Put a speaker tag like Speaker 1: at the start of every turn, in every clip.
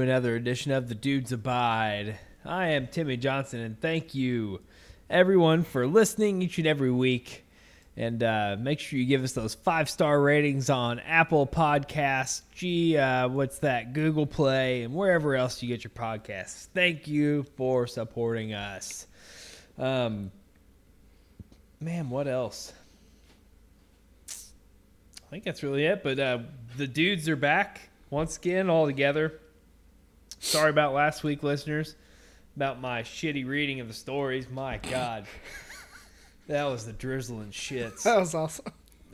Speaker 1: edition of The Dudes Abide. I am Timmy Johnson, and thank you, everyone, for listening each and every week. And uh, make sure you give us those five star ratings on Apple Podcasts, gee, uh, what's that, Google Play, and wherever else you get your podcasts. Thank you for supporting us. Um, man, what else? I think that's really it. But uh, the dudes are back once again, all together. Sorry about last week, listeners, about my shitty reading of the stories. My God, that was the drizzling shits.
Speaker 2: That was awesome.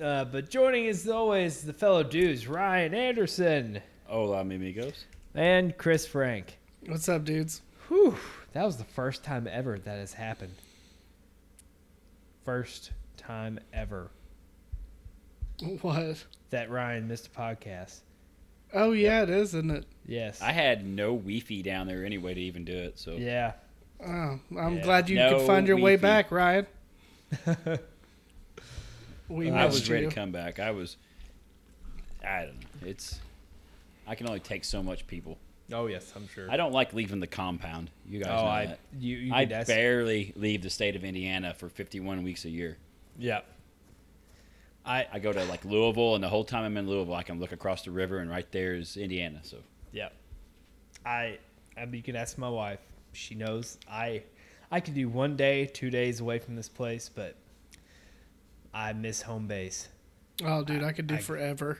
Speaker 1: Uh, but joining as always the fellow dudes Ryan Anderson
Speaker 3: Hola, mi amigos.
Speaker 1: and Chris Frank.
Speaker 2: What's up, dudes?
Speaker 1: Whew, that was the first time ever that has happened. First time ever
Speaker 2: What?
Speaker 1: that Ryan missed a podcast.
Speaker 2: Oh yeah, it is, isn't it?
Speaker 1: Yes.
Speaker 3: I had no Wi-Fi down there anyway to even do it. So
Speaker 1: yeah.
Speaker 2: Oh, I'm
Speaker 1: Yeah.
Speaker 2: glad you
Speaker 3: No
Speaker 2: could find your way
Speaker 3: Wi-Fi.
Speaker 2: back, Ryan. We
Speaker 3: I
Speaker 2: missed
Speaker 3: was ready
Speaker 2: you.
Speaker 3: to come back. I was. I don't know. It's. I can only take so much people.
Speaker 1: Oh yes, I'm sure.
Speaker 3: I don't like leaving the compound. You guys
Speaker 1: oh,
Speaker 3: know
Speaker 1: I
Speaker 3: that.
Speaker 1: you, you
Speaker 3: I
Speaker 1: could ask-
Speaker 3: barely leave the state of Indiana for 51 weeks a year.
Speaker 1: Yeah. I
Speaker 3: I go to like Louisville, and the whole time I'm in Louisville, I can look across the river, and right there is Indiana. So
Speaker 1: yeah. I I mean, you can ask my wife. She knows I I could do one day, two days away from this place, but I miss home base.
Speaker 2: Oh, dude, I could do
Speaker 1: I-
Speaker 2: forever.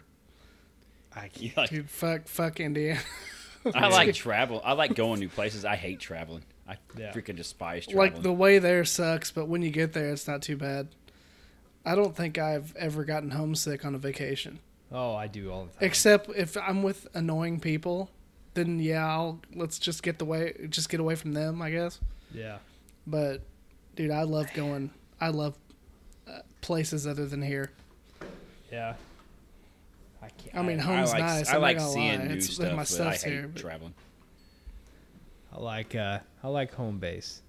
Speaker 1: I can't.
Speaker 3: you like,
Speaker 2: Dude, fuck, fuck Indiana.
Speaker 3: I like travel. I like going new places. I hate traveling. I
Speaker 1: Yeah.
Speaker 3: freaking despise traveling.
Speaker 2: like the way there sucks, but when you get there, it's not too bad. I don't think I've ever gotten homesick on a vacation,
Speaker 1: Oh, I do all the time.
Speaker 2: except if I'm with annoying people. Then yeah, I'll let's just get the way, just get away from them, I guess.
Speaker 1: yeah.
Speaker 2: But dude, I love going. I love uh, places other than here.
Speaker 1: Yeah. I can't.
Speaker 2: I mean,
Speaker 1: I,
Speaker 2: home's
Speaker 3: I like,
Speaker 2: nice.
Speaker 3: I
Speaker 2: I'm not
Speaker 3: like
Speaker 2: gonna
Speaker 3: seeing
Speaker 2: lie.
Speaker 3: new
Speaker 2: It's-
Speaker 3: stuff,
Speaker 2: my
Speaker 3: but I
Speaker 2: stuff's
Speaker 3: hate
Speaker 2: here, but-
Speaker 3: traveling.
Speaker 1: I like uh I like home base.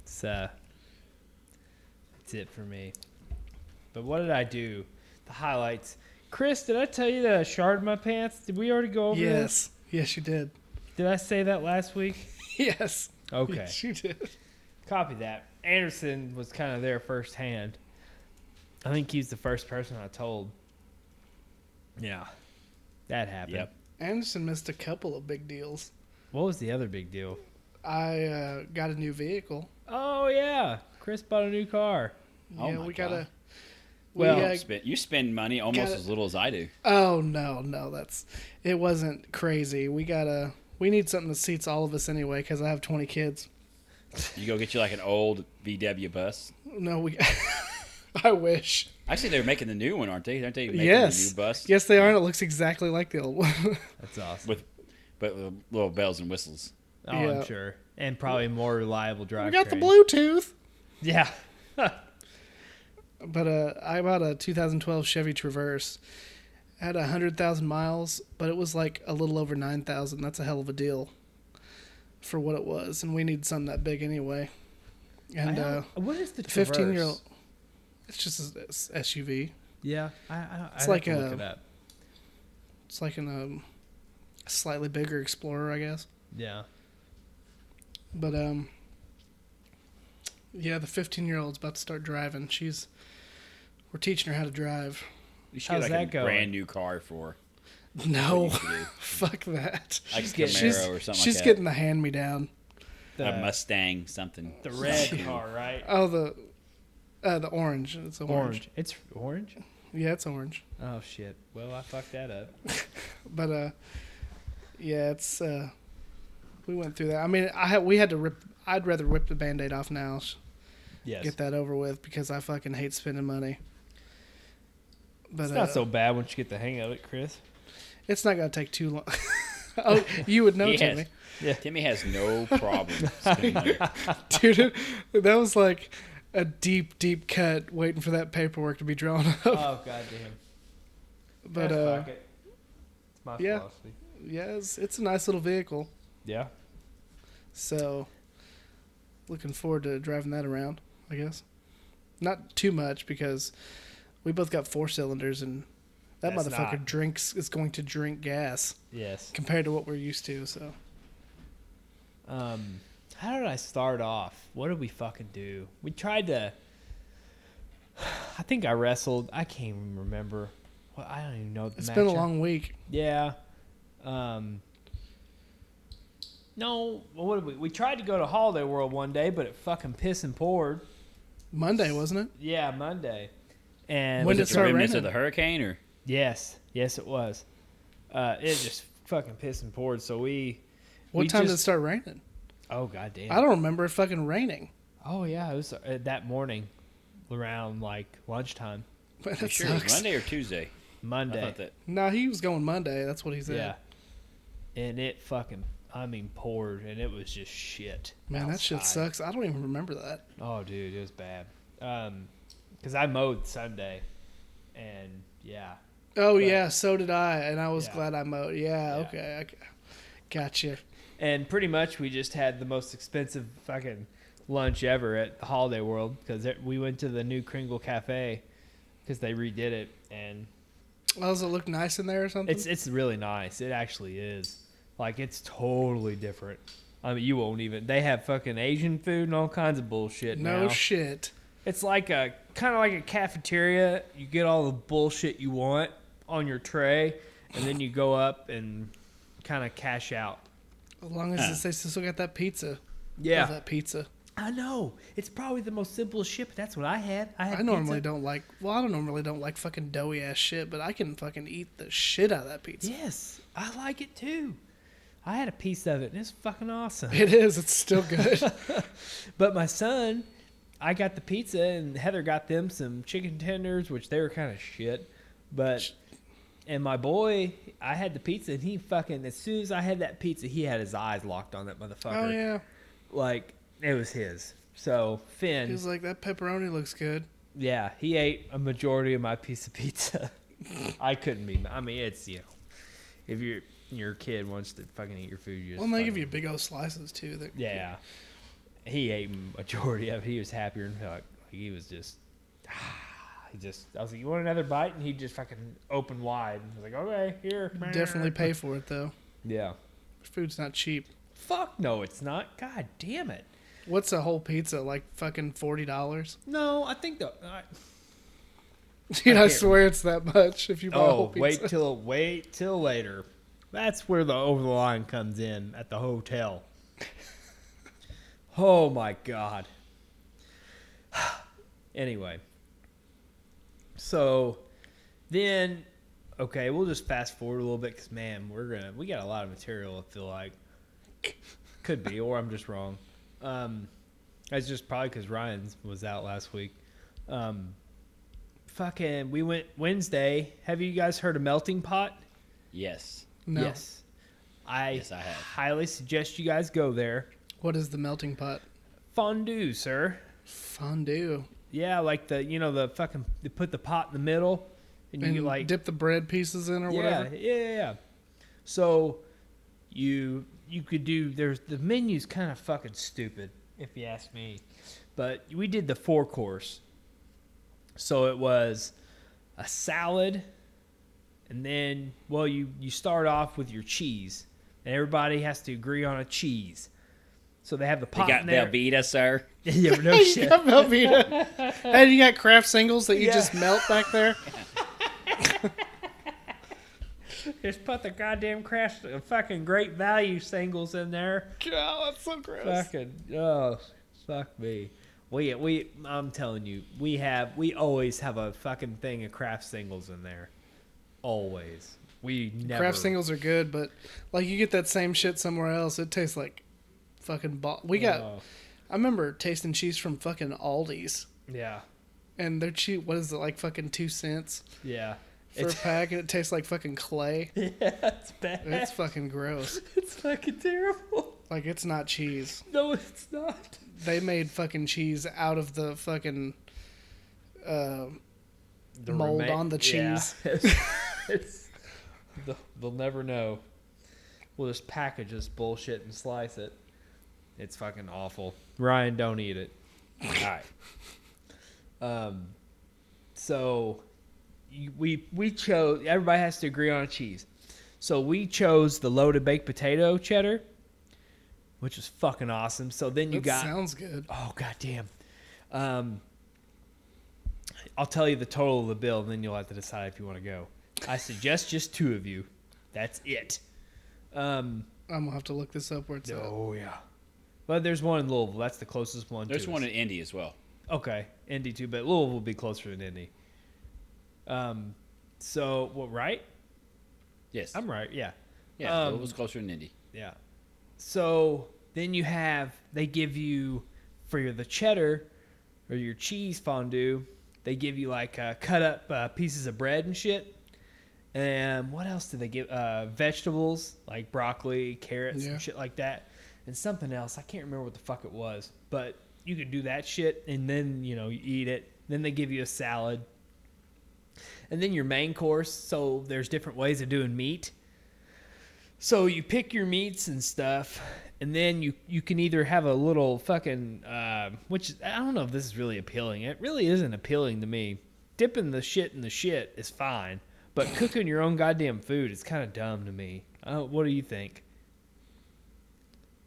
Speaker 1: It's uh that's it for me. But what did I do? The highlights. Chris, did I tell you that I sharded my pants? Did we already go over this?
Speaker 2: Yes, yes, you did.
Speaker 1: Did I say that last week?
Speaker 2: Yes,
Speaker 1: Okay.
Speaker 2: yes, you did.
Speaker 1: Copy that. Anderson was kind of there firsthand. I think he's the first person I told. Yeah. That happened.
Speaker 3: Yep.
Speaker 2: Anderson missed a couple of big deals.
Speaker 1: What was the other big deal?
Speaker 2: I uh, got a new vehicle.
Speaker 1: Oh yeah. Chris bought a new car.
Speaker 3: Oh
Speaker 2: yeah,
Speaker 3: my
Speaker 2: we
Speaker 3: God.
Speaker 2: gotta.
Speaker 1: Well,
Speaker 2: we,
Speaker 3: You
Speaker 2: uh,
Speaker 3: don't spend- you spend money almost
Speaker 2: Gotta-
Speaker 3: as little as I do.
Speaker 2: oh no, no, that's it wasn't crazy. We gotta. We need something that seats all of us anyway, because I have twenty kids.
Speaker 3: You go get you like an old VW bus.
Speaker 2: No, we. I wish.
Speaker 3: Actually, they're making the new one, aren't they? Aren't they making
Speaker 2: yes.
Speaker 3: the new bus?
Speaker 2: Yes, they are. And it looks exactly like the old one.
Speaker 1: That's awesome.
Speaker 3: With but with little bells and whistles.
Speaker 1: Oh, I'm
Speaker 2: Yeah.
Speaker 1: sure. And probably more reliable drive.
Speaker 2: we got the Bluetooth.
Speaker 1: Yeah.
Speaker 2: But uh, I bought a 2012 Chevy Traverse. Had a hundred thousand miles, but it was like a little over nine thousand. That's a hell of a deal for what it was, and we need something that big anyway. And
Speaker 1: I
Speaker 2: uh,
Speaker 1: don't- what is the Traverse?
Speaker 2: 15 year old. It's just an SUV.
Speaker 1: Yeah, I, I don't,
Speaker 2: It's
Speaker 1: I'd
Speaker 2: like
Speaker 1: have to look
Speaker 2: a-
Speaker 1: it up.
Speaker 2: It's like an um, slightly bigger Explorer, I guess.
Speaker 1: Yeah.
Speaker 2: But um, yeah, the 15 year old's about to start driving. She's we're teaching her how to drive.
Speaker 3: You should
Speaker 1: How's
Speaker 3: get
Speaker 1: that
Speaker 3: like a
Speaker 1: going?
Speaker 3: brand new car for
Speaker 2: No,
Speaker 3: what you should do.
Speaker 2: fuck that.
Speaker 3: like
Speaker 1: She's
Speaker 3: a
Speaker 1: getting-
Speaker 3: Camaro
Speaker 2: She's,
Speaker 3: or something
Speaker 2: she's
Speaker 3: like
Speaker 2: getting the hand me down.
Speaker 3: that.
Speaker 1: The,
Speaker 3: a Mustang something.
Speaker 1: the red car, right?
Speaker 2: Oh, the uh, the orange. It's orange.
Speaker 1: Orange. It's orange?
Speaker 2: Yeah, it's orange.
Speaker 1: Oh, shit. Well, I fucked that up.
Speaker 2: But uh, yeah, it's uh, we went through that. I mean, I had we had to rip. I'd rather rip the band-aid off now.
Speaker 1: Yes.
Speaker 2: get that over with because I fucking hate spending money. But
Speaker 1: it's not
Speaker 2: uh,
Speaker 1: so bad once you get the hang of it, Chris.
Speaker 2: it's not gonna take too long. oh, you would know,
Speaker 3: He has-
Speaker 2: Timmy,
Speaker 1: Yeah.
Speaker 3: Timmy has no problem spending money.
Speaker 2: dude. That was like a deep, deep cut waiting for that paperwork to be drawn up.
Speaker 1: oh, goddamn.
Speaker 2: but uh,
Speaker 1: It's my
Speaker 2: yeah.
Speaker 1: philosophy.
Speaker 2: yeah, it's, it's a nice little vehicle.
Speaker 1: Yeah.
Speaker 2: So, looking forward to driving that around. I guess not too much because we both got four cylinders and That
Speaker 1: That's
Speaker 2: motherfucker
Speaker 1: not-
Speaker 2: drinks is going to drink gas
Speaker 1: Yes.
Speaker 2: compared to what we're used to. So
Speaker 1: Um, how did I start off? What did we fucking do? We tried to. I think I wrestled. I can't even remember. Well, I don't even know. The
Speaker 2: it's
Speaker 1: match
Speaker 2: been a
Speaker 1: I-
Speaker 2: long week.
Speaker 1: Yeah. Um, no. well, What did we? We tried to go to Holiday World one day, but it fucking pissed and poured.
Speaker 2: Monday wasn't it?
Speaker 1: Yeah, Monday. And
Speaker 2: When
Speaker 3: Was
Speaker 2: did
Speaker 3: it
Speaker 2: it
Speaker 3: the
Speaker 2: start
Speaker 3: remnants of
Speaker 2: raining?
Speaker 3: the hurricane or?
Speaker 1: Yes, yes, it was. Uh, it just fucking pissed and poured. So we.
Speaker 2: What
Speaker 1: we
Speaker 2: time did it
Speaker 1: just,
Speaker 2: start raining?
Speaker 1: Oh goddamn!
Speaker 2: I don't remember it fucking raining.
Speaker 1: Oh yeah, it was uh, that morning, around like lunchtime,
Speaker 2: But
Speaker 3: You
Speaker 2: that
Speaker 3: sure, it was
Speaker 2: sucks.
Speaker 3: Monday or Tuesday.
Speaker 1: Monday.
Speaker 3: I thought that.
Speaker 2: No, he was going Monday. That's what he said.
Speaker 1: yeah. And it fucking, I mean, poured, and it was just shit.
Speaker 2: Man, that shit
Speaker 1: outside.
Speaker 2: sucks. I don't even remember that.
Speaker 1: Oh, dude, it was bad. Um, because I mowed Sunday, and yeah,
Speaker 2: Oh
Speaker 1: But-
Speaker 2: yeah, so did I, and I was
Speaker 1: Yeah.
Speaker 2: glad I mowed. Yeah,
Speaker 1: Yeah.
Speaker 2: okay, okay, gotcha.
Speaker 1: and pretty much we just had the most expensive fucking lunch ever at the Holiday World because we went to the new Kringle Cafe because they redid it, and
Speaker 2: Well, does it look nice in there or something?
Speaker 1: It's it's really nice. It actually is. Like it's totally different. I mean, you won't even. They have fucking Asian food and all kinds of bullshit
Speaker 2: no
Speaker 1: now.
Speaker 2: shit.
Speaker 1: it's like a kind of like a cafeteria. You get all the bullshit you want on your tray, and then you go up and kind of cash out.
Speaker 2: As long as it's, they still got that pizza. Love that pizza.
Speaker 1: I know. It's probably the most simplest shit, but that's what I had. I had
Speaker 2: I normally
Speaker 1: pizza.
Speaker 2: don't like. Well, I don't normally don't like fucking doughy ass shit, but I can fucking eat the shit out of that pizza.
Speaker 1: Yes, I like it too. I had a piece of it, and it's fucking awesome.
Speaker 2: It is. It's still good.
Speaker 1: But my son, I got the pizza and Heather got them some chicken tenders, which they were kind of shit. But and my boy, I had the pizza and he fucking as soon as I had that pizza, he had his eyes locked on that motherfucker.
Speaker 2: oh yeah.
Speaker 1: Like it was his. So Finn,
Speaker 2: He was like that pepperoni looks good.
Speaker 1: yeah, he ate a majority of my piece of pizza. I couldn't be. I mean, it's you know, if your your kid wants to fucking eat your food, you just
Speaker 2: Well, and they give
Speaker 1: fucking-
Speaker 2: you big old slices too. That
Speaker 1: yeah. He ate majority of it. He was happier and like he was just ah, he just I was like, You want another bite? And he just fucking opened wide. I was like, Okay, here.
Speaker 2: Definitely pay for it though.
Speaker 1: Yeah.
Speaker 2: Food's not cheap.
Speaker 1: Fuck no, it's not. God damn it.
Speaker 2: What's a whole pizza like? Fucking forty dollars.
Speaker 1: No, I think the I,
Speaker 2: Dude, I,
Speaker 1: can't
Speaker 2: swear it's that much if you buy a whole
Speaker 1: Oh,
Speaker 2: pizza.
Speaker 1: wait till wait till later. That's where the over the line comes in at the hotel. oh my god. anyway. So then okay, we'll just fast forward a little bit cuz man, we're going to we got a lot of material I feel like could be or I'm just wrong. Um that's just probably cuz Ryan's was out last week. Um fucking we went Wednesday. Have you guys heard of Melting Pot?
Speaker 3: Yes.
Speaker 2: no.
Speaker 1: Yes. I,
Speaker 3: Yes, I have.
Speaker 1: highly suggest you guys go there.
Speaker 2: What is the melting pot?
Speaker 1: Fondue, sir.
Speaker 2: Fondue.
Speaker 1: Yeah, like the you know the fucking they put the pot in the middle and you
Speaker 2: And
Speaker 1: get, like
Speaker 2: dip the bread pieces in or
Speaker 1: yeah,
Speaker 2: whatever.
Speaker 1: Yeah, yeah, yeah. So you you could do there's the menu's kind of fucking stupid if you ask me. But we did the four course. So it was a salad and then well you you start off with your cheese and everybody has to agree on a cheese. So they have the pot
Speaker 3: They got
Speaker 1: in there.
Speaker 3: they'll beat us, sir.
Speaker 1: yeah, no
Speaker 2: you
Speaker 1: shit.
Speaker 2: got Velveeta. and you got craft singles that you
Speaker 1: Yeah.
Speaker 2: just melt back there.
Speaker 1: Just put the goddamn crash fucking great value singles in there.
Speaker 2: God, that's so gross.
Speaker 1: Fucking oh, fuck me. We we I'm telling you, we have we always have a fucking thing of craft singles in there. Always. We never
Speaker 2: Craft singles are good, but like you get that same shit somewhere else, it tastes like fucking. Bo- we got.
Speaker 1: Oh,
Speaker 2: I remember tasting cheese from fucking Aldi's,
Speaker 1: yeah.
Speaker 2: and they're cheap. What is it like? Fucking two cents
Speaker 1: Yeah.
Speaker 2: for
Speaker 1: It's,
Speaker 2: a pack, and it tastes like fucking clay.
Speaker 1: yeah, it's bad.
Speaker 2: It's fucking gross.
Speaker 1: it's fucking terrible.
Speaker 2: Like it's not cheese.
Speaker 1: No, it's not.
Speaker 2: They made fucking cheese out of the fucking. Uh, Mold on the cheese.
Speaker 1: Yeah. It's- it's- they'll, they'll never know. We'll just package this bullshit and slice it. It's fucking awful. Ryan, don't eat it.
Speaker 3: All right.
Speaker 1: Um, so you- we we chose everybody has to agree on a cheese. So we chose the loaded baked potato cheddar, which is fucking awesome. So then you
Speaker 2: that
Speaker 1: got
Speaker 2: sounds good.
Speaker 1: oh goddamn. Um, I'll tell you the total of the bill, and then you'll have to decide if you want to go. I suggest just two of you. That's it. Um,
Speaker 2: I'm gonna have to look this up where it's at.
Speaker 1: oh yeah. But there's one in Louisville. That's the closest one.
Speaker 3: There's
Speaker 1: to
Speaker 3: one
Speaker 1: us.
Speaker 3: in Indy as well.
Speaker 1: Okay, Indy too, but Louisville will be closer than Indy. Um, so well, right?
Speaker 3: Yes.
Speaker 1: I'm right. Yeah,
Speaker 3: yeah,
Speaker 1: um,
Speaker 3: Louisville's closer than Indy.
Speaker 1: yeah. So then you have they give you for your the cheddar or your cheese fondue, they give you like uh, cut up uh, pieces of bread and shit. And what else do they give? Uh, vegetables like broccoli, carrots,
Speaker 2: Yeah.
Speaker 1: and shit like that, and something else. I can't remember what the fuck it was, but you could do that shit, and then you know you eat it. Then they give you a salad, and then your main course. So there's different ways of doing meat. So you pick your meats and stuff, and then you you can either have a little fucking uh, which I don't know if this is really appealing. It really isn't appealing to me. Dipping the shit in the shit is fine, but cooking your own goddamn food is kind of dumb to me. Uh, what do you think?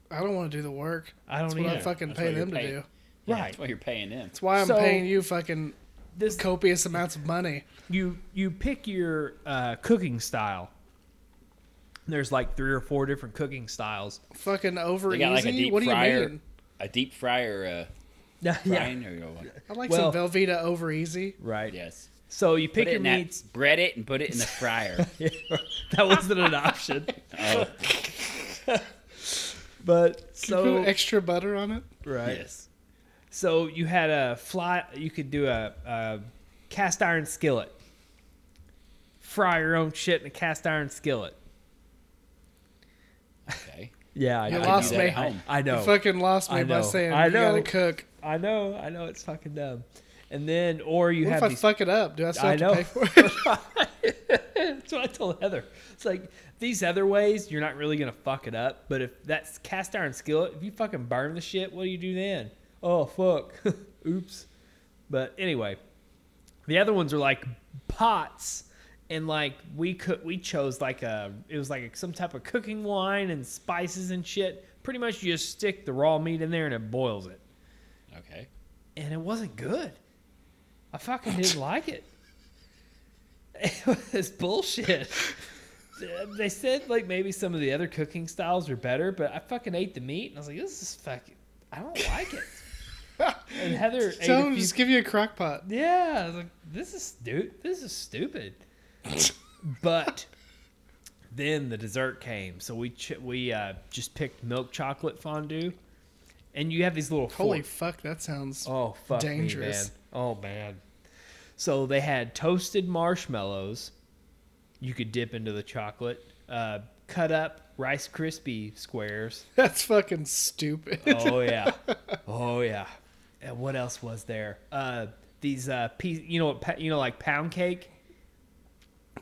Speaker 2: I don't want to do the work.
Speaker 1: I don't
Speaker 2: That's what I
Speaker 1: either.
Speaker 2: fucking
Speaker 3: That's
Speaker 2: pay
Speaker 3: what you're
Speaker 2: them to
Speaker 3: paid.
Speaker 2: do.
Speaker 3: Yeah,
Speaker 1: Right.
Speaker 3: That's why you're paying them.
Speaker 2: That's why I'm
Speaker 1: So-
Speaker 2: paying you fucking
Speaker 1: This
Speaker 2: copious amounts of money.
Speaker 1: you you pick your uh, cooking style. There's like three or four different cooking styles.
Speaker 2: Fucking over
Speaker 3: They
Speaker 2: easy.
Speaker 3: got like a deep
Speaker 2: what do you
Speaker 3: fryer,
Speaker 2: mean?
Speaker 3: a deep fryer
Speaker 1: Yeah.
Speaker 3: uh, frying or you know, what?
Speaker 2: I like
Speaker 1: Well-
Speaker 2: some Velveeta over easy.
Speaker 1: Right.
Speaker 3: Yes.
Speaker 1: So you pick
Speaker 3: put it
Speaker 1: your
Speaker 3: in that-
Speaker 1: meats.
Speaker 3: bread it and put it in the fryer.
Speaker 1: that wasn't an option.
Speaker 3: oh,
Speaker 1: But
Speaker 2: Can you
Speaker 1: so
Speaker 2: put extra butter on it.
Speaker 1: right.
Speaker 3: yes.
Speaker 1: So you had a fly. You could do a, a cast iron skillet. Fry your own shit in a cast iron skillet.
Speaker 3: Okay.
Speaker 1: Yeah,
Speaker 2: You
Speaker 3: I could
Speaker 1: I,
Speaker 3: do
Speaker 2: lost
Speaker 3: that
Speaker 2: me.
Speaker 3: at home.
Speaker 1: I know.
Speaker 2: You fucking lost me
Speaker 1: I
Speaker 2: by
Speaker 1: know.
Speaker 2: saying
Speaker 1: I
Speaker 2: you gotta
Speaker 1: know.
Speaker 2: cook.
Speaker 1: I know. I know. It's fucking dumb. And then, or you
Speaker 2: What if
Speaker 1: have
Speaker 2: I
Speaker 1: these.
Speaker 2: fuck it up? Do I still
Speaker 1: I
Speaker 2: have
Speaker 1: know.
Speaker 2: to pay for it?
Speaker 1: That's what I told Heather. It's like these other ways, you're not really gonna fuck it up. But if that's cast iron skillet, if you fucking burn the shit, what do you do then? Oh fuck, oops. But anyway, the other ones are like pots, and like we could we chose like a it was like some type of cooking wine and spices and shit. Pretty much, you just stick the raw meat in there and it boils it,
Speaker 3: Okay.
Speaker 1: and it wasn't good. I fucking didn't like it. It was bullshit. They said like maybe some of the other cooking styles are better, but I fucking ate the meat and I was like, this is fucking. I don't like it. and Heather ate
Speaker 2: Tell
Speaker 1: a
Speaker 2: them
Speaker 1: few-
Speaker 2: just give you a crock pot.
Speaker 1: yeah, I was like, this is stu- This is stupid. but then the dessert came, so we ch- we uh, just picked milk chocolate fondue, and you have these little
Speaker 2: Holy
Speaker 1: forks.
Speaker 2: fuck, that sounds.
Speaker 1: Oh fuck
Speaker 2: Dangerous.
Speaker 1: me, man. Oh man. So they had toasted marshmallows. You could dip into the chocolate. Uh, cut up Rice Krispie squares.
Speaker 2: That's fucking stupid.
Speaker 1: Oh yeah. Oh yeah. And what else was there? Uh, these uh, piece, you know what? pa- You know, like pound cake.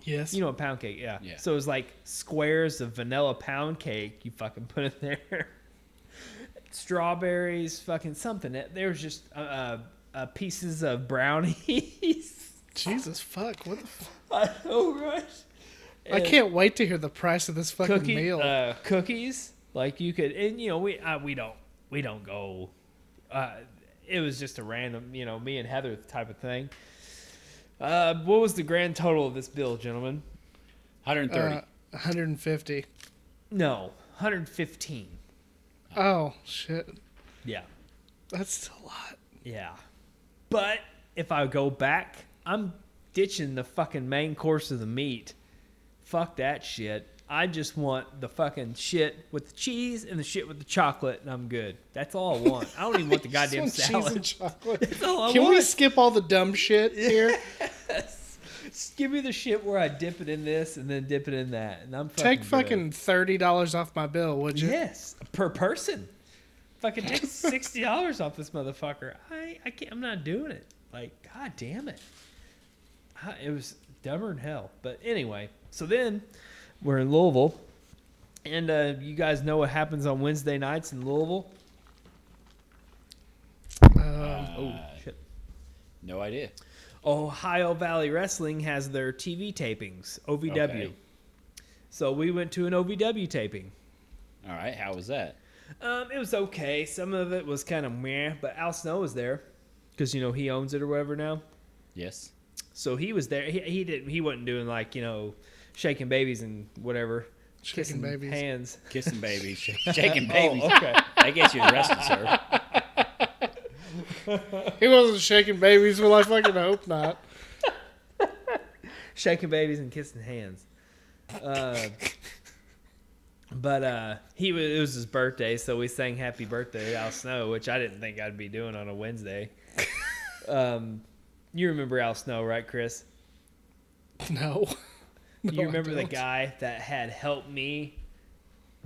Speaker 2: yes.
Speaker 1: You know what pound cake? Yeah.
Speaker 3: Yeah.
Speaker 1: So it was like squares of vanilla pound cake. You fucking put in there. Strawberries, fucking something. It- There was just uh, uh, uh, pieces of brownies.
Speaker 2: Jesus fuck. What the f-
Speaker 1: I know, right?
Speaker 2: I can't wait to hear the price of this fucking
Speaker 1: Cookie-
Speaker 2: meal.
Speaker 1: uh, cookies. Like you could, and you know, we uh, we don't we don't go. Uh, it was just a random, you know, me and Heather type of thing. Uh, what was the grand total of this bill, gentlemen?
Speaker 3: 130.
Speaker 2: Uh, 150.
Speaker 1: No, 115.
Speaker 2: Oh shit.
Speaker 1: Yeah,
Speaker 2: That's a lot.
Speaker 1: yeah. But if I go back, I'm ditching the fucking main course of the meat. Fuck that shit. I just want the fucking shit with the cheese and the shit with the chocolate, and I'm good. That's all I want. I don't even want the
Speaker 2: Just
Speaker 1: goddamn
Speaker 2: want
Speaker 1: salad.
Speaker 2: Cheese and chocolate.
Speaker 1: That's all I
Speaker 2: Can
Speaker 1: want.
Speaker 2: we skip all the dumb shit here?
Speaker 1: Just give me the shit where I dip it in this and then dip it in that, and I'm fucking
Speaker 2: Take
Speaker 1: good.
Speaker 2: fucking thirty dollars off my bill, would you?
Speaker 1: yes per person. Fucking take sixty dollars off this motherfucker. I I can't. I'm not doing it. Like god damn it. I, it was dumber than hell. But anyway, so then we're in Louisville, and uh, you guys know what happens on Wednesday nights in Louisville.
Speaker 2: Um,
Speaker 1: Oh
Speaker 3: Uh,
Speaker 1: shit.
Speaker 3: no idea.
Speaker 1: Ohio Valley Wrestling has their TV tapings, OVW.
Speaker 3: Okay.
Speaker 1: So we went to an OVW taping.
Speaker 3: All right, how was that?
Speaker 1: Um, it was okay. Some of it was kind of meh, but Al Snow was there because you know he owns it or whatever now.
Speaker 3: Yes.
Speaker 1: So he was there. He, he didn't. He wasn't doing like you know, shaking babies and whatever,
Speaker 2: Shaking
Speaker 1: kissing
Speaker 2: babies.
Speaker 1: hands.
Speaker 3: Kissing babies, sh- shaking babies.
Speaker 1: Oh, okay.
Speaker 3: I guess you're arrested, sir.
Speaker 2: He wasn't shaking babies. Well, I fucking hope not.
Speaker 1: shaking babies and kissing hands. Uh, but uh, he was, it was his birthday, so we sang "Happy Birthday" to Al Snow, which I didn't think I'd be doing on a Wednesday. Um, you remember Al Snow, right, Chris?
Speaker 2: No. No,
Speaker 1: you
Speaker 2: I
Speaker 1: remember the
Speaker 2: don't.
Speaker 1: guy that had "Help Me"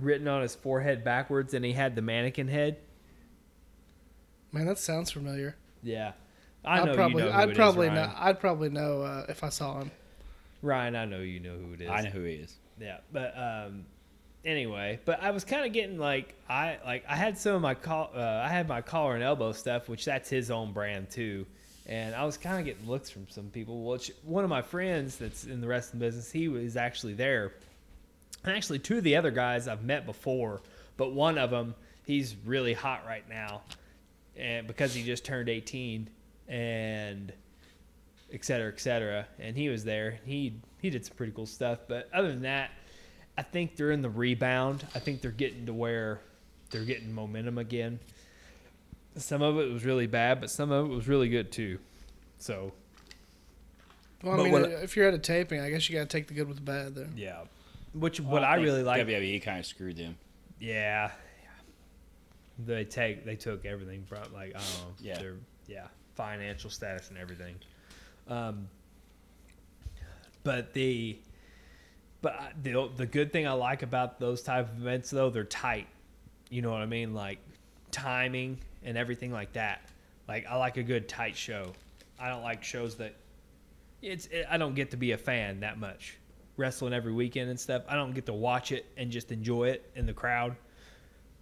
Speaker 1: written on his forehead backwards, and he had the mannequin head.
Speaker 2: Man, that sounds familiar.
Speaker 1: Yeah, I know
Speaker 2: would probably,
Speaker 1: you know. Who it
Speaker 2: I'd
Speaker 1: is,
Speaker 2: probably
Speaker 1: Ryan.
Speaker 2: know. I'd probably know uh, if I saw him.
Speaker 1: Ryan, I know you know who it is.
Speaker 3: I know who he is.
Speaker 1: Yeah, but um, anyway, but I was kind of getting like I like I had some of my call uh, I had my collar and elbow stuff, which that's his own brand too, and I was kind of getting looks from some people. Which one of my friends that's in the wrestling business, he was actually there, and actually two of the other guys I've met before, but one of them he's really hot right now, and because he just turned eighteen, and et cetera, et cetera. And he was there. He he did some pretty cool stuff. But other than that, I think they're in the rebound. I think they're getting to where they're getting momentum again. Some of it was really bad, but some of it was really good too. So
Speaker 2: Well,
Speaker 1: But
Speaker 2: I mean, uh,
Speaker 1: what-
Speaker 2: if you're at a taping, I guess you got to take the good with the bad. There.
Speaker 1: yeah, which
Speaker 3: Well,
Speaker 1: what I,
Speaker 3: think
Speaker 1: really like.
Speaker 3: WWE kind of screwed them.
Speaker 1: yeah, they take they took everything from like I don't know,
Speaker 3: Yeah.
Speaker 1: their yeah financial status and everything. Um, but the but I- the the good thing I like about those type of events though they're tight. You know what I mean? Like timing and everything like that. Like I like a good tight show. I don't like shows that it's it, I don't get to be a fan that much. Wrestling every weekend and stuff. I don't get to watch it and just enjoy it in the crowd.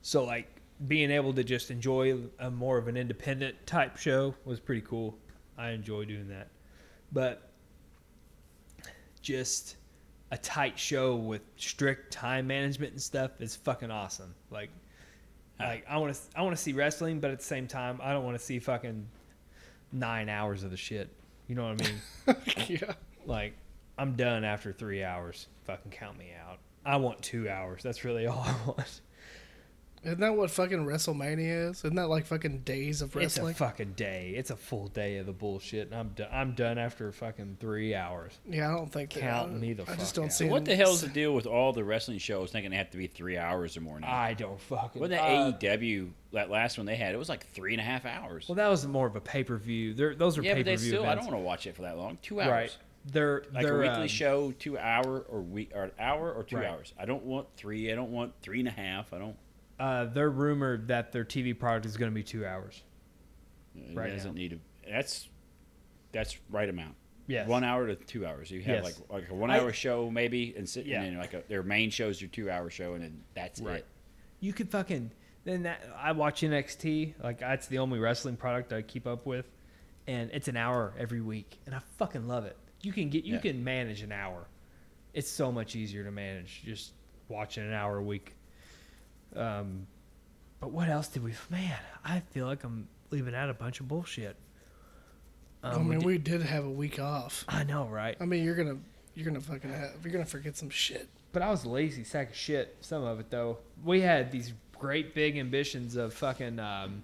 Speaker 1: So like being able to just enjoy a more of an independent type show was pretty cool. I enjoy doing that. But just a tight show with strict time management and stuff is fucking awesome. Like like I want to I want to see wrestling, but at the same time I don't want to see fucking 9 hours of the shit. You know what I mean?
Speaker 2: yeah.
Speaker 1: like I'm done after three hours. Fucking count me out. I want two hours. That's really all I want.
Speaker 2: Isn't that what fucking WrestleMania is? Isn't that like fucking days of wrestling?
Speaker 1: It's a fucking day. It's a full day of the bullshit, and I'm done. I'm done after fucking three hours.
Speaker 2: yeah, I don't think that.
Speaker 1: Count
Speaker 2: I,
Speaker 1: me the
Speaker 2: I just
Speaker 1: fuck
Speaker 2: don't
Speaker 1: out.
Speaker 2: see.
Speaker 3: What
Speaker 2: them-
Speaker 3: the hell's the deal with all the wrestling shows thinking they have to be three hours or more now?
Speaker 1: I don't fucking.
Speaker 3: Wasn't that
Speaker 1: Ah, uh,
Speaker 3: AEW that last one they had? It was like three and a half hours.
Speaker 1: well, that was more of a pay per view. Those are
Speaker 3: yeah,
Speaker 1: pay
Speaker 3: but
Speaker 1: per
Speaker 3: they
Speaker 1: view
Speaker 3: still. I don't
Speaker 1: events,
Speaker 3: want to watch it for that long. Two hours.
Speaker 1: right? They're
Speaker 3: Like
Speaker 1: they're
Speaker 3: a weekly
Speaker 1: um,
Speaker 3: show, two hour or week or an hour or two
Speaker 1: Right.
Speaker 3: hours. I don't want three. I don't want three and a half. I don't.
Speaker 1: Uh, they're rumored that their TV product is going to be two hours.
Speaker 3: It
Speaker 1: Right
Speaker 3: doesn't
Speaker 1: now.
Speaker 3: need to. That's that's right amount.
Speaker 1: Yes.
Speaker 3: One hour to two hours. You have
Speaker 1: Yes.
Speaker 3: like like a one
Speaker 1: I-
Speaker 3: hour show maybe, and, sit,
Speaker 1: Yeah.
Speaker 3: and then like a, their main show's your two hour show, and then that's
Speaker 1: Right.
Speaker 3: it.
Speaker 1: You could fucking then that I watch NXT like that's the only wrestling product I keep up with, and it's an hour every week, and I fucking love it. You can get you
Speaker 3: Yeah.
Speaker 1: can manage an hour. It's so much easier to manage just watching an hour a week. Um, but what else did we? Man, I feel like I'm leaving out a bunch of bullshit. Um,
Speaker 2: I mean,
Speaker 1: did-
Speaker 2: we did have a week off.
Speaker 1: I know, right?
Speaker 2: I mean, you're gonna you're gonna fucking have you're gonna forget some shit.
Speaker 1: But I was a lazy sack of shit. Some of it though. We had these great big ambitions of fucking, um,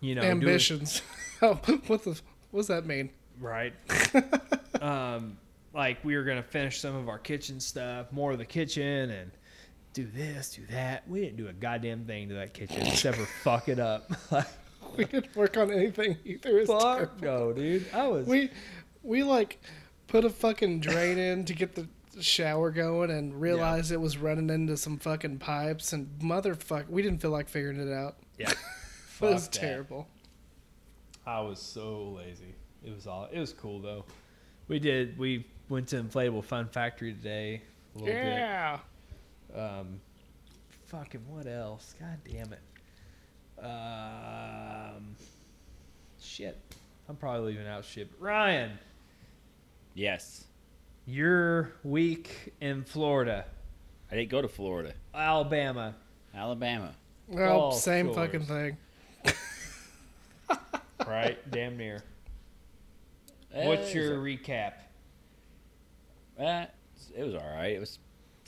Speaker 1: you know, doing-
Speaker 2: Ambitions. oh, what the what does that mean?
Speaker 1: right? um, like we were gonna finish some of our kitchen stuff, more of the kitchen, and do this, do that. We didn't do a goddamn thing to that kitchen except for fuck it up. like,
Speaker 2: We didn't work on anything either. It's
Speaker 1: fuck
Speaker 2: terrible.
Speaker 1: no, dude. I was
Speaker 2: We we like put a fucking drain in to get the shower going and realized it was running into some fucking pipes and motherfuck we didn't feel like figuring it out.
Speaker 1: yeah.
Speaker 2: It was
Speaker 1: Fuck that.
Speaker 2: terrible.
Speaker 1: I was so lazy. It was all. It was cool though. We did. We went to Inflatable Fun Factory today. A little bit.
Speaker 2: Yeah.
Speaker 1: Um, fucking what else? God damn it. Um, shit. I'm probably leaving out shit. but Ryan,
Speaker 3: Yes.
Speaker 1: your week in Florida,
Speaker 3: I didn't go to Florida.
Speaker 1: Alabama.
Speaker 3: Alabama.
Speaker 2: Well,
Speaker 1: Ball
Speaker 2: same
Speaker 1: scores.
Speaker 2: fucking thing.
Speaker 1: Right, damn near. What's
Speaker 3: Eh,
Speaker 1: your recap?
Speaker 3: eh, it was all right. It was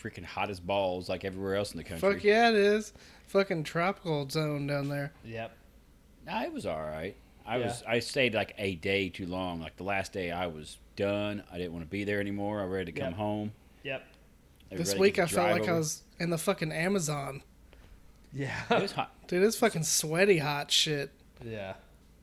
Speaker 3: freaking hot as balls like everywhere else in the country.
Speaker 2: Fuck yeah, it is. Fucking tropical zone down there.
Speaker 1: Yep.
Speaker 3: Nah, it was all right. I
Speaker 1: Yeah.
Speaker 3: was I stayed like a day too long. Like the last day, I was done. I didn't want to be there anymore. I was ready to come
Speaker 1: Yep.
Speaker 3: home.
Speaker 1: Yep.
Speaker 2: This
Speaker 3: ready
Speaker 2: week
Speaker 3: to
Speaker 2: I felt
Speaker 3: drive
Speaker 2: like I
Speaker 3: over.
Speaker 2: was in the fucking Amazon.
Speaker 3: It
Speaker 1: Yeah.
Speaker 3: was hot.
Speaker 2: Dude, it's fucking sweaty hot shit.
Speaker 1: yeah.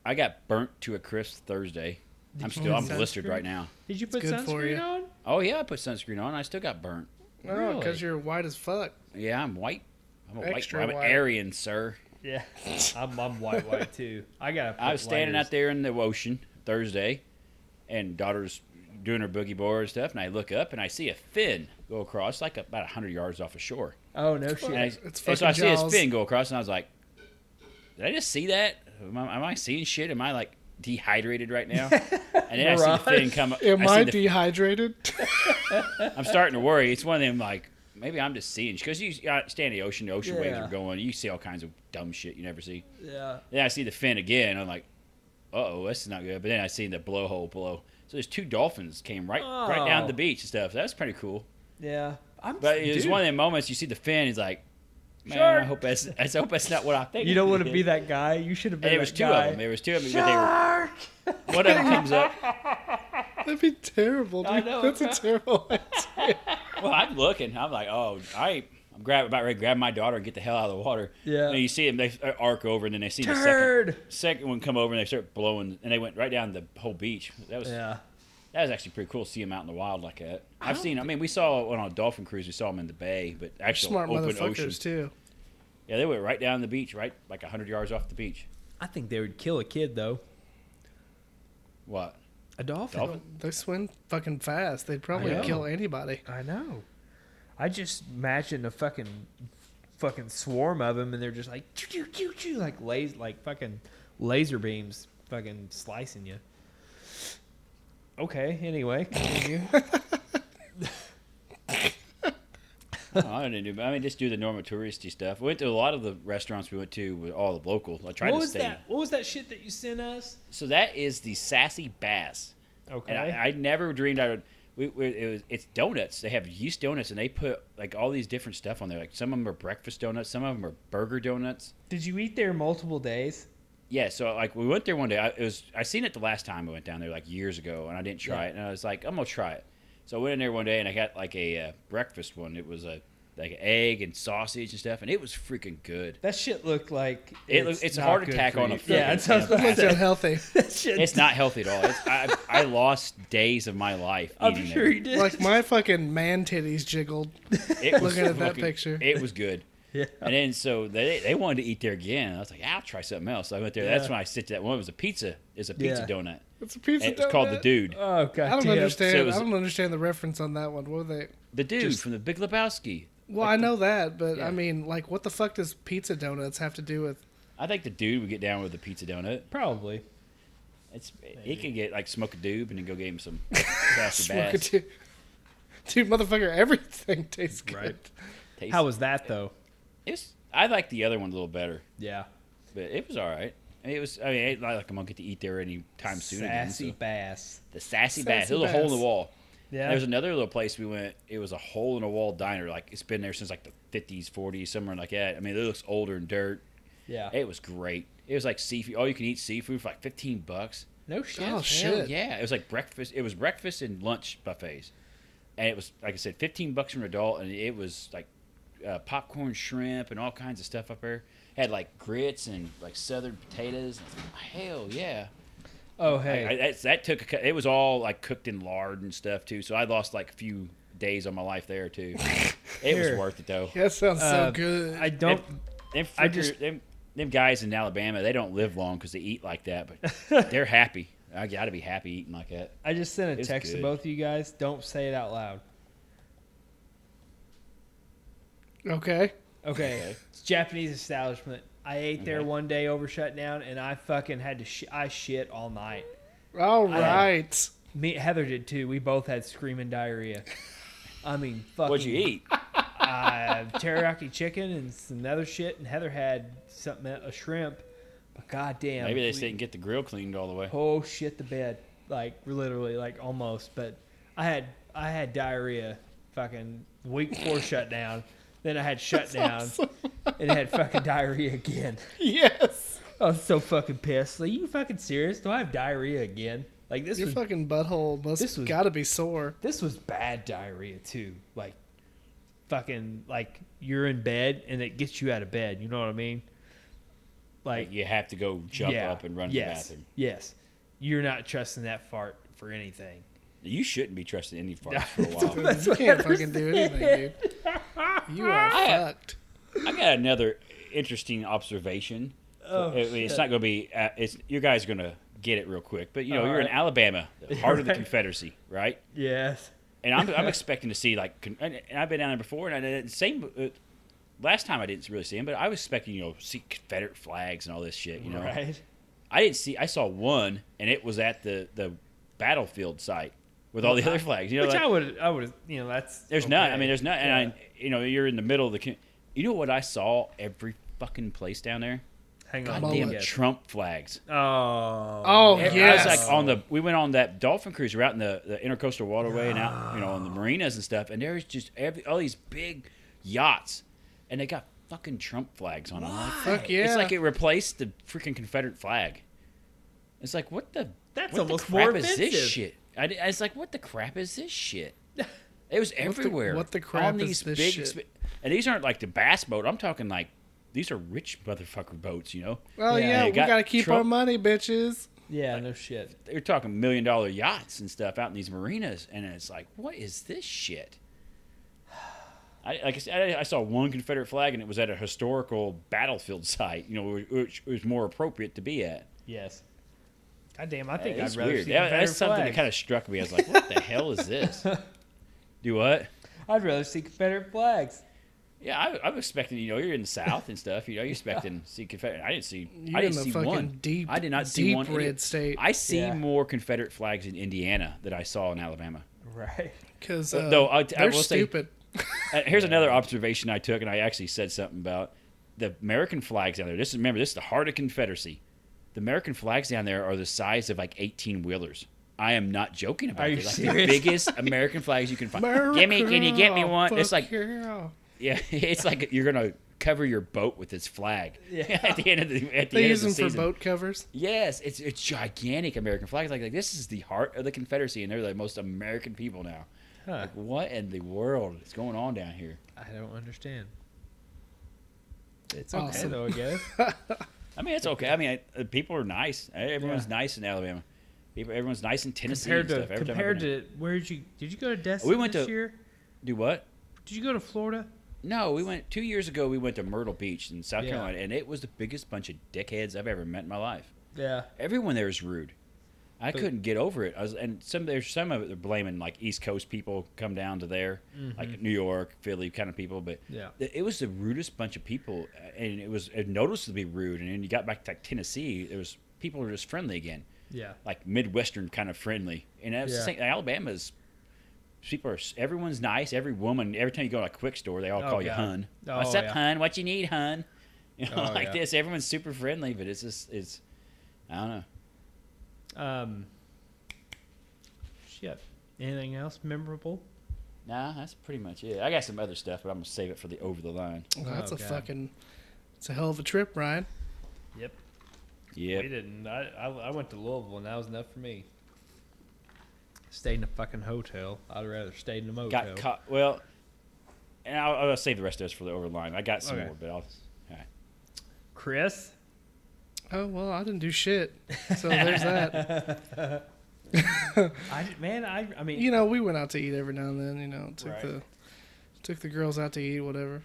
Speaker 3: I got burnt to a crisp Thursday. I'm
Speaker 2: you
Speaker 3: still I'm
Speaker 2: put sunscreen?
Speaker 3: blistered right now.
Speaker 1: Did you put
Speaker 2: good for
Speaker 1: sunscreen
Speaker 2: you.
Speaker 1: on?
Speaker 3: Oh yeah, I put sunscreen on. I still got burnt.
Speaker 2: No, because
Speaker 1: Really?
Speaker 2: Oh, you're white as fuck.
Speaker 3: Yeah, I'm white. I'm a
Speaker 2: Extra
Speaker 3: white. I'm
Speaker 2: white.
Speaker 3: an Aryan, sir.
Speaker 1: Yeah. I'm, I'm white white too. I got.
Speaker 3: I was standing out there in the ocean Thursday, and daughter's doing her boogie board and stuff, and I look up and I see a fin go across like about hundred yards off the shore.
Speaker 1: Oh no shit.
Speaker 3: And, I,
Speaker 2: It's
Speaker 3: and so
Speaker 2: fucking
Speaker 3: I see his
Speaker 2: Jaws.
Speaker 3: fin go across, and I was like, "Did I just see that? Am I, am I seeing shit? Am I like dehydrated right now?" And then I see the
Speaker 1: Mirage.
Speaker 3: fin come.
Speaker 2: Am
Speaker 3: I
Speaker 2: I,
Speaker 3: see the-
Speaker 2: dehydrated?
Speaker 3: I'm starting to worry. It's one of them like maybe I'm just seeing because you got stand in the ocean, the ocean waves
Speaker 1: Yeah.
Speaker 3: are going. You see all kinds of dumb shit you never see.
Speaker 1: yeah.
Speaker 3: Then I see the fin again. I'm like, uh oh, this is not good. But then I see the blowhole below. So there's two dolphins came right right down
Speaker 1: Oh.
Speaker 3: the beach and stuff. That's pretty cool.
Speaker 1: Yeah. I'm.
Speaker 3: But it was
Speaker 1: dude,
Speaker 3: one of them moments you see the fin. He's like, man, I
Speaker 1: Shark."
Speaker 3: hope that's I hope that's not what I think.
Speaker 1: You don't want to
Speaker 3: it
Speaker 1: be
Speaker 3: is."
Speaker 1: that guy. You should have been.
Speaker 3: And there was
Speaker 1: that
Speaker 3: two
Speaker 1: guy.
Speaker 3: of them. There was two of them. But they were,
Speaker 1: Shark.
Speaker 3: one of them comes up.
Speaker 2: That'd be terrible, dude.
Speaker 1: I know,
Speaker 2: That's a
Speaker 1: right?
Speaker 2: terrible idea.
Speaker 3: Well, I'm looking. I'm like, oh, I. I'm grab, about ready to grab my daughter and get the hell out of the water.
Speaker 1: Yeah.
Speaker 3: And you see them, they arc over, and then they see the second
Speaker 1: Turd.
Speaker 3: second one come over and they start blowing and they went right down the whole beach. That was
Speaker 1: Yeah.
Speaker 3: that was actually pretty cool to see them out in the wild like that. I've seen. I mean, we saw one on a dolphin cruise. We saw them in the bay, but actually
Speaker 2: Smart
Speaker 3: open
Speaker 2: motherfuckers
Speaker 3: ocean.
Speaker 2: too.
Speaker 3: Yeah, they went right down the beach, right like hundred yards off the beach.
Speaker 1: I think they would kill a kid though.
Speaker 3: What?
Speaker 1: A dolphin.
Speaker 3: Dolphin?
Speaker 2: They swim fucking fast. They'd probably
Speaker 1: know.
Speaker 2: kill anybody.
Speaker 1: I know. I just imagine a fucking fucking swarm of them, and they're just like choo choo choo choo, like laser, like fucking laser beams, fucking slicing you. Okay. Anyway, continue.
Speaker 3: Oh, I didn't do. I mean, just do the normal touristy stuff. We went to a lot of the restaurants we went to were all local. I tried
Speaker 1: what
Speaker 3: to
Speaker 1: was
Speaker 3: stay.
Speaker 1: that? What was that shit that you sent us?
Speaker 3: So that is the sassy bass.
Speaker 1: Okay.
Speaker 3: And I, I never dreamed I would. We, we, it was, it's donuts. They have yeast donuts, and they put like all these different stuff on there. Like some of them are breakfast donuts, some of them are burger donuts.
Speaker 1: Did you eat there multiple days?
Speaker 3: Yeah, so like we went there one day. I, it was I seen it the last time we went down there like years ago, and I didn't try
Speaker 1: Yeah.
Speaker 3: it. And I was like, I'm gonna try it. So I went in there one day, and I got like a uh, breakfast one. It was a like an egg and sausage and stuff, and it was freaking good.
Speaker 1: That shit looked like
Speaker 3: It looked- it's a
Speaker 1: not
Speaker 3: heart
Speaker 1: good
Speaker 3: attack
Speaker 1: for
Speaker 3: on
Speaker 1: you.
Speaker 3: a
Speaker 1: yeah.
Speaker 3: fucking
Speaker 1: It sounds
Speaker 3: thing.
Speaker 1: like
Speaker 2: It's unhealthy.
Speaker 1: that shit.
Speaker 3: It's not healthy at all. It's, I I lost days of my life.
Speaker 1: I'm
Speaker 3: eating
Speaker 1: sure
Speaker 3: there.
Speaker 1: you did.
Speaker 2: like my fucking man titties jiggled.
Speaker 3: It was
Speaker 2: Looking at that
Speaker 3: fucking-
Speaker 2: picture.
Speaker 3: It was good.
Speaker 1: yeah.
Speaker 3: And then so they they wanted to eat there again. I was like, I'll try something else. So I went there. That's
Speaker 1: Yeah.
Speaker 3: when I sit to that one. It was a pizza. It's a pizza
Speaker 1: Yeah.
Speaker 3: donut.
Speaker 2: It's a
Speaker 3: And
Speaker 2: piece
Speaker 3: it
Speaker 2: of
Speaker 3: was called the dude.
Speaker 1: Oh god.
Speaker 2: I don't
Speaker 1: damn.
Speaker 2: understand.
Speaker 3: So it was-
Speaker 2: I don't understand the reference on that one. What were they?
Speaker 3: The dude
Speaker 2: Just-
Speaker 3: from the Big Lebowski.
Speaker 2: Well, I know that, but
Speaker 3: Yeah.
Speaker 2: I mean, like, what the fuck does pizza donuts have to do with?
Speaker 3: I think the dude would get down with the pizza donut.
Speaker 1: Probably.
Speaker 3: It's he could get like smoke a doob and then go get him some sassy bass.
Speaker 2: Dude, dude, motherfucker, everything tastes good.
Speaker 1: Right.
Speaker 3: Taste-
Speaker 1: How was that though?
Speaker 3: it's, I like the other one a little better,
Speaker 1: Yeah.
Speaker 3: but it was all right. I mean, it was. I mean, it, like I'm gonna get to eat there any time soon. again,
Speaker 1: Sassy
Speaker 3: so.
Speaker 1: bass.
Speaker 3: The
Speaker 2: Sassy
Speaker 3: sassy, bass. It was a hole in the
Speaker 2: Bass.
Speaker 3: wall.
Speaker 1: Yeah.
Speaker 3: There's another little place we went. It was a hole in a wall diner. Like it's been there since like the 50s, 40s, somewhere like that. I mean, it looks older and dirt.
Speaker 1: yeah.
Speaker 3: It was great. It was like seafood. All you can eat seafood for like 15 bucks.
Speaker 1: no shit.
Speaker 2: Oh
Speaker 3: Hell
Speaker 2: shit!
Speaker 3: yeah! It was like breakfast. It was breakfast and lunch buffets, and it was like I said, 15 bucks for an adult, and it was like uh, popcorn, shrimp, and all kinds of stuff up there. Had like grits and like southern potatoes. I was like, Hell yeah!
Speaker 1: Oh
Speaker 3: I, I,
Speaker 1: hey.
Speaker 3: that's- that took a, cou- it was all like cooked in lard and stuff too. So I lost like a few days of my life there too. it was
Speaker 1: Here.
Speaker 3: worth it though.
Speaker 2: That sounds
Speaker 1: Uh,
Speaker 2: so good.
Speaker 1: I, don't.
Speaker 3: Them, them
Speaker 1: I
Speaker 3: fricker-
Speaker 1: just-
Speaker 3: them, them guys in Alabama, they don't live long because they eat like that, but they're happy. I got to be happy eating like that.
Speaker 1: I just sent a
Speaker 3: It's
Speaker 1: text to
Speaker 3: good.
Speaker 1: both of you guys. Don't say it out loud.
Speaker 2: okay.
Speaker 1: Okay.
Speaker 3: Okay.
Speaker 1: It's a Japanese establishment. I ate there
Speaker 3: Okay.
Speaker 1: one day over shutdown, and I fucking had to. Sh- I shit all night.
Speaker 2: All right.
Speaker 1: Me Heather did too. We both had screaming diarrhea. I mean, fucking.
Speaker 3: What'd you eat?
Speaker 1: Uh, teriyaki chicken and some other shit, and Heather had something a shrimp. But goddamn,
Speaker 3: Maybe they
Speaker 1: we-
Speaker 3: just didn't get the grill cleaned all the way.
Speaker 1: oh shit the bed like literally like almost but i had i had diarrhea fucking week four shutdown then i had shutdown and I had fucking diarrhea again
Speaker 2: Yes.
Speaker 1: i was so fucking pissed like you fucking serious do i have diarrhea again like this
Speaker 2: Your
Speaker 1: was
Speaker 2: fucking butthole must
Speaker 1: this was-
Speaker 2: gotta be sore.
Speaker 1: this was bad diarrhea too like fucking like you're in bed and it gets you out of bed you know what i mean like
Speaker 3: Like you have to go jump
Speaker 1: yeah,
Speaker 3: up and run
Speaker 1: yes,
Speaker 3: to the bathroom.
Speaker 1: yes you're not trusting that fart for anything
Speaker 3: You shouldn't be trusting any farts for a while.
Speaker 1: That's
Speaker 2: you
Speaker 1: what
Speaker 2: can't
Speaker 1: Heather
Speaker 2: fucking do anything, dude. You are
Speaker 3: I-
Speaker 2: fucked.
Speaker 3: I got another interesting observation.
Speaker 1: Oh,
Speaker 3: I mean, it's not going to be. Uh, it's you guys are going to get it real quick, but you know
Speaker 1: All
Speaker 3: you're in
Speaker 1: right.
Speaker 3: Alabama, the heart of the
Speaker 1: Right.
Speaker 3: Confederacy, right?
Speaker 1: Yes.
Speaker 3: And I'm, I'm expecting to see like, con- and and I've been down there before, and I didn't same. Uh, last time I didn't really see them, but I was expecting you know see Confederate flags and all this shit, you know.
Speaker 1: Right.
Speaker 3: I didn't see. I saw one, and it was at the the battlefield site with all the other flags. You know,
Speaker 1: Which
Speaker 3: like,
Speaker 1: I would, I would, you know, that's
Speaker 3: there's none. I mean, there's none.
Speaker 1: Yeah.
Speaker 3: And I, you know, you're in the middle of the. con- You know what I saw every fucking place down there?
Speaker 1: hang on.
Speaker 3: Goddamn
Speaker 1: yes.
Speaker 3: Trump flags.
Speaker 1: Oh.
Speaker 2: Oh,
Speaker 3: Every-
Speaker 2: yes.
Speaker 3: I was like on the. We went on that dolphin cruise. We're out in the, the intercoastal waterway and out, you know, on the marinas and stuff. And there's just every all these big yachts, and they got fucking Trump flags on them. I'm like,
Speaker 2: Fuck yeah.
Speaker 3: It's like it replaced the freaking Confederate flag. It's like what the
Speaker 1: That's
Speaker 3: what
Speaker 1: almost
Speaker 3: the crap
Speaker 1: more
Speaker 3: is
Speaker 1: offensive.
Speaker 3: this shit? I, di- I was like, what the crap is this shit? It was everywhere.
Speaker 2: what the crap
Speaker 3: on
Speaker 2: is
Speaker 3: these
Speaker 2: this
Speaker 3: big,
Speaker 2: shit?
Speaker 3: exp- and these aren't like the bass boat. I'm talking like these are rich motherfucker boats. You know,
Speaker 2: Well,
Speaker 1: Yeah,
Speaker 2: yeah,
Speaker 1: you
Speaker 2: we
Speaker 3: got
Speaker 2: gotta keep
Speaker 3: Trump-
Speaker 2: our money, bitches.
Speaker 1: Yeah, no shit.
Speaker 3: they're talking million dollar yachts and stuff out in these marinas, and it's like, what is this shit? I, like I, said, I, I saw one Confederate flag, and it was at a historical battlefield site. You know, which was more appropriate to be at.
Speaker 1: Yes. God damn, I think I'd
Speaker 3: That's
Speaker 1: rather
Speaker 3: weird.
Speaker 1: see
Speaker 3: That-
Speaker 1: Confederate
Speaker 3: that's something
Speaker 1: flags.
Speaker 3: that kind of struck me. I was like, what the hell is this? Do what?
Speaker 1: I'd rather see Confederate flags.
Speaker 3: Yeah, I, I'm expecting. You know, you're in the South and stuff. You know, you're expecting to see Confederate. I didn't see.
Speaker 2: You're
Speaker 3: I
Speaker 2: in
Speaker 3: didn't
Speaker 2: the
Speaker 3: see
Speaker 2: fucking
Speaker 3: one.
Speaker 2: deep,
Speaker 3: I did not see
Speaker 2: deep
Speaker 3: one.
Speaker 2: red state.
Speaker 3: I see
Speaker 1: Yeah.
Speaker 3: more Confederate flags in Indiana than I saw in Alabama.
Speaker 1: Right.
Speaker 2: Because
Speaker 3: Uh,
Speaker 2: uh,
Speaker 3: though I- I
Speaker 2: they're
Speaker 3: will say-
Speaker 2: stupid.
Speaker 3: Uh, here's another observation I took, and I actually said something about the American flags down there. This is remember, this is the heart of Confederacy. The American flags down there are the size of like eighteen wheelers. I am not joking about
Speaker 1: Are
Speaker 3: it.
Speaker 1: you
Speaker 3: Like
Speaker 1: serious?
Speaker 3: the biggest American flags you can find. Give me, can you get me
Speaker 2: America,
Speaker 3: one? It's like
Speaker 2: fuck yeah.
Speaker 3: yeah, it's like you're gonna cover your boat with its flag.
Speaker 1: Yeah.
Speaker 3: at the end of the at the
Speaker 2: they
Speaker 3: end
Speaker 2: use them
Speaker 3: of the
Speaker 2: for
Speaker 3: season.
Speaker 2: boat covers.
Speaker 3: Yes, it's a gigantic American flag. It's Like, like this is the heart of the Confederacy, and they're the most American people now.
Speaker 1: Huh.
Speaker 3: Like, what in the world is going on down here?
Speaker 1: I don't understand. It's
Speaker 2: okay,
Speaker 1: okay
Speaker 2: Awesome.
Speaker 1: though, I guess.
Speaker 3: I mean, it's okay. I mean, I, uh, people are nice. Uh, Everyone's
Speaker 1: Yeah.
Speaker 3: nice in Alabama. People, everyone's nice in Tennessee.
Speaker 1: compared
Speaker 3: and
Speaker 1: to
Speaker 3: stuff. Every time I've
Speaker 1: compared
Speaker 3: been
Speaker 1: to where did you did you go to Destin
Speaker 3: went
Speaker 1: this
Speaker 3: to-
Speaker 1: year?
Speaker 3: there- do what?
Speaker 1: Did you go to Florida?
Speaker 3: No, we went two years ago. We went to Myrtle Beach in South
Speaker 1: Yeah.
Speaker 3: Carolina, and it was the biggest bunch of dickheads I've ever met in my life.
Speaker 1: Yeah.
Speaker 3: Everyone there is rude. I
Speaker 1: But-
Speaker 3: couldn't get over it. I was, and some there's some of it they're blaming like East Coast people come down to there, like New York, Philly kind of people. But
Speaker 1: Mm-hmm. Yeah.
Speaker 3: th- it was the rudest bunch of people, uh, and it was it noticeably rude. And then you got back to like, Tennessee, there was people were just friendly again.
Speaker 1: Yeah.
Speaker 3: like midwestern kind of friendly and that's
Speaker 1: Yeah.
Speaker 3: the same alabama's people are everyone's nice every woman every time you go to a quick store they all
Speaker 1: Oh,
Speaker 3: call you
Speaker 1: God.
Speaker 3: hun
Speaker 1: Oh,
Speaker 3: what's up
Speaker 1: yeah.
Speaker 3: hun what you need hun you know
Speaker 1: Oh,
Speaker 3: like
Speaker 1: yeah.
Speaker 3: this everyone's super friendly but it's just it's i don't know
Speaker 1: Um. Shit. Anything else memorable?
Speaker 3: nah that's pretty much it i got some other stuff but i'm gonna save it for the over the line
Speaker 2: Well, that's
Speaker 1: Oh,
Speaker 2: a
Speaker 1: God.
Speaker 2: fucking. It's a hell of a trip, Ryan.
Speaker 1: Yep.
Speaker 3: yeah
Speaker 1: We didn't. I, I, I went to Louisville, and that was enough for me. Stayed in a fucking hotel. I'd rather stayed in a motel.
Speaker 3: got caught well and I'll, I'll save the rest of this for the over the line i got some
Speaker 1: Okay.
Speaker 3: more but i'll all right.
Speaker 1: Chris,
Speaker 2: Oh well, I didn't do shit. So there's that.
Speaker 1: I did- man, I I mean,
Speaker 2: You know, we went out to eat every now and then. You know, took
Speaker 1: Right.
Speaker 2: the took the girls out to eat, whatever.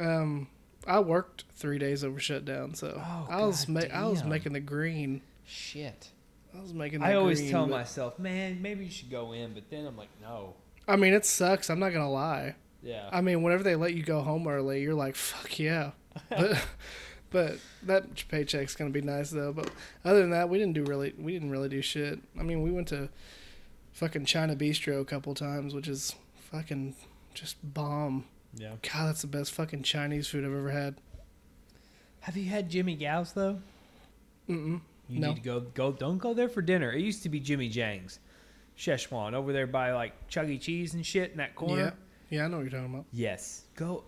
Speaker 2: Um, I worked three days over shutdown, so
Speaker 1: Oh,
Speaker 2: I was
Speaker 1: God
Speaker 2: ma- I was
Speaker 1: damn.
Speaker 2: making the green.
Speaker 1: shit.
Speaker 2: I was making. The
Speaker 1: I always
Speaker 2: green,
Speaker 1: tell
Speaker 2: but-
Speaker 1: myself, man, maybe you should go in, but then I'm like, no.
Speaker 2: I mean, it sucks. I'm not gonna lie.
Speaker 1: Yeah.
Speaker 2: I mean, whenever they let you go home early, you're like, fuck yeah. But But that paycheck's gonna be nice though. But other than that, we didn't do really we didn't really do shit. I mean, we went to fucking China Bistro a couple times, which is fucking just bomb.
Speaker 1: Yeah.
Speaker 2: God, that's the best fucking Chinese food I've ever had.
Speaker 1: Have you had Jimmy Gals though?
Speaker 2: Mm-mm.
Speaker 1: You
Speaker 2: No.
Speaker 1: need to go go. Don't go there for dinner. It used to be Jimmy Jang's, Szechuan over there by like Chuck E. Cheese and shit in that corner.
Speaker 2: Yeah, yeah, I know what you're talking about.
Speaker 1: Yes. Go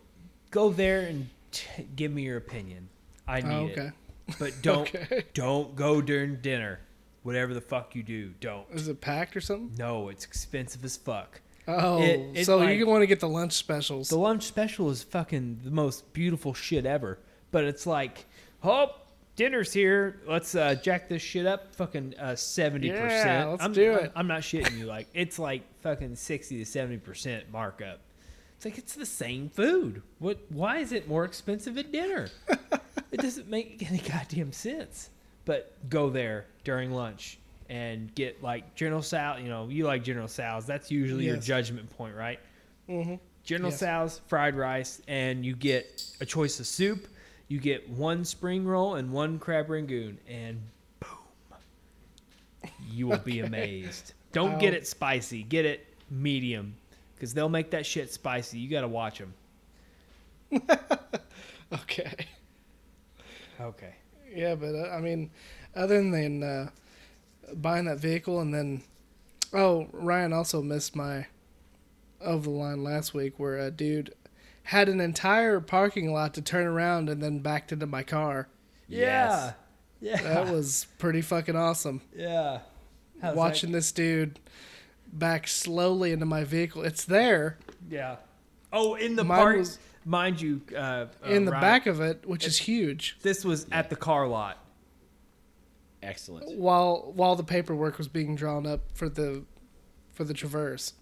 Speaker 1: go there and t- give me your opinion. I need
Speaker 2: Oh,
Speaker 1: it.
Speaker 2: okay.
Speaker 1: But don't
Speaker 2: Okay.
Speaker 1: don't go during dinner. Whatever the fuck you do, don't.
Speaker 2: Is it packed or something?
Speaker 1: No, it's expensive as fuck.
Speaker 2: Oh,
Speaker 1: It- it
Speaker 2: so
Speaker 1: like-
Speaker 2: you want to get the lunch specials?
Speaker 1: The lunch special is fucking the most beautiful shit ever. But it's like, oh, dinner's here. Let's uh, jack this shit up. Fucking uh, seventy
Speaker 2: Yeah,
Speaker 1: percent.
Speaker 2: let's
Speaker 1: I'm,
Speaker 2: do
Speaker 1: I'm-
Speaker 2: it.
Speaker 1: I'm not shitting you. Like it's like fucking sixty to seventy percent markup. It's like it's the same food. What? Why is it more expensive at dinner? it doesn't make any goddamn sense. But go there during lunch and get like General Sal. You know, you like General Sal's. That's usually your
Speaker 2: Yes.
Speaker 1: judgment point, right?
Speaker 2: mm-hmm.
Speaker 1: General
Speaker 2: Yes.
Speaker 1: Sal's fried rice, and you get a choice of soup. You get one spring roll and one crab rangoon, and boom, you will be amazed. Don't get
Speaker 2: I'll-
Speaker 1: it spicy. Get it medium, because they'll make that shit spicy. You got to watch them.
Speaker 2: Okay.
Speaker 1: Okay.
Speaker 2: Yeah, but uh, I mean, other than uh, buying that vehicle and then, oh, Ryan also missed my over the line last week where a dude had an entire parking lot to turn around and then backed into my car.
Speaker 1: Yeah. Yeah.
Speaker 2: That was pretty fucking awesome.
Speaker 1: yeah. How's that-
Speaker 2: Watching this dude back slowly into my vehicle. It's there
Speaker 1: Yeah. Oh, in the
Speaker 2: Mine
Speaker 1: park,
Speaker 2: was-
Speaker 1: mind you. Uh, uh,
Speaker 2: in the
Speaker 1: Ryan,
Speaker 2: back of it, which is huge.
Speaker 1: This was at the car lot.
Speaker 3: Excellent.
Speaker 2: while while the paperwork was being drawn up for the for the traverse.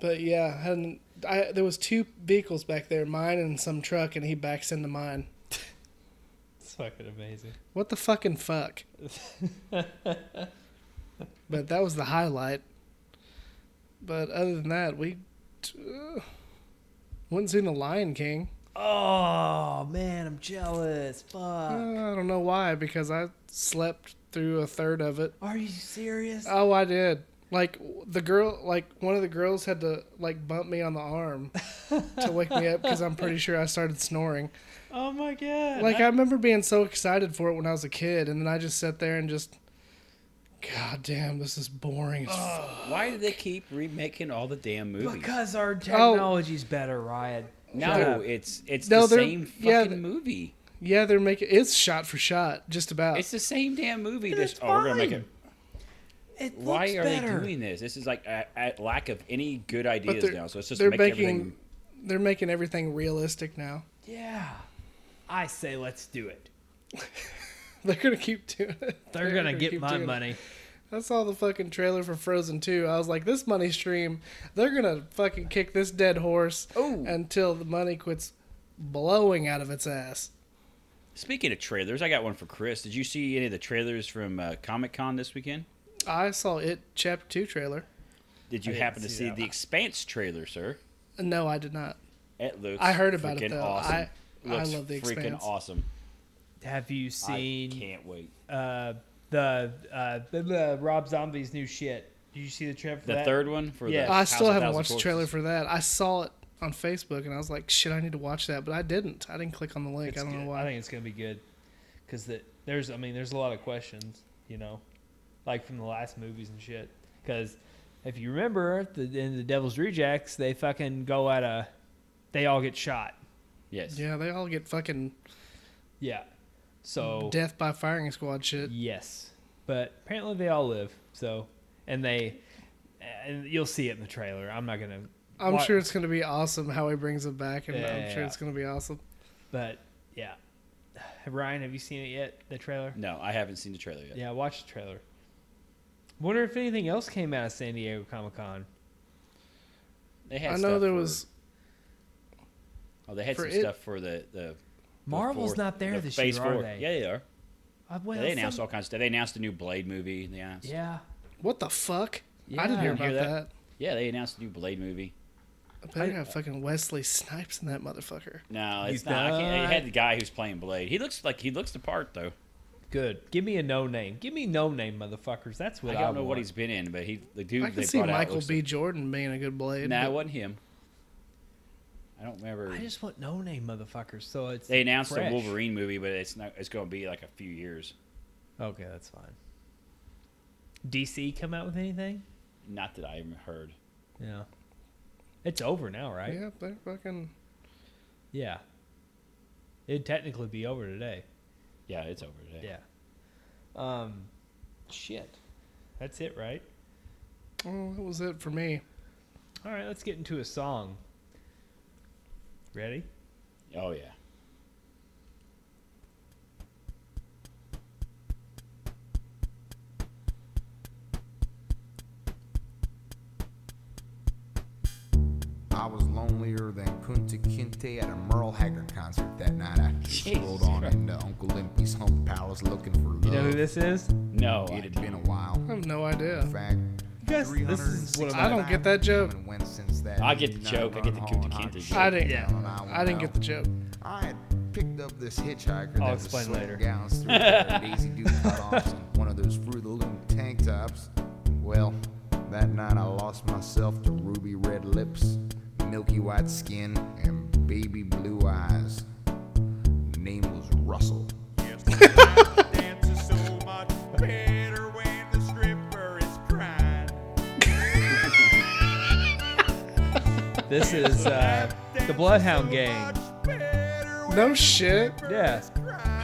Speaker 2: But yeah, and I there was two vehicles back there, mine and some truck, and he backs into mine.
Speaker 1: It's fucking amazing.
Speaker 2: What the fucking fuck? but that was the highlight. But other than that, we uh, went and seen the Lion King.
Speaker 1: Oh man, I'm jealous. Fuck.
Speaker 2: Uh, I don't know why, because I slept through a third of it.
Speaker 1: Are you serious?
Speaker 2: Oh, I did. Like the girl, like one of the girls had to like bump me on the arm to wake me up because I'm pretty sure I started snoring.
Speaker 1: oh my god!
Speaker 2: Like I remember being so excited for it when I was a kid, and then I just sat there and just, God damn, this is boring. As fuck.
Speaker 3: Why do they keep remaking all the damn movies?
Speaker 1: because our technology's better, Ryan. Shut
Speaker 3: No,
Speaker 1: up.
Speaker 3: it's it's
Speaker 2: No,
Speaker 3: the
Speaker 2: they're-
Speaker 3: same fucking
Speaker 2: yeah, th-
Speaker 3: movie.
Speaker 2: Yeah, they're making it's shot for shot, just about.
Speaker 3: It's the same damn movie.
Speaker 1: And
Speaker 3: This
Speaker 1: it's
Speaker 3: oh, we're gonna make
Speaker 1: fine.
Speaker 3: it.
Speaker 1: it looks
Speaker 3: Why are
Speaker 1: better.
Speaker 3: they doing this? This is like a, a lack of any good ideas
Speaker 2: they're-
Speaker 3: now. So it's just
Speaker 2: they're
Speaker 3: make
Speaker 2: making
Speaker 3: everything.
Speaker 2: they're making everything realistic now.
Speaker 1: Yeah, I say let's do it.
Speaker 2: They're gonna keep doing it.
Speaker 1: They're gonna get
Speaker 2: keep
Speaker 1: my
Speaker 2: doing it.
Speaker 1: money.
Speaker 2: I saw the fucking trailer for Frozen 2. I was like, this money stream, they're gonna fucking kick this dead horse
Speaker 3: Ooh.
Speaker 2: until the money quits blowing out of its ass.
Speaker 3: Speaking of trailers, I got one for Chris. Did you see any of the trailers from uh, Comic Con this weekend?
Speaker 2: I saw it chapter 2 trailer.
Speaker 3: Did you
Speaker 1: I didn't
Speaker 3: happen to
Speaker 1: see
Speaker 3: see
Speaker 1: that
Speaker 3: the
Speaker 1: one.
Speaker 3: Expanse trailer, sir?
Speaker 2: No, I did not.
Speaker 3: It looks.
Speaker 2: I heard about it,
Speaker 3: freaking
Speaker 2: though.
Speaker 3: Awesome.
Speaker 2: I- I
Speaker 3: Looks
Speaker 2: love The
Speaker 3: freaking
Speaker 2: Expanse.
Speaker 3: awesome.
Speaker 1: Have you
Speaker 3: I
Speaker 1: seen
Speaker 3: can't wait.
Speaker 1: uh, the, uh, the the Rob Zombie's new shit? Did you see the trailer for
Speaker 3: The
Speaker 1: that?
Speaker 3: third one for
Speaker 1: Yeah.
Speaker 3: the.
Speaker 1: I
Speaker 2: I
Speaker 3: House
Speaker 2: still
Speaker 3: of
Speaker 2: haven't
Speaker 3: Thousand
Speaker 2: watched the
Speaker 3: Corpses.
Speaker 2: trailer for that. I saw it on Facebook and I was like, shit, I need to watch that, but I didn't. I didn't click on the link.
Speaker 1: It's
Speaker 2: I don't
Speaker 1: good.
Speaker 2: know why.
Speaker 1: I think it's gonna be good because that there's I mean there's a lot of questions you know, like from the last movies and shit. Because if you remember at the in the Devil's Rejects, they fucking go at a, they all get shot.
Speaker 3: Yes.
Speaker 2: yeah, they all get fucking
Speaker 1: Yeah. So
Speaker 2: death by firing squad shit.
Speaker 1: yes, but apparently they all live. So and they, and you'll see it in the trailer. I'm not gonna.
Speaker 2: I'm
Speaker 1: Why-
Speaker 2: sure it's gonna be awesome how he brings it back, and
Speaker 1: Yeah,
Speaker 2: I'm
Speaker 1: yeah,
Speaker 2: sure
Speaker 1: yeah.
Speaker 2: it's gonna be awesome.
Speaker 1: But yeah, Ryan, have you seen it yet? The trailer.
Speaker 3: No, I haven't seen the trailer yet.
Speaker 1: Yeah, watch the trailer. Wonder if anything else came out of San Diego Comic Con.
Speaker 3: They had
Speaker 2: I
Speaker 3: stuff
Speaker 2: know there
Speaker 3: for-
Speaker 2: was
Speaker 3: Oh, they had
Speaker 2: for
Speaker 3: some
Speaker 2: it-
Speaker 3: stuff for the the. the
Speaker 1: Marvel's
Speaker 3: fourth-
Speaker 1: not there
Speaker 3: the
Speaker 1: this
Speaker 3: Phase
Speaker 1: year, are
Speaker 3: four.
Speaker 1: they?
Speaker 3: Yeah, they are.
Speaker 1: I
Speaker 3: Yeah,
Speaker 1: went
Speaker 3: they
Speaker 1: on
Speaker 3: announced
Speaker 1: some-
Speaker 3: all kinds of stuff. They announced the new Blade movie. They announced. Yeah.
Speaker 1: Yeah.
Speaker 2: What the fuck?
Speaker 1: yeah.
Speaker 2: I didn't hear about
Speaker 3: Hear
Speaker 2: that.
Speaker 3: that? they announced the new Blade movie.
Speaker 2: I better have fucking Wesley Snipes in that motherfucker.
Speaker 3: No, it's
Speaker 1: He's
Speaker 3: not. I can't,
Speaker 1: not.
Speaker 3: it had the guy who's playing Blade. He looks like he looks the part though.
Speaker 1: Good. Give me a no name. Give me no name, motherfuckers. That's what
Speaker 3: I
Speaker 1: I,
Speaker 3: don't know
Speaker 1: want.
Speaker 3: what he's been in, but he the dude
Speaker 2: I
Speaker 3: they
Speaker 2: can see
Speaker 3: brought out.
Speaker 2: Michael
Speaker 3: looks
Speaker 2: B. Jordan being a good blade.
Speaker 3: Like, nah,
Speaker 2: but
Speaker 3: it wasn't him. I don't remember.
Speaker 1: I just want no name, motherfuckers. So it's
Speaker 3: they announced
Speaker 1: fresh.
Speaker 3: a Wolverine movie, but it's not. It's going to be like a few years.
Speaker 1: Okay, that's fine. DC come out with anything?
Speaker 3: Not that I even heard.
Speaker 1: Yeah. It's over now, right?
Speaker 2: Yeah, they're fucking.
Speaker 1: Yeah. It'd technically be over today.
Speaker 3: Yeah, it's over today.
Speaker 1: Yeah. Um, shit. That's it, right?
Speaker 2: Oh, that was it for me.
Speaker 1: All right, let's get into a song. Ready?
Speaker 3: Oh yeah.
Speaker 4: I was lonelier than Kunta Kinte at a Merle Haggard concert that night. I just
Speaker 3: Jesus
Speaker 4: rolled on into Uncle Limpy's Hump Palace looking for love.
Speaker 1: You know who this is?
Speaker 3: No, I
Speaker 4: it had been a while.
Speaker 2: I have no
Speaker 4: In
Speaker 2: idea.
Speaker 4: fact,
Speaker 1: Yes, this is one of my-
Speaker 2: I don't get that joke.
Speaker 4: Went since that
Speaker 3: I get the
Speaker 4: night
Speaker 3: joke. I get the
Speaker 4: on
Speaker 3: Kunta
Speaker 4: Hog
Speaker 3: Kinte
Speaker 4: Shop
Speaker 3: joke.
Speaker 2: I didn't.
Speaker 1: Yeah.
Speaker 4: and went
Speaker 2: I didn't
Speaker 4: out.
Speaker 2: get the joke.
Speaker 4: I had picked up this hitchhiker
Speaker 1: I'll
Speaker 4: that was
Speaker 1: explain later.
Speaker 4: slowing down through the Daisy Duke cutoffs and one of those Fruit of the Loom tank tops. Well, that night I lost myself to ruby red lips, milky white skin, and baby blue eyes. The name was Russell.
Speaker 1: This is uh, the Bloodhound Gang.
Speaker 2: No shit.
Speaker 1: Yeah.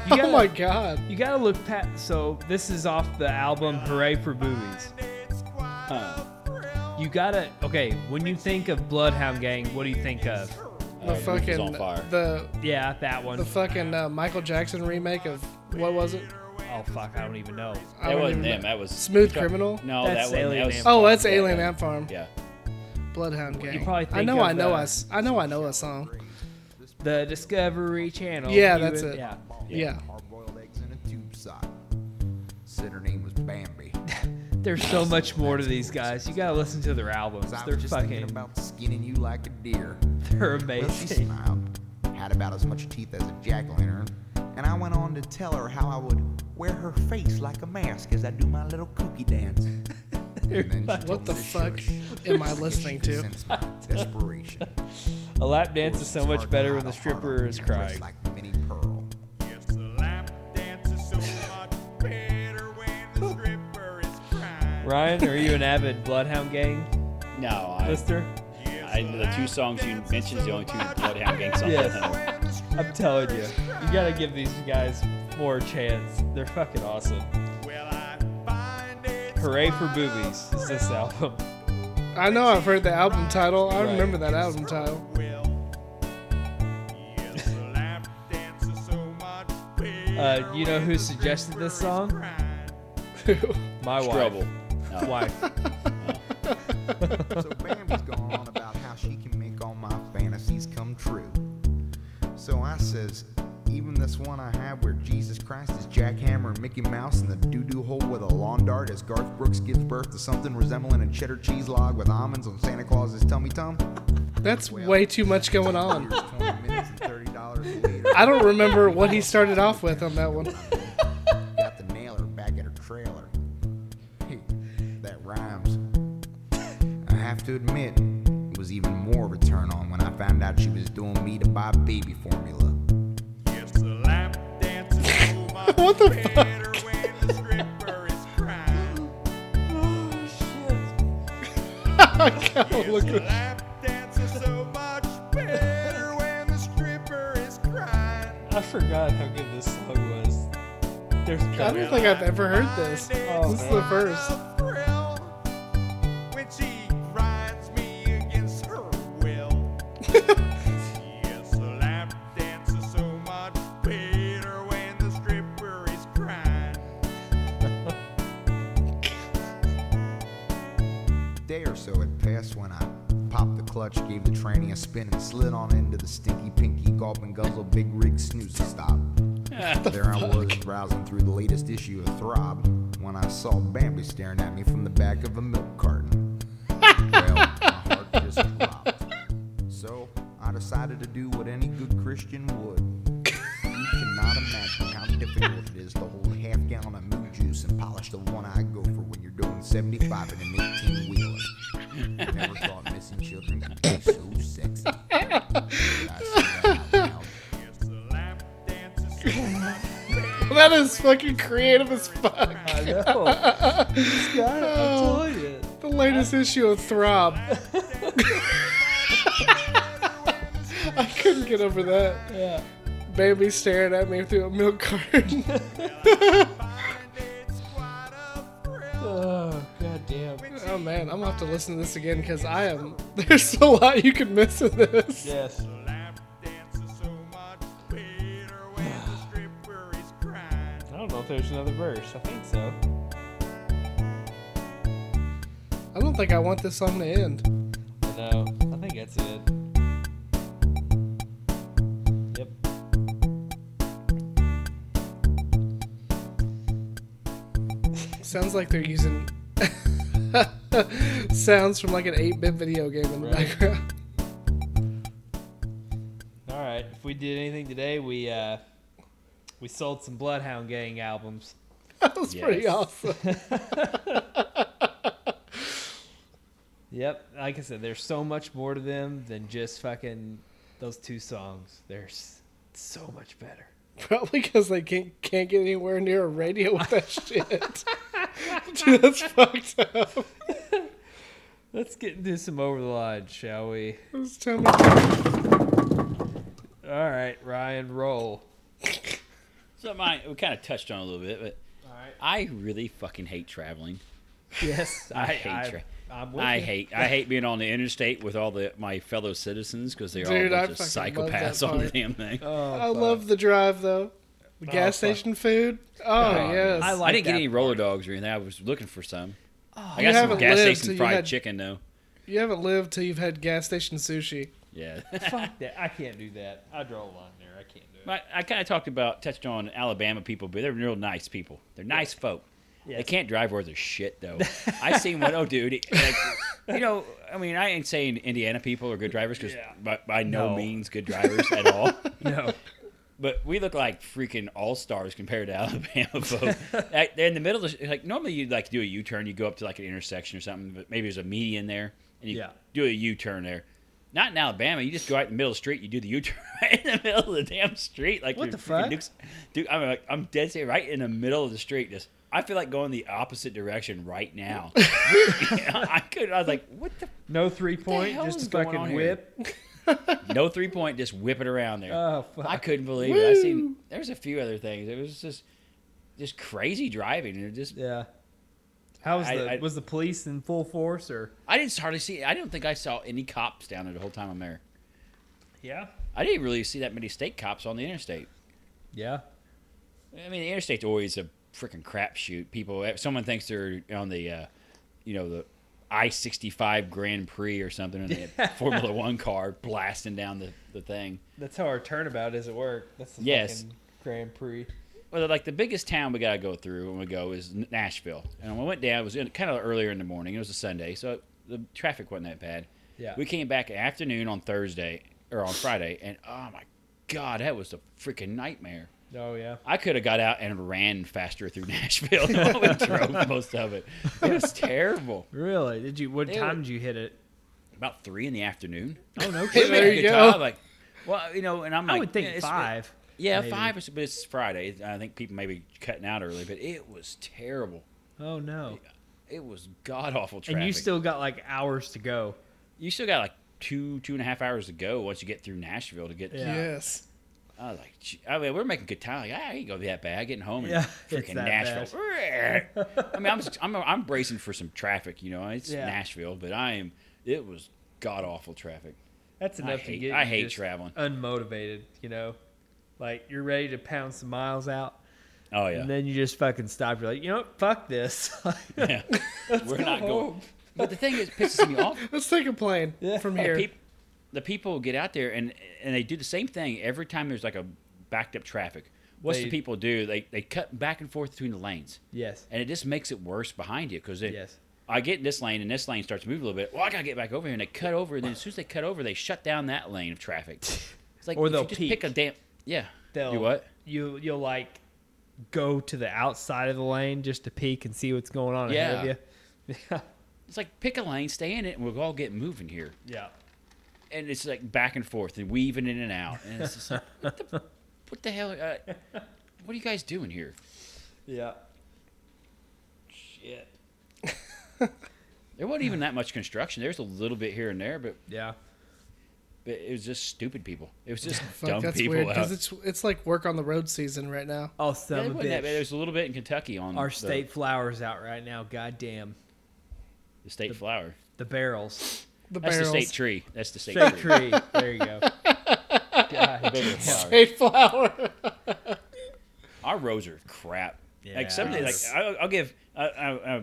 Speaker 1: You
Speaker 2: Oh
Speaker 1: gotta-
Speaker 2: my god.
Speaker 1: You gotta look pat. So this is off the album Hooray for Boobies.
Speaker 3: Huh.
Speaker 1: You gotta. Okay, when you think of Bloodhound Gang, what do you think of?
Speaker 2: The
Speaker 3: Uh, Roof is
Speaker 2: fucking
Speaker 3: on fire.
Speaker 2: the
Speaker 1: Yeah, that one.
Speaker 2: the fucking uh, Michael Jackson remake of what was it?
Speaker 1: Oh fuck, I don't even know.
Speaker 2: I
Speaker 3: that
Speaker 2: don't
Speaker 3: wasn't
Speaker 2: even
Speaker 3: him.
Speaker 2: know.
Speaker 3: That was
Speaker 2: Smooth Criminal?
Speaker 3: No,
Speaker 1: That's
Speaker 3: that wasn't.
Speaker 1: Alien
Speaker 3: That was,
Speaker 1: Ant
Speaker 2: Oh, that's
Speaker 3: yeah,
Speaker 2: Alien
Speaker 3: that-
Speaker 2: Ant Farm.
Speaker 3: Yeah.
Speaker 2: Bloodhound Gang.
Speaker 1: probably
Speaker 2: I
Speaker 1: think
Speaker 2: know
Speaker 1: of,
Speaker 2: I know
Speaker 1: uh,
Speaker 2: us. I know I know a song.
Speaker 1: The Discovery Channel.
Speaker 2: Yeah,
Speaker 1: You
Speaker 2: that's
Speaker 1: would-
Speaker 2: it.
Speaker 1: Yeah.
Speaker 2: Yeah.
Speaker 4: Hard-boiled eggs in a tube sock. Said her name was Bambi.
Speaker 1: There's so much more to these guys. You gotta listen to their albums.
Speaker 4: 'Cause I
Speaker 1: They're
Speaker 4: was just thinking
Speaker 1: fucking.
Speaker 4: about skinning you like a deer.
Speaker 1: They're
Speaker 4: Well, she
Speaker 1: amazing.
Speaker 4: smiled, had about as much teeth as a jack o' lantern, and I went on to tell her how I would wear her face like a mask as I do my little kooky dance. And then she told
Speaker 2: What
Speaker 4: me
Speaker 2: the
Speaker 4: to
Speaker 2: fuck
Speaker 4: shush.
Speaker 2: am I
Speaker 4: She
Speaker 2: listening
Speaker 4: could
Speaker 2: to?
Speaker 4: sense my Desperation.
Speaker 1: A lap dance is so
Speaker 4: It's
Speaker 1: much
Speaker 4: hard
Speaker 1: better
Speaker 4: to
Speaker 1: when the
Speaker 4: hide a heart
Speaker 1: stripper is
Speaker 4: on dress
Speaker 1: crying.
Speaker 4: Like Minnie Pearl.
Speaker 1: Ryan, are you an avid Bloodhound Gang
Speaker 3: No, I,
Speaker 1: listener?
Speaker 3: I, the two songs you mentioned is the only two Bloodhound Gang songs.
Speaker 1: Yes.
Speaker 3: I know.
Speaker 1: I'm telling you, you gotta give these guys more chance. They're fucking awesome. Hooray for Boobies is this album.
Speaker 2: I know I've heard the album title. I
Speaker 1: Right.
Speaker 2: remember that album title.
Speaker 1: Uh, you know who suggested this song? My wife.
Speaker 3: Trouble. No.
Speaker 1: Wife.
Speaker 4: So Bambi's going on about how she can make all my fantasies come true. So I says, even this one I have where Jesus Christ is jackhammer and Mickey Mouse in the doo-doo hole with a lawn dart as Garth Brooks gives birth to something resembling a cheddar cheese log with almonds on Santa Claus's tummy tum.
Speaker 2: That's way too much going on.
Speaker 4: Here's 20 minutes and $30 later.
Speaker 2: I don't remember what he started off with on that one.
Speaker 4: Got the nailer back at her trailer. Hey, that rhymes. I have to admit, it was even more of a turn on when I found out she was doing me to buy baby formula.
Speaker 2: What the fuck? I gotta look at
Speaker 1: I forgot how good this song was. There's
Speaker 2: I don't think I've ever heard this.
Speaker 1: Oh,
Speaker 2: this is the first.
Speaker 4: Day or so had passed when I popped the clutch, gave the tranny a spin, and slid on into the stinky pinky gulp and guzzle big rig snooze stop. there I was browsing through the latest issue of Throb when I saw Bambi staring at me from the back of a milk carton. well, my heart just dropped. decided to do what any good Christian would. You cannot imagine how difficult it is to hold a half gallon of moo juice and polish the one-eyed gopher when you're doing 75 in an 18-wheeler. Never thought missing children could be so sexy. I said that out loud.
Speaker 2: That is fucking creative as fuck.
Speaker 1: I know. This guy,
Speaker 2: Oh.
Speaker 1: I'm telling you.
Speaker 2: The latest issue of Throb. I couldn't get over that.
Speaker 1: Yeah.
Speaker 2: Bambi staring at me through a milk carton.
Speaker 1: Oh, god damn.
Speaker 2: oh man, I'm gonna have to listen to this again because I am. There's a lot you could miss in this.
Speaker 1: Yes. I don't know if there's another verse. I think so.
Speaker 2: I don't think I want this song to end.
Speaker 1: I know. I think that's it. Yep.
Speaker 2: Sounds like they're using sounds from like an 8-bit video game in the
Speaker 1: Right.
Speaker 2: background.
Speaker 1: All right. If we did anything today, we uh, we sold some Bloodhound Gang albums.
Speaker 2: That was pretty
Speaker 3: Yes.
Speaker 2: awesome.
Speaker 1: Yep. Like I said, there's so much more to them than just fucking those two songs. There's so much better.
Speaker 2: Probably because they can't can't get anywhere near a radio with that shit. Dude, that's fucked up.
Speaker 1: Let's get into some over the line, shall we?
Speaker 2: It's time to-
Speaker 1: All right, Ryan, roll.
Speaker 3: So my we kind of touched on it a little bit, but
Speaker 1: All right.
Speaker 3: I really fucking hate traveling.
Speaker 1: Yes, I,
Speaker 3: I hate
Speaker 1: I,
Speaker 3: tra-
Speaker 1: I'm with
Speaker 3: I
Speaker 1: you.
Speaker 3: hate I hate being on the interstate with all the my fellow citizens because they're
Speaker 2: Dude,
Speaker 3: all
Speaker 2: I
Speaker 3: a bunch of
Speaker 2: fucking love that
Speaker 3: psychopaths on the
Speaker 2: part.
Speaker 3: damn thing.
Speaker 1: Oh,
Speaker 2: I
Speaker 1: fuck.
Speaker 2: love the drive though. The gas
Speaker 1: fuck.
Speaker 2: station food. Oh, yes.
Speaker 1: I like-
Speaker 3: I didn't
Speaker 1: that Oh.
Speaker 3: get any roller dogs or anything. I was looking for some. I
Speaker 2: You
Speaker 3: got some
Speaker 2: haven't
Speaker 3: gas
Speaker 2: lived till
Speaker 3: station
Speaker 2: you
Speaker 3: fried
Speaker 2: had-
Speaker 3: chicken though.
Speaker 2: you haven't lived till you've had gas station sushi.
Speaker 3: Yeah.
Speaker 1: Fuck that. I can't do that. I draw a line there. I can't do it.
Speaker 3: I, I kind of talked about touched on Alabama people, but they're real nice people. They're nice folk. They
Speaker 1: Yes.
Speaker 3: can't drive worth a shit though. I seen one oh dude. he- like, you know, I mean, I ain't saying Indiana people are good drivers because
Speaker 1: Yeah.
Speaker 3: by, by no,
Speaker 1: No.
Speaker 3: means good drivers at all.
Speaker 1: No.
Speaker 3: But we look like freaking all stars compared to Alabama folk. like, they're in the middle of the, like normally you'd like do a U turn, you go up to like an intersection or something, but maybe there's a median there and you
Speaker 1: Yeah.
Speaker 3: do a U turn there. Not in Alabama, you just go out in the middle of the street, you do the U turn right in the middle of the damn street. Like
Speaker 1: What
Speaker 3: you're
Speaker 1: the
Speaker 3: freaking
Speaker 1: fuck?
Speaker 3: Nukes- Dude, I'm like I'm dead set right in the middle of the street. Just I feel like going the opposite direction right now. I could I was like, what the
Speaker 1: No three point,
Speaker 3: hell
Speaker 1: just
Speaker 3: is
Speaker 1: a
Speaker 3: going on
Speaker 1: fucking
Speaker 3: here?
Speaker 1: whip.
Speaker 3: no three point, just whip it around there.
Speaker 1: Oh, fuck.
Speaker 3: I couldn't believe it. I seen there was a few other things. It was just just crazy driving. and It just
Speaker 1: Yeah. How was
Speaker 3: I-
Speaker 1: the
Speaker 3: I-
Speaker 1: was the police in full force or?
Speaker 3: I didn't hardly see. I don't think I saw any cops down there the whole time I'm there.
Speaker 1: Yeah.
Speaker 3: I didn't really see that many state cops on the interstate.
Speaker 1: Yeah.
Speaker 3: I mean, the interstate's always a freaking crapshoot. People, if someone thinks they're on the, uh, you know, the I sixty five Grand Prix or something, and they have Formula One car blasting down the, the thing.
Speaker 1: That's how our turnabout is at work. That's the
Speaker 3: Yes.
Speaker 1: fucking Grand Prix.
Speaker 3: well, like the biggest town we gotta go through when we go is N- Nashville. And when we went down, it was in, kind of earlier in the morning. It was a Sunday, so the traffic wasn't that bad.
Speaker 1: Yeah.
Speaker 3: We came back afternoon on Thursday or on Friday, and oh my god, that was a freaking nightmare.
Speaker 1: Oh yeah.
Speaker 3: I could have got out and ran faster through Nashville. than we drove most of it. It was terrible.
Speaker 1: Really? Did you? What
Speaker 3: They
Speaker 1: time
Speaker 3: were-
Speaker 1: did you hit it?
Speaker 3: About three in the afternoon.
Speaker 1: Oh no.
Speaker 3: It
Speaker 1: kidding.
Speaker 3: was a
Speaker 2: There you
Speaker 3: good
Speaker 2: go.
Speaker 3: time, Like, well, you know, and I'm like,
Speaker 1: I would think
Speaker 3: yeah, it's-
Speaker 1: five.
Speaker 3: Yeah,
Speaker 1: maybe.
Speaker 3: five. But it's Friday. I think people may be cutting out early, but it was terrible.
Speaker 1: Oh no.
Speaker 3: It was god awful traffic.
Speaker 1: And you still got like hours to go.
Speaker 3: you still got like two two and a half hours to go once you get through Nashville to get.
Speaker 1: Yeah.
Speaker 2: Yes.
Speaker 3: I was like, gee- I mean, we're making good time. Like, ah, it ain't gonna be that bad. Getting home and
Speaker 1: Yeah, it's
Speaker 3: freaking
Speaker 1: that
Speaker 3: Nashville. I mean, I'm, just, I'm I'm bracing for some traffic. You know, it's
Speaker 1: Yeah.
Speaker 3: Nashville, but I am. It was god awful traffic.
Speaker 1: That's
Speaker 3: I
Speaker 1: enough to
Speaker 3: hate-
Speaker 1: get.
Speaker 3: I
Speaker 1: you
Speaker 3: hate
Speaker 1: just
Speaker 3: traveling.
Speaker 1: Unmotivated, you know, like you're ready to pound some miles out,
Speaker 3: Oh yeah,
Speaker 1: and then you just fucking stop. You're like, you know, what? fuck this.
Speaker 3: yeah. we're
Speaker 1: go
Speaker 3: not
Speaker 1: home.
Speaker 3: going. But the thing is, it pisses me off.
Speaker 2: Let's take a plane from
Speaker 3: Like,
Speaker 2: here.
Speaker 3: peop- the people get out there and and they do the same thing every time there's like a backed up traffic. What's
Speaker 1: They-
Speaker 3: the people do? They they cut back and forth between the lanes,
Speaker 1: yes.
Speaker 3: and it just makes it worse behind you because
Speaker 1: Yes.
Speaker 3: I get in this lane, and this lane starts moving a little bit. Well, I gotta get back over here, and they cut over. And then as soon as they cut over, they shut down that lane of traffic. It's like
Speaker 1: Or
Speaker 3: if you
Speaker 1: they'll
Speaker 3: just
Speaker 1: peek.
Speaker 3: pick a damn yeah.
Speaker 1: They'll-
Speaker 3: Do what?
Speaker 1: You you'll like go to the outside of the lane just to peek and see what's going on ahead of you. Yeah.
Speaker 3: It's like pick a lane, stay in it, and we'll all get moving here.
Speaker 1: Yeah.
Speaker 3: And it's like back and forth and weaving in and out. And it's just like, what the, what the hell? Uh, what are you guys doing here?
Speaker 1: Yeah. Shit.
Speaker 3: There wasn't even that much construction. There's a little bit here and there, but,
Speaker 1: Yeah.
Speaker 3: but it was just stupid people. It was just
Speaker 2: Fuck,
Speaker 3: dumb
Speaker 2: that's
Speaker 3: people
Speaker 2: weird
Speaker 3: out.
Speaker 2: because it's it's like work on the road season right now.
Speaker 1: Oh,
Speaker 3: Yeah,
Speaker 1: son
Speaker 3: it
Speaker 1: of a
Speaker 3: wasn't that
Speaker 1: bitch.
Speaker 3: bad. There was a little bit in Kentucky on
Speaker 1: Our
Speaker 3: the-
Speaker 1: state flowers out right now. Goddamn.
Speaker 3: the, state flower.
Speaker 1: The barrels.
Speaker 2: The
Speaker 3: That's
Speaker 2: barrels,
Speaker 3: the state tree. That's the state
Speaker 1: Fake
Speaker 3: tree.
Speaker 1: tree. There you go. God.
Speaker 3: Bigger flower.
Speaker 2: State flower.
Speaker 3: Our roads are crap. Like some of the, like
Speaker 1: Yes.
Speaker 3: I'll, I'll give uh, I, I, I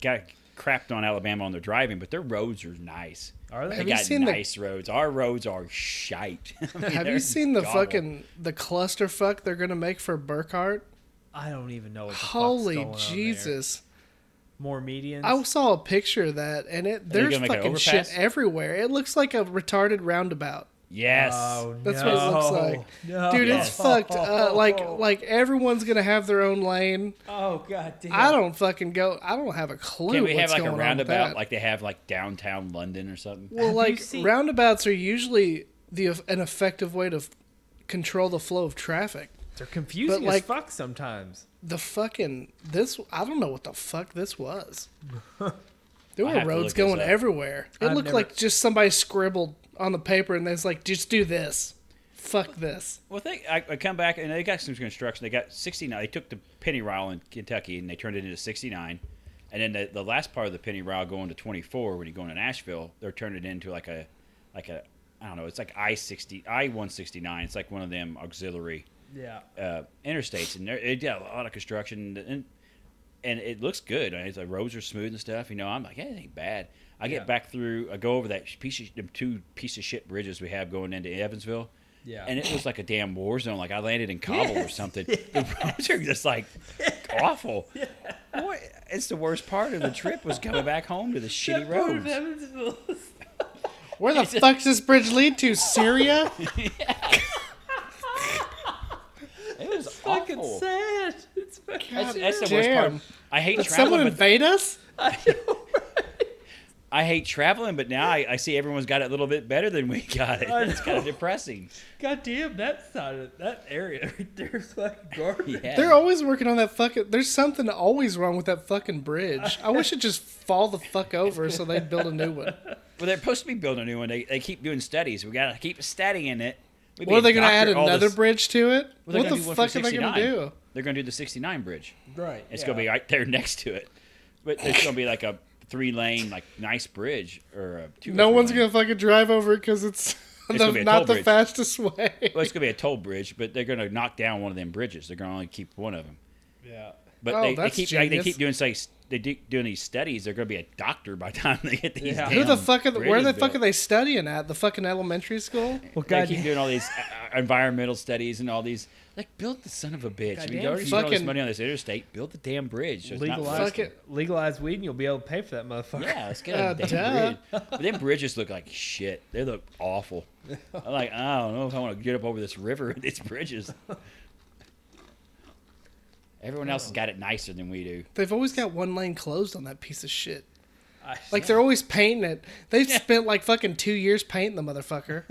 Speaker 3: got crapped on Alabama on their driving, but their roads are nice.
Speaker 1: Are
Speaker 3: They
Speaker 1: they?
Speaker 2: Have you
Speaker 3: got
Speaker 2: seen the-
Speaker 3: nice roads. Our roads are shite. I mean,
Speaker 2: Have
Speaker 3: they're
Speaker 2: you seen the
Speaker 3: gobble.
Speaker 2: fucking the clusterfuck they're gonna make for Burkhardt?
Speaker 1: I don't even know what the fuck's
Speaker 2: Holy
Speaker 1: going on there.
Speaker 2: Jesus!
Speaker 1: More medians.
Speaker 2: I saw a picture of that, and it
Speaker 3: they're
Speaker 2: there's
Speaker 3: gonna make an
Speaker 2: fucking shit
Speaker 3: overpass?
Speaker 2: everywhere. It looks like a retarded roundabout.
Speaker 3: Yes.
Speaker 1: Oh,
Speaker 2: That's
Speaker 1: no.
Speaker 2: what it looks like,
Speaker 1: No.
Speaker 2: dude.
Speaker 3: Oh, Yes.
Speaker 2: It's fucked. Uh, like like everyone's gonna have their own lane.
Speaker 1: Oh god damn.
Speaker 2: I don't fucking go. I don't have a clue.
Speaker 3: Can we have
Speaker 2: what's
Speaker 3: like
Speaker 2: going
Speaker 3: a
Speaker 2: on with that.
Speaker 3: roundabout like they have like downtown London or something?
Speaker 2: Well,
Speaker 1: Have you
Speaker 2: like
Speaker 1: seen-
Speaker 2: roundabouts are usually the an effective way to f- control the flow of traffic.
Speaker 1: They're confusing
Speaker 2: But, like-
Speaker 1: as fuck sometimes.
Speaker 2: The fucking this I don't know what the fuck this was. There
Speaker 3: I
Speaker 2: were
Speaker 3: have
Speaker 2: roads
Speaker 3: to look this
Speaker 2: going
Speaker 3: up.
Speaker 2: everywhere. It
Speaker 1: I've
Speaker 2: looked
Speaker 1: never-
Speaker 2: like just somebody scribbled on the paper and they was like, just do this. Fuck this.
Speaker 3: Well, think I, I come back and they got some construction. They got 69. They took the penny ryle in Kentucky and they turned it into 69. And then the, the last part of the penny ryle going to 24 when you go into Nashville, they're turning it into like a like a I don't know. It's like I 60 I 169. It's like one of them auxiliary
Speaker 1: Yeah.
Speaker 3: uh, interstates, and there, it did a lot of construction, and and it looks good. I mean, the roads are smooth and stuff. You know, I'm like, hey, it ain't bad. I get
Speaker 1: Yeah.
Speaker 3: back through, I go over that piece of them two piece of shit bridges we have going into Evansville.
Speaker 1: Yeah.
Speaker 3: and it was like a damn war zone. Like I landed in Kabul or something. The roads are just like awful. What? It's the worst part of the trip was coming back home to the shitty roads.
Speaker 2: Where the fuck's this bridge lead to? Syria?
Speaker 3: It was
Speaker 1: fucking
Speaker 3: awful.
Speaker 1: sad. It's
Speaker 3: That's,
Speaker 1: fucking
Speaker 3: that's the worst
Speaker 2: Damn.
Speaker 3: part. I hate
Speaker 2: Did
Speaker 3: traveling.
Speaker 2: someone
Speaker 3: but
Speaker 2: invade us?
Speaker 3: I hate traveling, but now I, I see everyone's got it a little bit better than we got it.
Speaker 1: I
Speaker 3: It's kind of depressing.
Speaker 1: God damn, that side of that area right there is fucking garbage.
Speaker 3: Yeah.
Speaker 2: They're always working on that fucking. There's something always wrong with that fucking bridge. I wish it'd just fall the fuck over so they'd build a new one.
Speaker 3: well, they're supposed to be building a new one. They, they keep doing studies. We got to keep studying it. We'd
Speaker 2: What are they going to add
Speaker 3: doctor all
Speaker 2: another
Speaker 3: this-
Speaker 2: bridge to it?
Speaker 3: Well, they're
Speaker 2: what
Speaker 3: gonna
Speaker 2: the
Speaker 3: do one
Speaker 2: fuck
Speaker 3: for
Speaker 2: are they going to
Speaker 3: 69.
Speaker 2: do?
Speaker 3: They're going to do the 69 bridge.
Speaker 1: Right.
Speaker 3: It's going to be right there next to it. But it's going to be like a three lane, like nice bridge or a two.
Speaker 2: No one's going to fucking drive over it because it's, the,
Speaker 3: gonna be a toll
Speaker 2: not the
Speaker 3: bridge.
Speaker 2: fastest way.
Speaker 3: Well, it's going to be a toll bridge, but they're going to knock down one of them bridges. They're going to only keep one of them.
Speaker 1: Yeah.
Speaker 3: But
Speaker 2: Oh,
Speaker 3: they, they
Speaker 2: that's
Speaker 3: keep like, they
Speaker 2: genius.
Speaker 3: keep doing like, they do, doing these studies. They're going to be a doctor by the time they get these.
Speaker 1: Yeah.
Speaker 3: Yeah.
Speaker 2: Who the fuck are the, where the fuck are they studying at? The fucking elementary school?
Speaker 1: Well,
Speaker 3: They
Speaker 1: God,
Speaker 3: keep doing all these uh, environmental studies and all these. Like, build the son of a bitch. we
Speaker 1: Goddamn
Speaker 3: already spent all this
Speaker 2: fucking-
Speaker 3: monny on this interstate. Build the damn bridge. So it's not
Speaker 1: legalize
Speaker 2: Fuck
Speaker 3: wasted.
Speaker 2: it.
Speaker 1: legalize weed and you'll be able to pay for that motherfucker.
Speaker 3: Yeah, let's get
Speaker 2: Uh,
Speaker 3: a damn
Speaker 2: duh.
Speaker 3: bridge. But them bridges look like shit. They look awful. I'm like, I don't know if I want to get up over this river with these bridges. Everyone else has
Speaker 2: Oh.
Speaker 3: got it nicer than we do.
Speaker 2: They've always got one lane closed on that piece of shit.
Speaker 1: I-
Speaker 2: Like they're always painting it. They've spent like fucking two years painting the motherfucker.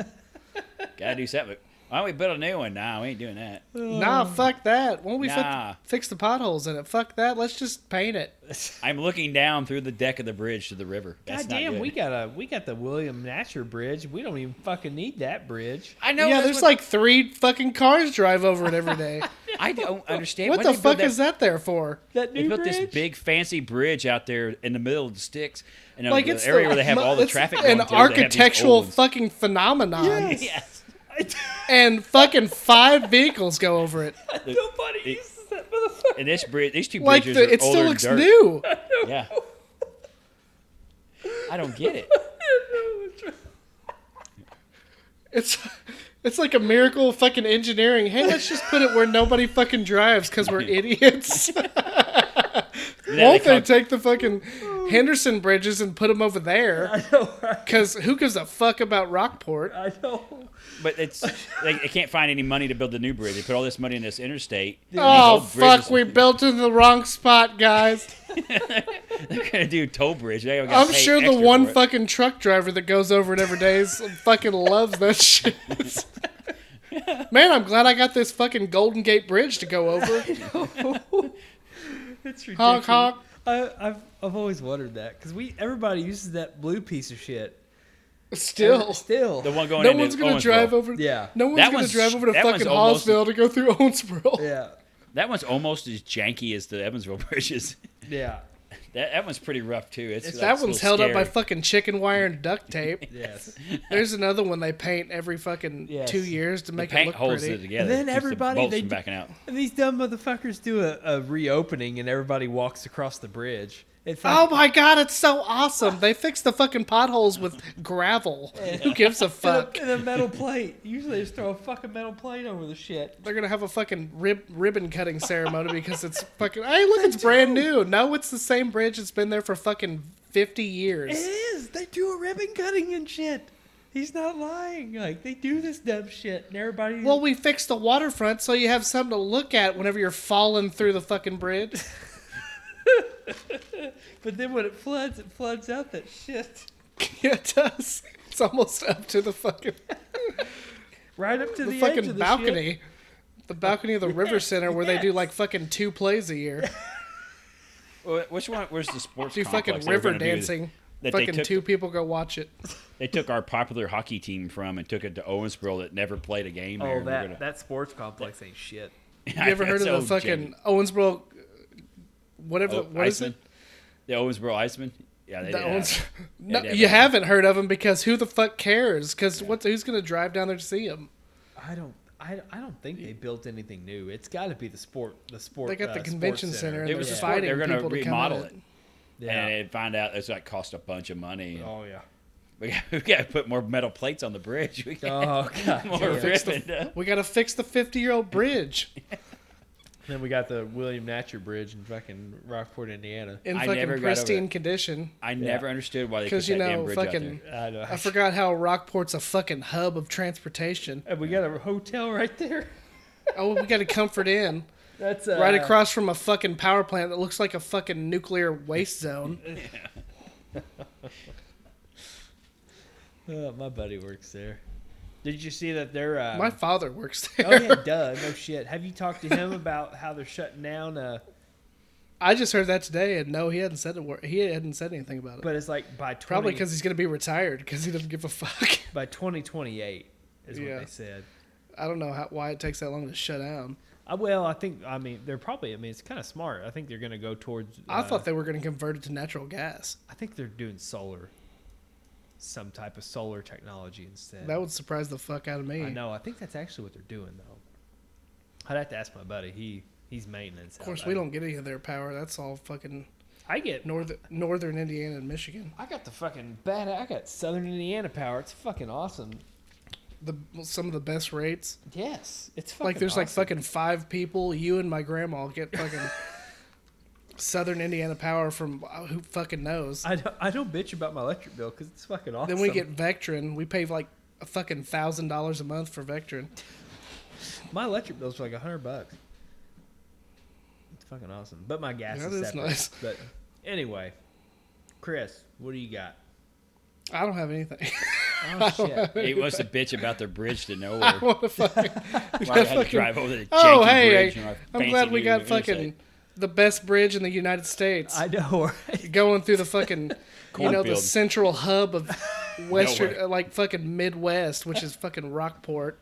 Speaker 3: Gotta do something. Why don't we build a new one? Nah, we ain't doing that.
Speaker 2: Nah, fuck that. Why don't we
Speaker 3: Nah.
Speaker 2: fuck, fix the potholes in it? Fuck that. Let's just paint it.
Speaker 3: I'm looking down through the deck of the bridge to the river. That's
Speaker 1: God
Speaker 3: not
Speaker 1: damn,
Speaker 3: good.
Speaker 1: we got a we got the William Natcher Bridge. We don't even fucking need that bridge.
Speaker 3: I know.
Speaker 2: yeah,
Speaker 3: that's
Speaker 2: there's
Speaker 3: what-
Speaker 2: like three fucking cars drive over it every day.
Speaker 3: I don't understand.
Speaker 2: what
Speaker 3: why
Speaker 2: the
Speaker 3: they build
Speaker 2: fuck
Speaker 3: that-
Speaker 2: is that there for?
Speaker 1: That
Speaker 3: They
Speaker 1: new
Speaker 3: built
Speaker 1: bridge.
Speaker 3: this big fancy bridge out there in the middle of the sticks, and
Speaker 2: Like
Speaker 3: the
Speaker 2: it's
Speaker 3: area
Speaker 2: the-
Speaker 3: where they have all the
Speaker 2: it's
Speaker 3: traffic.
Speaker 2: An
Speaker 3: going through, they have these old
Speaker 2: architectural
Speaker 3: ones.
Speaker 2: fucking phenomenon,
Speaker 3: Yes.
Speaker 2: and fucking five vehicles go over it.
Speaker 1: Nobody
Speaker 3: it-
Speaker 1: uses that motherfucker.
Speaker 3: And this bridge, these two
Speaker 2: Like
Speaker 3: bridges,
Speaker 2: the,
Speaker 3: are
Speaker 2: it
Speaker 3: older
Speaker 2: still
Speaker 3: than
Speaker 2: looks
Speaker 3: dirt.
Speaker 2: new.
Speaker 3: Yeah. I don't get it.
Speaker 2: It's it's like a miracle of fucking engineering. Hey, let's just put it where nobody fucking drives because we're idiots.
Speaker 3: Now
Speaker 2: Won't
Speaker 3: they
Speaker 2: they
Speaker 3: call,
Speaker 2: take the fucking Henderson Bridges and put him over there. Because who gives a fuck about Rockport?
Speaker 1: I know.
Speaker 3: But it's they, they can't find any money to build the new bridge. They put all this money in this interstate. and these
Speaker 2: Oh,
Speaker 3: old bridges-
Speaker 2: fuck, we built in the wrong spot, guys.
Speaker 3: They're gonna do toll bridge. They gotta
Speaker 2: I'm
Speaker 3: pay
Speaker 2: sure the
Speaker 3: extra
Speaker 2: one
Speaker 3: for it.
Speaker 2: fucking truck driver that goes over it every day is, fucking loves that shit. Man, I'm glad I got this fucking Golden Gate Bridge to go over.
Speaker 1: It's ridiculous.
Speaker 2: Honk, honk.
Speaker 1: I, I've I've always wondered that because we everybody uses that blue piece of shit.
Speaker 2: Still,
Speaker 1: still.
Speaker 3: The one going
Speaker 2: no
Speaker 3: into
Speaker 2: one's gonna
Speaker 3: Owensboro.
Speaker 2: drive over.
Speaker 1: Yeah.
Speaker 2: no one's
Speaker 3: That
Speaker 2: gonna
Speaker 3: one's-
Speaker 2: drive over to
Speaker 3: that
Speaker 2: fucking
Speaker 3: one's almost-
Speaker 2: Hallsville to go through Owensboro.
Speaker 1: yeah,
Speaker 3: That one's almost as janky as the Evansville bridges.
Speaker 1: yeah,
Speaker 3: That, that one's pretty rough too. It's, like,
Speaker 2: That
Speaker 3: it's a
Speaker 2: one's held
Speaker 3: little
Speaker 2: up by
Speaker 3: scary.
Speaker 2: fucking chicken wire and duct tape.
Speaker 1: yes.
Speaker 2: There's another one they paint every fucking
Speaker 1: Yes.
Speaker 2: two years to make it
Speaker 3: paint
Speaker 2: look
Speaker 3: holds
Speaker 2: pretty.
Speaker 3: it together.
Speaker 1: And then
Speaker 3: Keeps the
Speaker 1: everybody,
Speaker 3: bolts
Speaker 1: they
Speaker 3: from
Speaker 1: do-
Speaker 3: backing out.
Speaker 1: And these dumb motherfuckers do a, a reopening, and everybody walks across the bridge. It's
Speaker 2: Oh
Speaker 1: like,
Speaker 2: my god, it's so awesome. They fixed the fucking potholes with gravel. Who gives a Oh, fuck?
Speaker 1: And a, and a metal plate. Usually, they just throw a fucking metal plate over the shit.
Speaker 2: They're gonna have a fucking rib, ribbon cutting ceremony because it's fucking. Hey, look, it's brand new. No, it's the same bridge. It's been there for fucking fifty
Speaker 1: It
Speaker 2: years.
Speaker 1: is. They do a ribbon cutting and shit. He's not lying. Like they do this dumb shit, and everybody.
Speaker 2: Well, we fixed the waterfront so you have something to look at whenever you're falling through the fucking bridge.
Speaker 1: but then when it floods, it floods out that shit
Speaker 2: yeah, it does. It's almost up to the fucking
Speaker 1: right up to
Speaker 2: the,
Speaker 1: the, edge
Speaker 2: fucking
Speaker 1: of the
Speaker 2: balcony.
Speaker 1: Shit.
Speaker 2: The balcony of the River Center where they do like fucking two plays a year.
Speaker 3: Well, Which one? Where's the sports?
Speaker 2: Do fucking
Speaker 3: complex they were
Speaker 2: river
Speaker 3: gonna do this-
Speaker 2: dancing.
Speaker 3: that they
Speaker 2: fucking
Speaker 3: took-
Speaker 2: two people go watch it.
Speaker 3: They took our popular hockey team from and took it to Owensboro that never played a game. there.
Speaker 1: Oh,
Speaker 3: We're
Speaker 1: that
Speaker 3: gonna-
Speaker 1: that sports complex ain't shit.
Speaker 2: You ever heard of the fucking Owensboro? uh, Whatever,
Speaker 3: Oh,
Speaker 2: the what is
Speaker 3: Iceman?
Speaker 2: it?
Speaker 3: The Owensboro Iceman. Yeah, they
Speaker 2: The
Speaker 3: did
Speaker 2: Owens-
Speaker 3: that.
Speaker 2: No,
Speaker 3: Yeah,
Speaker 2: you
Speaker 3: yeah.
Speaker 2: haven't heard of him because who the fuck cares? Because what's who's gonna drive down there to see him?
Speaker 1: I don't. I, I don't think they built anything new. It's got to be the sport. The sport.
Speaker 2: They got
Speaker 1: uh,
Speaker 2: the
Speaker 1: sports
Speaker 2: convention center, and
Speaker 3: It
Speaker 2: they're
Speaker 3: was a sport.
Speaker 2: fighting
Speaker 3: They're gonna
Speaker 2: people to come
Speaker 3: remodel
Speaker 2: at
Speaker 3: it.
Speaker 1: Yeah.
Speaker 3: And they find out it's like cost a bunch of money.
Speaker 1: oh yeah.
Speaker 3: We, got, we got to put more metal plates on the bridge. We got
Speaker 1: Oh god.
Speaker 3: more
Speaker 1: damn.
Speaker 3: ribbon. uh,
Speaker 2: We gotta fix the fifty-year-old bridge
Speaker 1: Then we got the William Natcher Bridge in fucking Rockport, Indiana.
Speaker 2: in
Speaker 3: I never
Speaker 2: fucking
Speaker 3: got over
Speaker 2: pristine
Speaker 3: it.
Speaker 2: condition.
Speaker 3: I never understood why they put
Speaker 2: Because
Speaker 3: that
Speaker 2: you
Speaker 3: damn
Speaker 2: know,
Speaker 3: bridge out there.
Speaker 2: fucking,
Speaker 1: I know.
Speaker 2: I forgot how Rockport's a fucking hub of transportation.
Speaker 1: And we got a hotel right there.
Speaker 2: Oh, we got to Comfort Inn,
Speaker 1: That's uh,
Speaker 2: right across from a fucking power plant that looks like a fucking nuclear waste zone.
Speaker 1: Uh, my buddy works there. Did you see that they're? Uh,
Speaker 2: My father works there.
Speaker 1: oh yeah, duh. No shit. Have you talked to him about how they're shutting down? Uh,
Speaker 2: I just heard that today, and no, he hadn't said a word. He hadn't said anything about it.
Speaker 1: but it's like by 20,
Speaker 2: Probably because he's gonna be retired because he doesn't give a fuck.
Speaker 1: by twenty twenty eight is
Speaker 2: Yeah.
Speaker 1: what they said.
Speaker 2: I don't know how, why it takes that long to shut down.
Speaker 1: Uh, well, I think I mean they're probably. I mean, it's kind of smart. I think they're going to go towards.
Speaker 2: I
Speaker 1: uh,
Speaker 2: thought they were gonna convert it to natural gas.
Speaker 1: I think they're doing solar, some type of solar technology instead.
Speaker 2: That would surprise the fuck out of me.
Speaker 1: I know. I think that's actually what they're doing though. I'd have to ask my buddy. He he's maintenance.
Speaker 2: Of course, we don't get any of their power. That's all fucking
Speaker 1: I get
Speaker 2: northern northern Indiana and Michigan.
Speaker 1: I got the fucking bad. I got Southern Indiana power. It's fucking awesome.
Speaker 2: The some of the best rates.
Speaker 1: Yes, it's fucking
Speaker 2: Like there's like
Speaker 1: awesome.
Speaker 2: fucking five people. You and my grandma get fucking southern Indiana power from uh, who fucking knows.
Speaker 1: I don't, I don't bitch about my electric bill because it's fucking awesome.
Speaker 2: Then we get Vectrin. We pay like a fucking thousand dollars a month for Vectrin.
Speaker 1: my electric bill's like a hundred bucks. It's fucking awesome. But my gas
Speaker 2: Yeah,
Speaker 1: is
Speaker 2: that is
Speaker 1: separate.
Speaker 2: nice.
Speaker 1: But anyway, Chris, what do you got?
Speaker 2: I don't have anything.
Speaker 1: Oh shit!
Speaker 3: He wants to bitch about the bridge to
Speaker 2: I
Speaker 3: nowhere.
Speaker 2: want to fucking.
Speaker 3: Why they had to drive over the janky
Speaker 2: Oh hey,
Speaker 3: bridge. in our
Speaker 2: I'm
Speaker 3: fancy
Speaker 2: glad we
Speaker 3: new
Speaker 2: got
Speaker 3: interstate.
Speaker 2: fucking the best bridge in the United States.
Speaker 1: I know. right?
Speaker 2: Going through the fucking, you know, the
Speaker 3: Cornfield.
Speaker 2: central hub of western,
Speaker 3: Nowhere.
Speaker 2: uh, like fucking Midwest, which is fucking Rockport.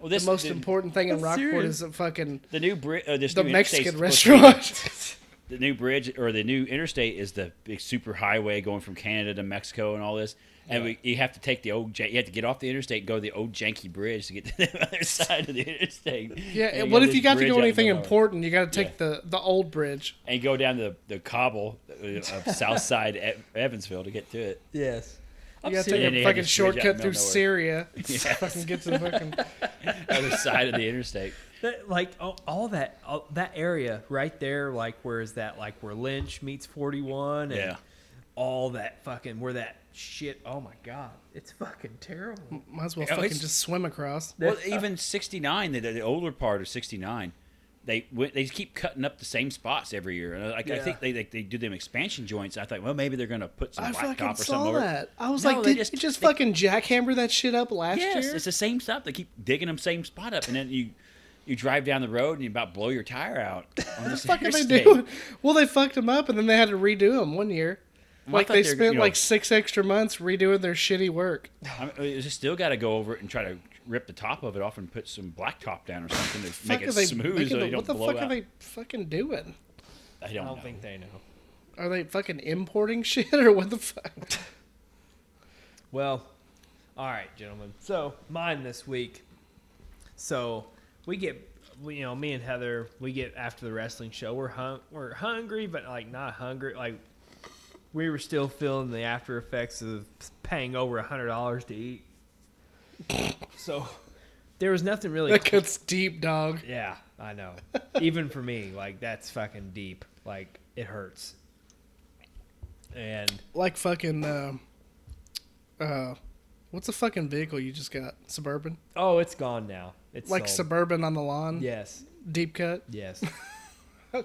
Speaker 3: Well,
Speaker 2: The
Speaker 3: this
Speaker 2: most
Speaker 3: the,
Speaker 2: important thing in
Speaker 1: I'm
Speaker 2: Rockport
Speaker 1: serious.
Speaker 2: is a fucking
Speaker 3: The new bridge. Uh, this
Speaker 2: the
Speaker 3: new interstate's
Speaker 2: Mexican
Speaker 3: supposed to be-
Speaker 2: restaurant.
Speaker 3: the new bridge or the new interstate is the big super highway going from Canada to Mexico and all this. And we, you have to take the old, jan- you have to get off the interstate and go to the old janky bridge to get to the other side of the interstate.
Speaker 2: yeah.
Speaker 3: And
Speaker 2: what
Speaker 3: got
Speaker 2: if
Speaker 3: this
Speaker 2: you got to
Speaker 3: bridge
Speaker 2: go
Speaker 3: out in
Speaker 2: anything
Speaker 3: the middle.
Speaker 2: important? You got to take
Speaker 3: Yeah.
Speaker 2: the the old bridge.
Speaker 3: And go down the, the cobble uh, of South Side Ev- Evansville to get to it.
Speaker 1: yes. I'm
Speaker 2: You got to
Speaker 1: serious.
Speaker 3: Yeah,
Speaker 2: take a
Speaker 3: they had
Speaker 2: fucking
Speaker 3: this bridge out in
Speaker 2: shortcut
Speaker 3: the
Speaker 2: through
Speaker 3: middle of nowhere.
Speaker 2: Syria.
Speaker 3: Yeah.
Speaker 2: fucking get to the fucking.
Speaker 3: Other side of the interstate.
Speaker 1: That, like all, all that all, that area right there like where is that like where lynch meets 41 and
Speaker 3: Yeah.
Speaker 1: all that fucking where that shit. Oh my god, it's fucking terrible.
Speaker 2: Might as well
Speaker 3: Oh,
Speaker 2: fucking
Speaker 3: it's-
Speaker 2: just swim across.
Speaker 3: Well, even 69, the, the older part of 69, they went, they keep cutting up the same spots every year. And I, I
Speaker 1: Yeah.
Speaker 3: think they, they they do them expansion joints. I thought, well, maybe they're going to put some
Speaker 2: I
Speaker 3: blacktop
Speaker 2: fucking
Speaker 3: or
Speaker 2: saw
Speaker 3: something over.
Speaker 2: that. I was
Speaker 3: No,
Speaker 2: like,
Speaker 3: they
Speaker 2: did just,
Speaker 3: just-
Speaker 2: you just
Speaker 3: they-
Speaker 2: fucking jackhammer that shit up last
Speaker 3: Yes,
Speaker 2: year?
Speaker 3: it's the same stuff. They keep digging them same spot up, and then you you drive down the road and you about blow your tire out. On this
Speaker 2: fuck are they
Speaker 3: interstate.
Speaker 2: doing? Well, they fucked them up, and then they had to redo them one year.
Speaker 3: Well, I
Speaker 2: Like
Speaker 3: thought
Speaker 2: they
Speaker 3: they were,
Speaker 2: spent
Speaker 3: you know-
Speaker 2: like six extra months redoing their shitty work.
Speaker 3: I mean, you just still got to go over it and try to rip the top of it off and put some blacktop down or something to make
Speaker 2: Fuck are
Speaker 3: it
Speaker 2: they
Speaker 3: smooth
Speaker 2: making
Speaker 3: so
Speaker 2: the-
Speaker 3: you don't
Speaker 2: what the
Speaker 3: blow
Speaker 2: fuck
Speaker 3: out.
Speaker 2: are they fucking doing?
Speaker 3: I don't,
Speaker 1: I
Speaker 3: know.
Speaker 1: don't think they know.
Speaker 2: Are they fucking importing shit or what the fuck?
Speaker 1: Well, all right, gentlemen. So mine this week. So we get, we- you know, me and Heather, we get after the wrestling show. We're hung, we're hungry, but like not hungry. Like we were still feeling the after effects of paying over a hundred dollars to eat. so there was nothing really.
Speaker 2: that cuts deep, dog.
Speaker 1: Yeah, I know. Even for me, like that's fucking deep. Like it hurts. And
Speaker 2: Like fucking, uh, uh, what's the fucking vehicle you just got? Suburban?
Speaker 1: oh, it's gone now. It's
Speaker 2: Like
Speaker 1: sold.
Speaker 2: Suburban on the lawn?
Speaker 1: Yes,
Speaker 2: Deep cut?
Speaker 1: yes.
Speaker 2: I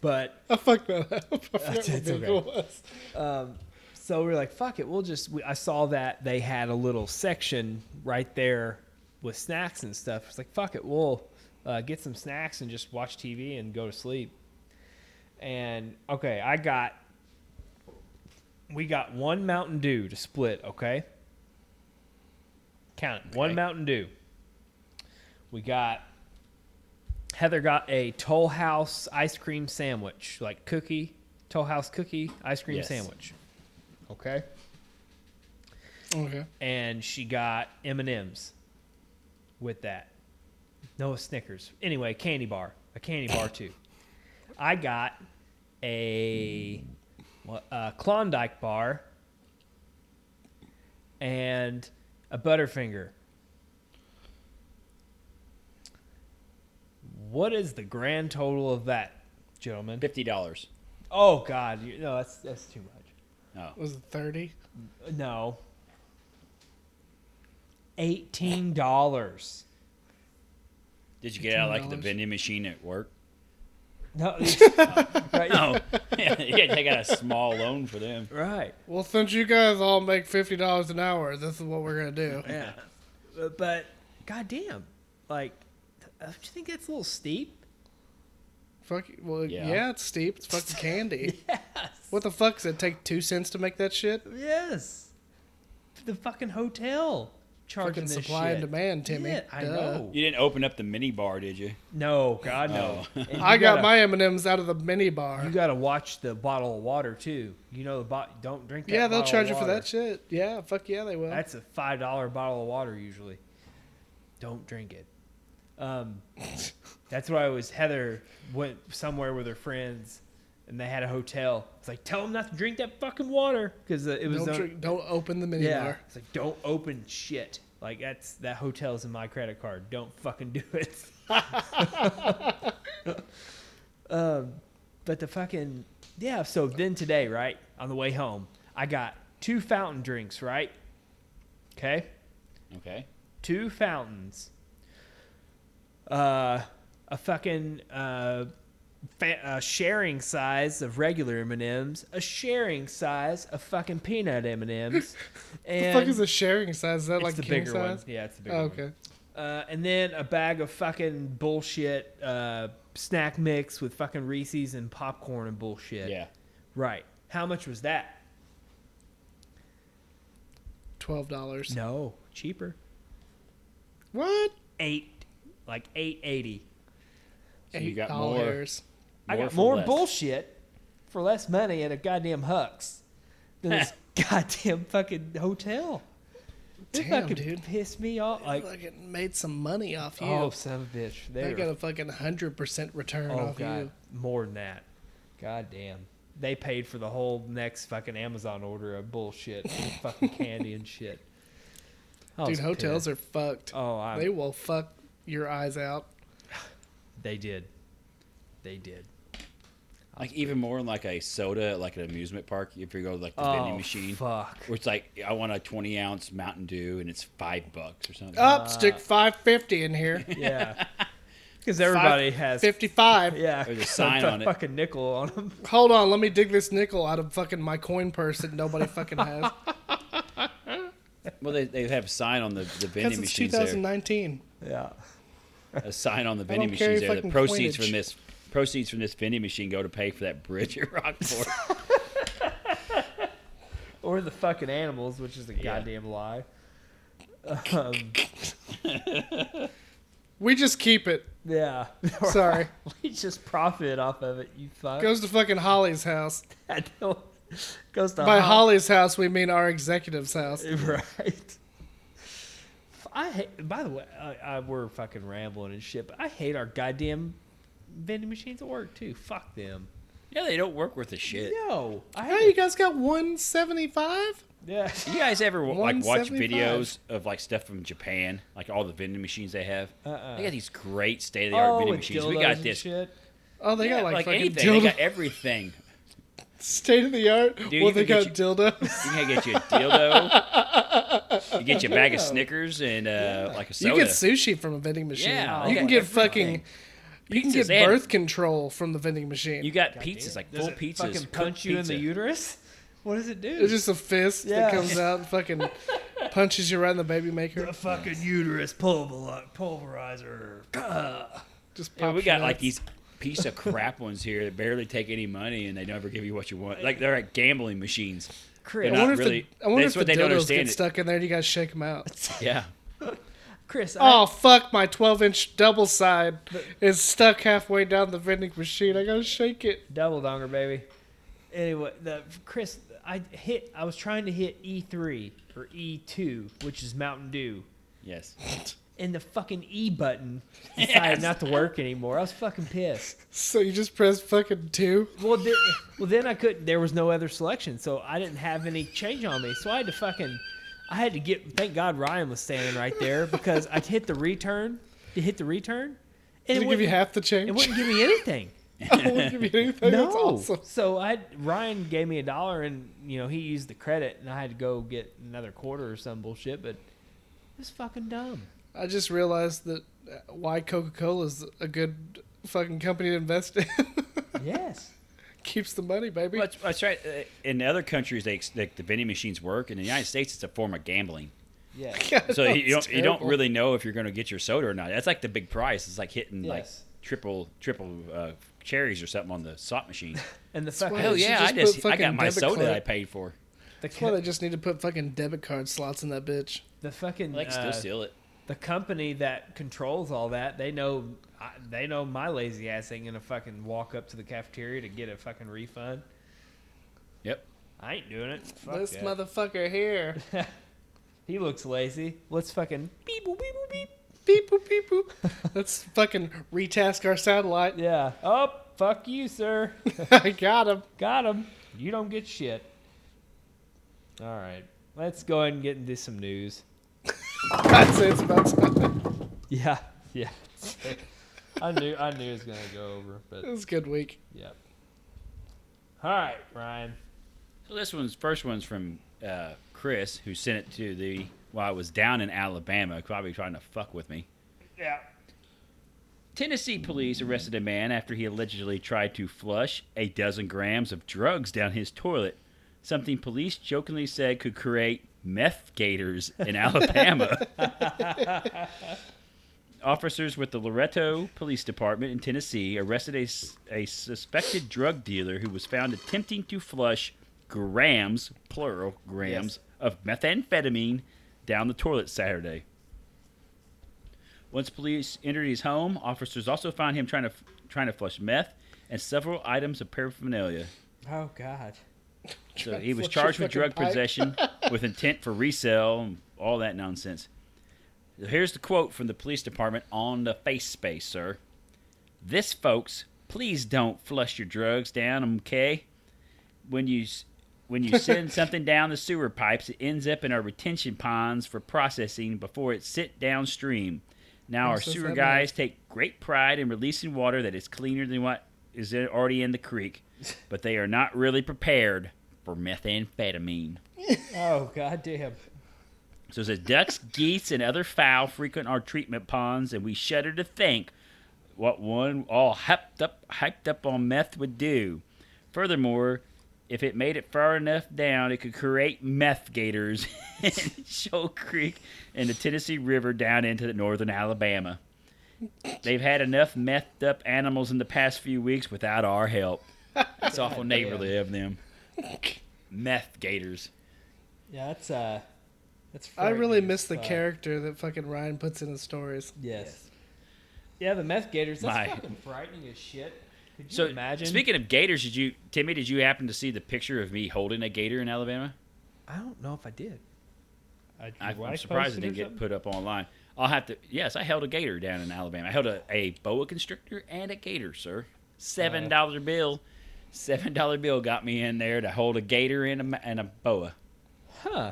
Speaker 1: But
Speaker 2: fucked that up. I forgot what
Speaker 1: It's okay.
Speaker 2: vehicle it was.
Speaker 1: so we're like, fuck it, we'll just. We, I saw that they had a little section right there with snacks and stuff. It's like, fuck it, we'll uh, get some snacks and just watch TV and go to sleep. And okay, I got. We got one Mountain Dew to split. Okay. Count it. One
Speaker 3: Okay.
Speaker 1: Mountain Dew. We got. Heather got a Toll House ice cream sandwich, like cookie, Toll House cookie ice cream
Speaker 3: Yes.
Speaker 1: sandwich. Okay.
Speaker 2: Okay.
Speaker 1: And she got M and M's with that. No Snickers. Anyway, candy bar, a candy bar too. I got a, what- a Klondike bar and a Butterfinger. What is the grand total of that, gentlemen?
Speaker 3: Fifty dollars.
Speaker 1: Oh God, you, no, that's that's too much.
Speaker 3: No,
Speaker 2: Was it 30?
Speaker 1: No. Eighteen dollars.
Speaker 3: did you get out like the
Speaker 2: $15?
Speaker 3: vending machine at work?
Speaker 1: No. it's- right,
Speaker 3: No, yeah, you gotta take out a small loan for them.
Speaker 1: Right.
Speaker 2: Well, since you guys all make fifty dollars an hour, this is what we're gonna do.
Speaker 1: Yeah. But, but goddamn, like, uh, don't you think that's a little steep?
Speaker 2: Fuck. Well, yeah.
Speaker 3: Yeah.
Speaker 2: it's steep. It's fucking candy. What the fuck does it take two cents to make that shit?
Speaker 1: Yes. The fucking hotel charging
Speaker 2: Fucking
Speaker 1: this
Speaker 2: supply and
Speaker 1: shit.
Speaker 2: demand, Timmy.
Speaker 1: Yeah, I
Speaker 2: Duh.
Speaker 1: know.
Speaker 3: You didn't open up the mini bar, did you?
Speaker 1: No, God no. And you
Speaker 2: I got
Speaker 1: gotta-
Speaker 2: my M and M's out of the mini bar.
Speaker 1: You gotta watch the bottle of water too. You know the bot. Don't drink. That
Speaker 2: Yeah, they'll
Speaker 1: bottle of
Speaker 2: charge you for
Speaker 1: water.
Speaker 2: that shit. Yeah, fuck yeah, they will.
Speaker 1: That's a five dollar bottle of water usually. Don't drink it. Um, that's why I was Heather went somewhere with her friends, and they had a hotel. It's like tell them not to drink that fucking water because uh, it was
Speaker 2: don't
Speaker 1: the-
Speaker 2: drink, don't open the mini
Speaker 1: yeah.
Speaker 2: bar.
Speaker 1: It's like don't open shit. Like that's that hotel's in my credit card. Don't fucking do it. um, but the fucking yeah. So then today, right on the way home, I got two fountain drinks. Right. Okay
Speaker 3: Okay.
Speaker 1: two fountains, uh, a fucking uh, fa- a sharing size of regular M and M's, a sharing size of fucking peanut M and M's,
Speaker 2: The
Speaker 1: and
Speaker 2: fuck is a sharing size? Is that
Speaker 1: it's
Speaker 2: like
Speaker 1: the
Speaker 2: king
Speaker 1: bigger
Speaker 2: size?
Speaker 1: one. Yeah, it's the bigger
Speaker 2: Oh,
Speaker 1: one.
Speaker 2: okay.
Speaker 1: Uh, and then a bag of fucking bullshit uh, snack mix with fucking Reese's and popcorn and bullshit.
Speaker 3: Yeah.
Speaker 1: Right. How much was that?
Speaker 2: Twelve dollars.
Speaker 1: No, cheaper.
Speaker 2: What?
Speaker 1: Eight, like eight eighty.
Speaker 3: So you
Speaker 2: Eight
Speaker 3: got more-
Speaker 2: dollars.
Speaker 1: I got
Speaker 3: for
Speaker 1: more
Speaker 3: less.
Speaker 1: bullshit for less money at a goddamn Huck's than this goddamn fucking hotel. It
Speaker 2: Damn,
Speaker 1: fucking
Speaker 2: dude.
Speaker 1: pissed me off. Like,
Speaker 2: Fucking made some money off you.
Speaker 1: oh, son of a bitch. They
Speaker 2: They
Speaker 1: were,
Speaker 2: got a fucking hundred percent return
Speaker 1: oh,
Speaker 2: off
Speaker 1: God.
Speaker 2: you.
Speaker 1: More than that. Goddamn. They paid for the whole next fucking Amazon order of bullshit, fucking candy and shit. I
Speaker 2: Dude,
Speaker 1: was
Speaker 2: hotels
Speaker 1: pissed.
Speaker 2: are fucked.
Speaker 1: Oh, I'm,
Speaker 2: they will fuck your eyes out.
Speaker 1: They did. They did.
Speaker 3: Like even more like a soda, at, like an amusement park. If you go to like the vending machine,
Speaker 1: Oh, fuck.
Speaker 3: where it's like I want a twenty ounce Mountain Dew and it's five bucks or something.
Speaker 2: Up, stick five fifty in here.
Speaker 1: Yeah. Because everybody has.
Speaker 2: fifty-five.
Speaker 1: Yeah.
Speaker 3: There's a
Speaker 1: put
Speaker 3: sign
Speaker 1: the
Speaker 3: on it.
Speaker 1: Fucking nickel on them.
Speaker 2: Hold on, let me dig this nickel out of fucking my coin purse that nobody fucking has.
Speaker 3: Well, they, they have a sign on the, the vending
Speaker 2: Because it's
Speaker 3: machines there.
Speaker 2: 2019.
Speaker 1: Yeah.
Speaker 3: A sign on the vending
Speaker 2: don't carry
Speaker 3: machines there. The
Speaker 2: fucking
Speaker 3: proceeds
Speaker 2: coinage.
Speaker 3: from this proceeds from this vending machine go to pay for that bridge at Rockport.
Speaker 1: Or the fucking animals, which is a goddamn lie. Um,
Speaker 2: We just keep it.
Speaker 1: yeah.
Speaker 2: Sorry.
Speaker 1: we just profit off of it, you fuck.
Speaker 2: Goes to fucking Holly's house.
Speaker 1: I don't- goes to
Speaker 2: By
Speaker 1: Hol-
Speaker 2: Holly's house, we mean our executive's house.
Speaker 1: Right. I hate, by the way, I, I, we're fucking rambling and shit, but I hate our goddamn vending machines at work, too. Fuck them.
Speaker 3: yeah, they don't work worth a shit.
Speaker 1: No. I
Speaker 2: Hey, you
Speaker 1: hate
Speaker 2: guys got 175?
Speaker 1: Yeah.
Speaker 3: You guys ever like watch
Speaker 2: 175.
Speaker 3: videos of like stuff from Japan, like all the vending machines they have?
Speaker 1: Uh-uh. Oh,
Speaker 3: They got these great state of the art vending
Speaker 1: with
Speaker 3: machines.
Speaker 1: dildos
Speaker 3: We got
Speaker 1: and
Speaker 3: this.
Speaker 1: Shit.
Speaker 2: Oh, they
Speaker 3: Yeah,
Speaker 2: got like,
Speaker 3: like
Speaker 2: fucking
Speaker 3: anything. They
Speaker 2: dildo.
Speaker 3: got everything.
Speaker 2: State of the art.
Speaker 3: Dude,
Speaker 2: well,
Speaker 3: you
Speaker 2: they got
Speaker 3: can get
Speaker 2: dildos.
Speaker 3: You can get you a dildo. you get you a bag of Snickers and uh, like a soda.
Speaker 2: You get sushi from a vending machine.
Speaker 3: Yeah,
Speaker 2: you
Speaker 3: they
Speaker 2: can
Speaker 3: got
Speaker 2: get
Speaker 3: everything.
Speaker 2: fucking. You can
Speaker 3: Pizzas
Speaker 2: get
Speaker 3: and-
Speaker 2: birth control from the vending machine.
Speaker 3: You got pizzas, like
Speaker 1: Does
Speaker 3: full
Speaker 1: it
Speaker 3: pizzas.
Speaker 1: Fucking
Speaker 3: cooked
Speaker 1: punch you
Speaker 3: pizza.
Speaker 1: in the uterus? What does it do?
Speaker 2: it's just a fist
Speaker 1: Yeah.
Speaker 2: that comes out and fucking punches you right in the baby maker.
Speaker 1: fucking uterus pulver- pulverizer.
Speaker 2: Just
Speaker 3: Yeah, we
Speaker 2: pops
Speaker 3: got
Speaker 2: you
Speaker 3: like
Speaker 2: out.
Speaker 3: these piece of crap ones here that barely take any money and they never give you what you want. Like they're like gambling machines.
Speaker 1: Chris,
Speaker 2: I
Speaker 3: They're not
Speaker 2: wonder if
Speaker 3: really-
Speaker 2: the I wonder
Speaker 3: that's
Speaker 2: if the
Speaker 3: what they don't
Speaker 2: dildos
Speaker 3: understand
Speaker 2: get
Speaker 3: it-
Speaker 2: stuck in there. and You guys shake them out.
Speaker 3: Yeah.
Speaker 1: Chris,
Speaker 2: Oh fuck! My twelve inch double side is stuck halfway down the vending machine. I gotta shake it.
Speaker 1: I, double donger, baby. Anyway, the Chris, I hit. I was trying to hit E three or E two, which is Mountain Dew,
Speaker 3: Yes.
Speaker 1: and the fucking E button decided
Speaker 3: Yes.
Speaker 1: not to work anymore. I was fucking pissed.
Speaker 2: So you just press fucking two.
Speaker 1: Well, then, well, then I couldn't. There was no other selection, so I didn't have any change on me. So I had to fucking, I had to get. Thank God Ryan was standing right there because I hit the return to hit the return, and it,
Speaker 2: Did it, give you
Speaker 1: wouldn't,
Speaker 2: half the change?
Speaker 1: it wouldn't give me anything.
Speaker 2: it wouldn't give you anything.
Speaker 1: no.
Speaker 2: That's awesome.
Speaker 1: So I Ryan gave me a dollar, and you know he used the credit, and I had to go get another quarter or some bullshit. But it was fucking dumb.
Speaker 2: I just realized that uh, why Coca Cola is a good fucking company to invest in.
Speaker 1: Yes.
Speaker 2: Keeps the money, baby.
Speaker 3: Well, that's, that's right. Uh, In other countries, they, ex- like the vending machines work. In the United States, it's a form of gambling.
Speaker 1: Yeah.
Speaker 2: God,
Speaker 3: So
Speaker 2: that
Speaker 3: you
Speaker 2: was
Speaker 3: don't you don't
Speaker 2: terrible.
Speaker 3: really know if you're going to get your soda or not. That's like the big prize. It's like hitting like
Speaker 1: Yes.
Speaker 3: triple triple uh, cherries or something on the salt machine.
Speaker 1: And the fucking
Speaker 2: why
Speaker 3: Hell
Speaker 2: you
Speaker 3: yeah! I
Speaker 2: just put
Speaker 3: just I got
Speaker 2: fucking
Speaker 3: my
Speaker 2: debit
Speaker 3: soda
Speaker 2: card.
Speaker 3: I paid for.
Speaker 1: the,
Speaker 2: That's why they
Speaker 1: co-
Speaker 2: just need to put fucking debit card slots in that bitch.
Speaker 1: the fucking
Speaker 3: Like
Speaker 1: uh,
Speaker 3: still steal it.
Speaker 1: the company that controls all that they know I, they know my lazy ass ain't gonna fucking walk up to the cafeteria to get a fucking refund.
Speaker 3: Yep.
Speaker 1: I ain't doing it. Fuck
Speaker 2: this
Speaker 1: that.
Speaker 2: motherfucker here.
Speaker 1: he looks lazy. Let's fucking beep boop beep boop beep.
Speaker 2: beep boop beep boop. Let's fucking retask our satellite.
Speaker 1: Yeah. Oh fuck you, sir.
Speaker 2: I got him.
Speaker 1: Got him. You don't get shit. All right. Let's go ahead and get into some news.
Speaker 2: That's it. It's about time.
Speaker 1: Yeah. Yeah. I knew I knew it was gonna go over, but
Speaker 2: It was a good week.
Speaker 1: yep. All right, Ryan.
Speaker 3: So this one's first one's from uh, Chris, who sent it to the while I was down in Alabama, probably trying to fuck with me.
Speaker 1: Yeah.
Speaker 3: Tennessee police arrested a man after he allegedly tried to flush a dozen grams of drugs down his toilet, something police jokingly said could create meth gators in Alabama. Officers with the Loretto Police Department in Tennessee arrested a, s- a suspected drug dealer who was found attempting to flush grams, plural, grams of methamphetamine down the toilet Saturday. Once police entered his home, officers also found him trying to trying to flush meth and several items of paraphernalia.
Speaker 1: Oh God.
Speaker 3: So he was
Speaker 2: flush your
Speaker 3: charged with
Speaker 2: fucking
Speaker 3: drug
Speaker 2: pipe.
Speaker 3: possession with intent for resale, and all that nonsense. Here's the quote from the police department on the face space, sir. This, folks, please don't flush your drugs down, okay? When you s- when you send something down the sewer pipes, it ends up in our retention ponds for processing before it sit downstream. Now our
Speaker 2: Process
Speaker 3: sewer
Speaker 2: that
Speaker 3: guys take great pride in releasing water that is cleaner than what is in- already in the creek, but they are not really prepared for methamphetamine.
Speaker 1: Oh god damn.
Speaker 3: So it says ducks, geese, and other fowl frequent our treatment ponds, and we shudder to think what one all hyped up, hyped up on meth would do. Furthermore, if it made it far enough down, it could create meth gators in Shoal Creek and the Tennessee River down into the northern Alabama. They've had enough methed up animals in the past few weeks without our help. It's awful neighborly of them. Meth gators.
Speaker 1: Yeah, that's uh that's
Speaker 2: I really
Speaker 1: frightening as
Speaker 2: miss the
Speaker 1: fuck.
Speaker 2: character that fucking Ryan puts in his stories.
Speaker 1: Yes. Yeah, the meth gators, that's
Speaker 3: My-
Speaker 1: fucking frightening as shit. Could you
Speaker 3: So
Speaker 1: imagine?
Speaker 3: Speaking of gators, did you, Timmy? Did you happen to see the picture of me holding a gator in Alabama?
Speaker 1: I don't know if I did.
Speaker 3: I, I'm surprised it didn't get put up online. I'll have to. Yes, I held a gator down in Alabama. I held a, a boa constrictor and a gator, sir.
Speaker 1: Uh,
Speaker 3: Seven dollar bill, seven dollar bill got me in there to hold a gator and a ma- and a boa.
Speaker 1: Huh.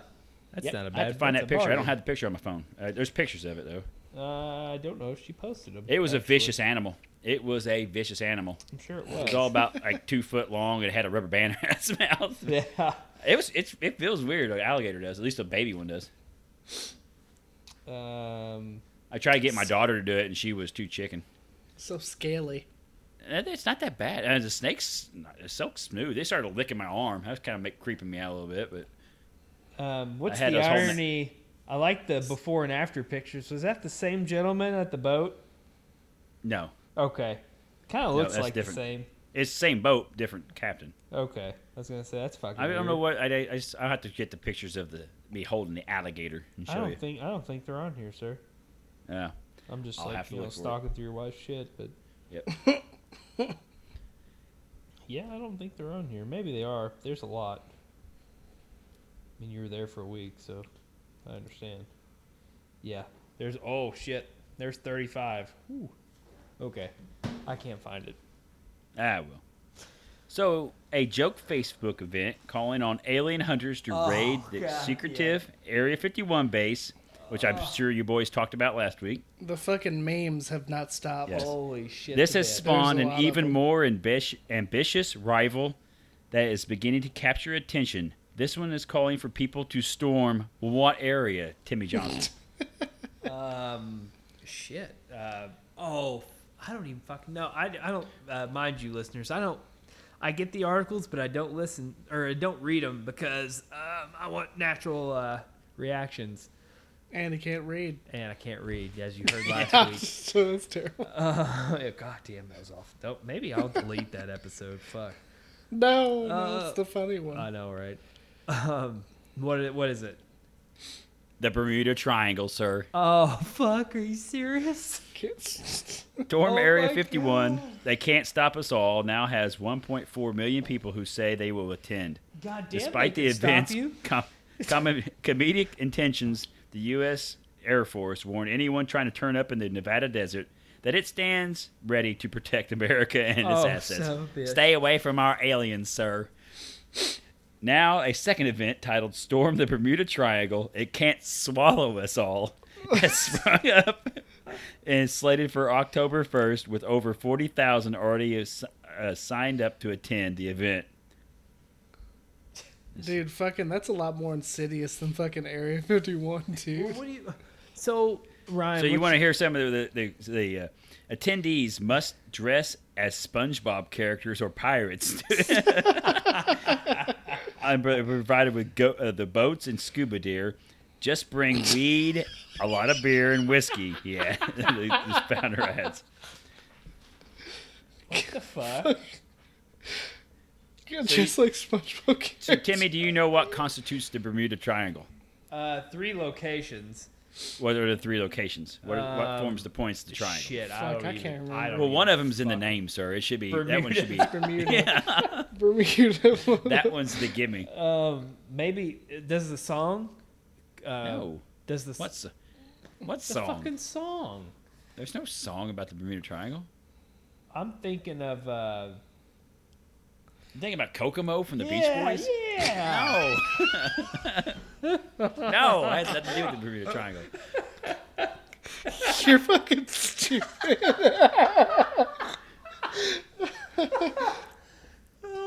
Speaker 1: That's
Speaker 3: Yep,
Speaker 1: not a bad
Speaker 3: I have to find
Speaker 1: that's
Speaker 3: that
Speaker 1: a
Speaker 3: picture. I don't
Speaker 1: bargain.
Speaker 3: have the picture on my phone. Uh, there's pictures of it though.
Speaker 1: Uh, I don't know if she posted them.
Speaker 3: It was a
Speaker 1: actually.
Speaker 3: vicious animal. It was a vicious animal.
Speaker 1: I'm sure it
Speaker 3: It
Speaker 1: was.
Speaker 3: was all about like two foot long. It had a rubber band in its mouth.
Speaker 1: yeah.
Speaker 3: It was. It's, it feels weird. An alligator does. At least a baby one does.
Speaker 1: Um,
Speaker 3: I tried to get my daughter to do it, and she was too chicken.
Speaker 2: So scaly.
Speaker 3: And It's not that bad. And the snake's it's so smooth. They started licking my arm. That was kind of make, creeping me out a little bit. But
Speaker 1: um, what's
Speaker 3: had
Speaker 1: the
Speaker 3: us holding it.
Speaker 1: irony? I like the before and after pictures. Was that the same gentleman at the boat?
Speaker 3: no,
Speaker 1: Okay. Kind of looks
Speaker 3: that's
Speaker 1: like
Speaker 3: different.
Speaker 1: the same.
Speaker 3: it's same boat, different captain.
Speaker 1: Okay. I was going to say, that's fucking
Speaker 3: I don't know
Speaker 1: weird.
Speaker 3: what I. I just, I'll have to get the pictures of the me holding the alligator and
Speaker 1: I
Speaker 3: show
Speaker 1: don't
Speaker 3: you.
Speaker 1: think I don't think they're on here, sir.
Speaker 3: Yeah.
Speaker 1: I'm just
Speaker 3: I'll have
Speaker 1: like
Speaker 3: to
Speaker 1: you know
Speaker 3: look for it.
Speaker 1: stalking through your wife's shit, but
Speaker 3: Yep.
Speaker 1: yeah, I don't think they're on here. Maybe they are. There's a lot. I mean, you were there for a week, so I understand. Yeah, there's oh shit, there's 35. Whew. Okay, I can't find it.
Speaker 3: Ah, I will. So, a joke Facebook event calling on alien hunters to
Speaker 1: Oh,
Speaker 3: raid the
Speaker 1: God, Oh.
Speaker 3: secretive Area 51 base, which I'm sure you boys talked about last week.
Speaker 2: The fucking memes have not stopped.
Speaker 3: Yes.
Speaker 1: Holy shit!
Speaker 3: This
Speaker 1: the
Speaker 3: has
Speaker 1: bed.
Speaker 3: spawned
Speaker 2: There's a
Speaker 3: an
Speaker 2: lot of
Speaker 3: even
Speaker 2: them.
Speaker 3: more ambish- ambitious rival that is beginning to capture attention. This one is calling for people to storm what area, Timmy Johnson?
Speaker 1: Um, shit. Uh, oh, I don't even fucking know. I, I don't uh, mind you, listeners. I don't. I get the articles, but I don't listen or I don't read them because um, I want natural uh, reactions,
Speaker 2: And he can't read.
Speaker 1: and I can't read, as you heard last week.
Speaker 2: so that's terrible.
Speaker 1: Uh, yeah, God damn, that was off. Nope, maybe I'll delete that episode. Fuck.
Speaker 2: No,
Speaker 1: Uh,
Speaker 2: no, it's the funny one.
Speaker 1: I know, right? Um, what i- what is it?
Speaker 3: the Bermuda Triangle, sir.
Speaker 1: Oh fuck! Are you serious?
Speaker 3: Storm
Speaker 1: Oh
Speaker 3: Area
Speaker 1: my
Speaker 3: 51. They can't stop us all. Now has 1.4 million people who say they will attend.
Speaker 1: God damn!
Speaker 3: Despite
Speaker 1: they
Speaker 3: the
Speaker 1: could stop
Speaker 3: event's
Speaker 1: you?
Speaker 3: com- com- comedic intentions, the U.S. Air Force warned anyone trying to turn up in the Nevada desert that it stands ready to protect America and its
Speaker 1: Oh,
Speaker 3: assets.
Speaker 1: son of a bitch.
Speaker 3: Stay away from our aliens, sir. Now, a second event titled Storm the Bermuda Triangle, It Can't Swallow Us All, has sprung up and is slated for October 1st with over 40,000 already as- uh, signed up to attend the event.
Speaker 2: Dude, fucking, that's a lot more insidious than fucking Area 51,
Speaker 1: Well,
Speaker 2: dude.
Speaker 1: What do you? So Ryan,
Speaker 3: So you
Speaker 1: what's-
Speaker 3: want to hear some of the the, the, the uh, attendees must dress as SpongeBob characters or pirates. I'm pro- provided with go- uh, the boats and scuba gear. Just bring weed, a lot of beer, and whiskey. Yeah, the founder adds.
Speaker 1: the fuck?
Speaker 2: Yeah, Just like SpongeBob.
Speaker 3: So
Speaker 2: characters.
Speaker 3: Timmy, do you know what constitutes the Bermuda Triangle?
Speaker 1: Uh, three locations.
Speaker 3: What are the three locations? What, what
Speaker 1: Um,
Speaker 3: forms the points of the triangle?
Speaker 1: Shit, I
Speaker 2: Fuck,
Speaker 1: don't
Speaker 2: I
Speaker 1: even,
Speaker 2: can't remember.
Speaker 1: I don't
Speaker 3: Well,
Speaker 1: even
Speaker 3: one of them's in the
Speaker 1: fuck-
Speaker 3: name, sir. It should be that one
Speaker 1: Bermuda.
Speaker 3: should be
Speaker 2: Bermuda.
Speaker 3: Yeah.
Speaker 2: Bermuda.
Speaker 3: that one's the gimme.
Speaker 1: Um, maybe does the song? Uh,
Speaker 3: No.
Speaker 1: Does the
Speaker 3: What's the, what
Speaker 1: the
Speaker 3: song?
Speaker 1: fucking song?
Speaker 3: There's no song about the Bermuda Triangle.
Speaker 1: I'm thinking of. Uh,
Speaker 3: I'm thinking about Kokomo from the
Speaker 1: yeah,
Speaker 3: Beach Boys.
Speaker 1: yeah.
Speaker 3: Oh. No, it has nothing to do with the Bermuda Triangle.
Speaker 2: You're fucking stupid.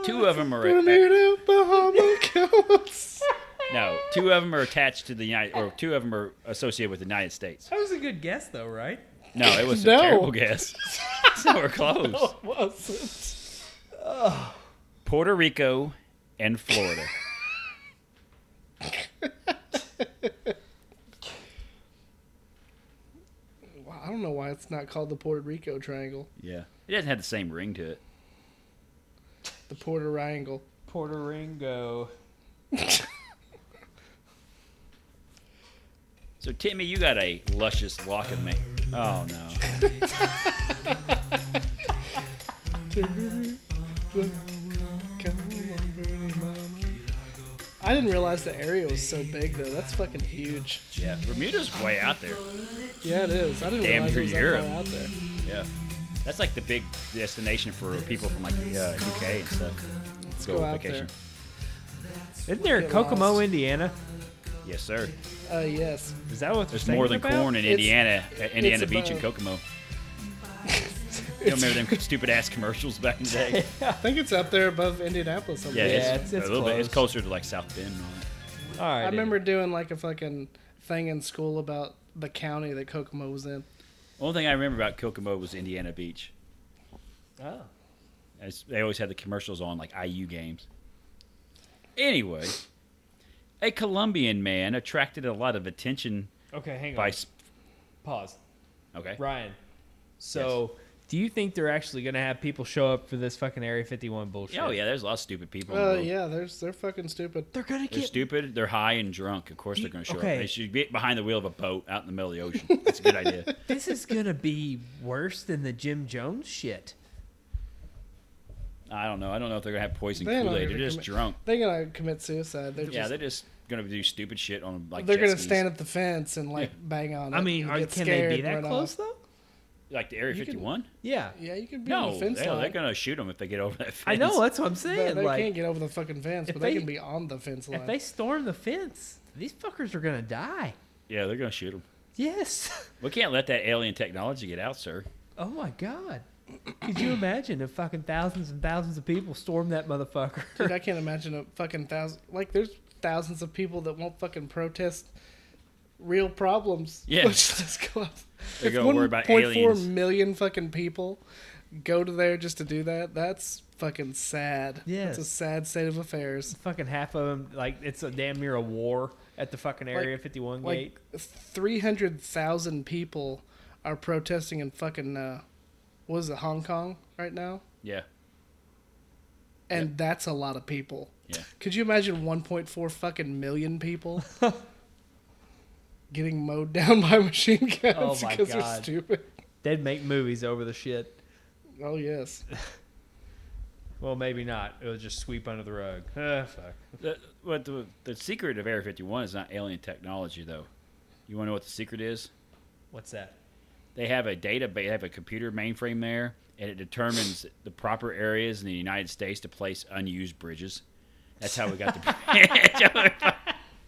Speaker 3: Two of them are
Speaker 2: Bermuda, Bahama, Coast.
Speaker 3: no. Two of them are attached to the United, or two of them are associated with the United States.
Speaker 1: That was a good guess, though, right?
Speaker 3: No, it was
Speaker 2: No.
Speaker 3: a terrible guess. so we're close. Puerto Rico and Florida.
Speaker 2: Wow, I don't know why it's not called the Puerto Rico Triangle.
Speaker 3: yeah, it doesn't have the same ring to it.
Speaker 2: The Puerto Triangle.
Speaker 1: Puerto Rico.
Speaker 3: So Timmy, you got a luscious lock of me. Oh no.
Speaker 2: I didn't realize the area was so big though. That's fucking huge.
Speaker 3: Yeah, Bermuda's way out there.
Speaker 2: Yeah, it is. I didn't
Speaker 3: Damn
Speaker 2: realize it
Speaker 3: near
Speaker 2: was that
Speaker 3: Europe.
Speaker 2: far out there.
Speaker 3: Yeah, that's like the big destination for people from like uh, UK and stuff. Let's
Speaker 2: go out
Speaker 1: Isn't there a
Speaker 2: Get
Speaker 1: Kokomo,
Speaker 2: lost.
Speaker 1: Indiana?
Speaker 3: Yes, sir.
Speaker 2: Uh, yes.
Speaker 1: Is that what
Speaker 3: There's
Speaker 1: they're
Speaker 3: more than
Speaker 1: singing about?
Speaker 3: corn in
Speaker 2: It's-
Speaker 3: Indiana, at Indiana
Speaker 2: it's
Speaker 3: Beach and
Speaker 2: above.
Speaker 3: Kokomo. you remember them stupid ass commercials back in the day?
Speaker 2: I think it's up there above Indianapolis. I
Speaker 3: Yeah,
Speaker 2: believe.
Speaker 1: Yeah,
Speaker 3: it's,
Speaker 1: it's- it's
Speaker 3: a little bit. It's
Speaker 1: close.
Speaker 3: closer to like South Bend. and all that.
Speaker 1: All right.
Speaker 2: I remember doing like a fucking thing in school about the county that Kokomo was in.
Speaker 3: Only thing I remember about Kokomo was Indiana Beach.
Speaker 1: Oh.
Speaker 3: As they always had the commercials on like IU games. Anyway, a Colombian man attracted a lot of attention
Speaker 1: Okay, hang on.
Speaker 3: by. Sp-
Speaker 1: Pause.
Speaker 3: okay.
Speaker 1: Ryan. So, do you think they're actually going to have people show up for this fucking Area 51 bullshit?
Speaker 3: Oh yeah, there's a lot of stupid people. in the
Speaker 2: Oh
Speaker 3: world.
Speaker 2: yeah, they're they're fucking stupid.
Speaker 1: They're going to
Speaker 3: They're
Speaker 1: get.
Speaker 3: stupid. They're high and drunk. Of course, they're
Speaker 1: You-
Speaker 3: going to show
Speaker 1: okay.
Speaker 3: up. They should be behind the wheel of a boat out in the middle of the ocean. That's a good idea.
Speaker 1: this is going to be worse than the Jim Jones shit.
Speaker 3: I don't know. I don't know if they're going to have poison
Speaker 2: They don't
Speaker 3: Kool Aid.
Speaker 2: even
Speaker 3: They're just
Speaker 2: commit-
Speaker 3: drunk.
Speaker 2: They're gonna commit suicide. They're
Speaker 3: Yeah,
Speaker 2: just,
Speaker 3: they're just going to do stupid shit on like.
Speaker 2: they're
Speaker 3: jet
Speaker 2: gonna
Speaker 3: skis.
Speaker 2: stand at the fence and like bang on.
Speaker 1: I
Speaker 2: it
Speaker 1: mean,
Speaker 2: and
Speaker 1: are,
Speaker 2: get
Speaker 1: can
Speaker 2: scared
Speaker 1: they be
Speaker 2: and
Speaker 1: that
Speaker 2: run
Speaker 1: close,
Speaker 2: off.
Speaker 1: though?
Speaker 3: like the Area
Speaker 2: You can-
Speaker 3: 51.
Speaker 1: Yeah.
Speaker 2: Yeah, you could be on
Speaker 3: No,
Speaker 2: the fence
Speaker 3: hell,
Speaker 2: line.
Speaker 3: they're going to shoot them if they get over that fence.
Speaker 1: I know. That's what I'm
Speaker 2: They-
Speaker 1: saying.
Speaker 2: they
Speaker 1: like,
Speaker 2: can't get over the fucking fence,
Speaker 1: if
Speaker 2: but they,
Speaker 1: they-
Speaker 2: can be on the fence line.
Speaker 1: if they storm the fence, these fuckers are going to die.
Speaker 3: Yeah, they're going to shoot them.
Speaker 1: Yes.
Speaker 3: We can't let that alien technology get out, sir.
Speaker 1: Oh my god. Could you imagine if fucking thousands and thousands of people stormed that motherfucker?
Speaker 2: Dude, I can't imagine a fucking thousand. Like, there's thousands of people that won't fucking protest real problems.
Speaker 3: Yeah.
Speaker 2: Let's just go out.
Speaker 3: They're
Speaker 2: If
Speaker 3: gonna worry about
Speaker 2: 1.4
Speaker 3: aliens.
Speaker 2: million fucking people go to there just to do that. That's fucking sad.
Speaker 1: Yes.
Speaker 2: It's a sad state of affairs.
Speaker 1: fucking half of them, like it's a damn near a war at the fucking Area 51 gate.
Speaker 2: Like, 300,000 people are protesting in fucking, uh, what is it, Hong Kong right now?
Speaker 3: Yeah,
Speaker 2: And that's a lot of people.
Speaker 3: yeah.
Speaker 2: Could you imagine 1.4 fucking million people getting mowed down by machine guns
Speaker 1: Oh my
Speaker 2: because they're
Speaker 1: God.
Speaker 2: stupid?
Speaker 1: They'd make movies over the shit.
Speaker 2: Oh yes,
Speaker 1: Well, maybe not. It would just sweep under the rug. Ah, fuck.
Speaker 3: The, but the, the secret of Area 51 is not alien technology, though. You want to know what the secret is?
Speaker 1: What's that?
Speaker 3: They have a database, they have a computer mainframe there, and it determines the proper areas in the United States to place unused bridges. That's how we got the.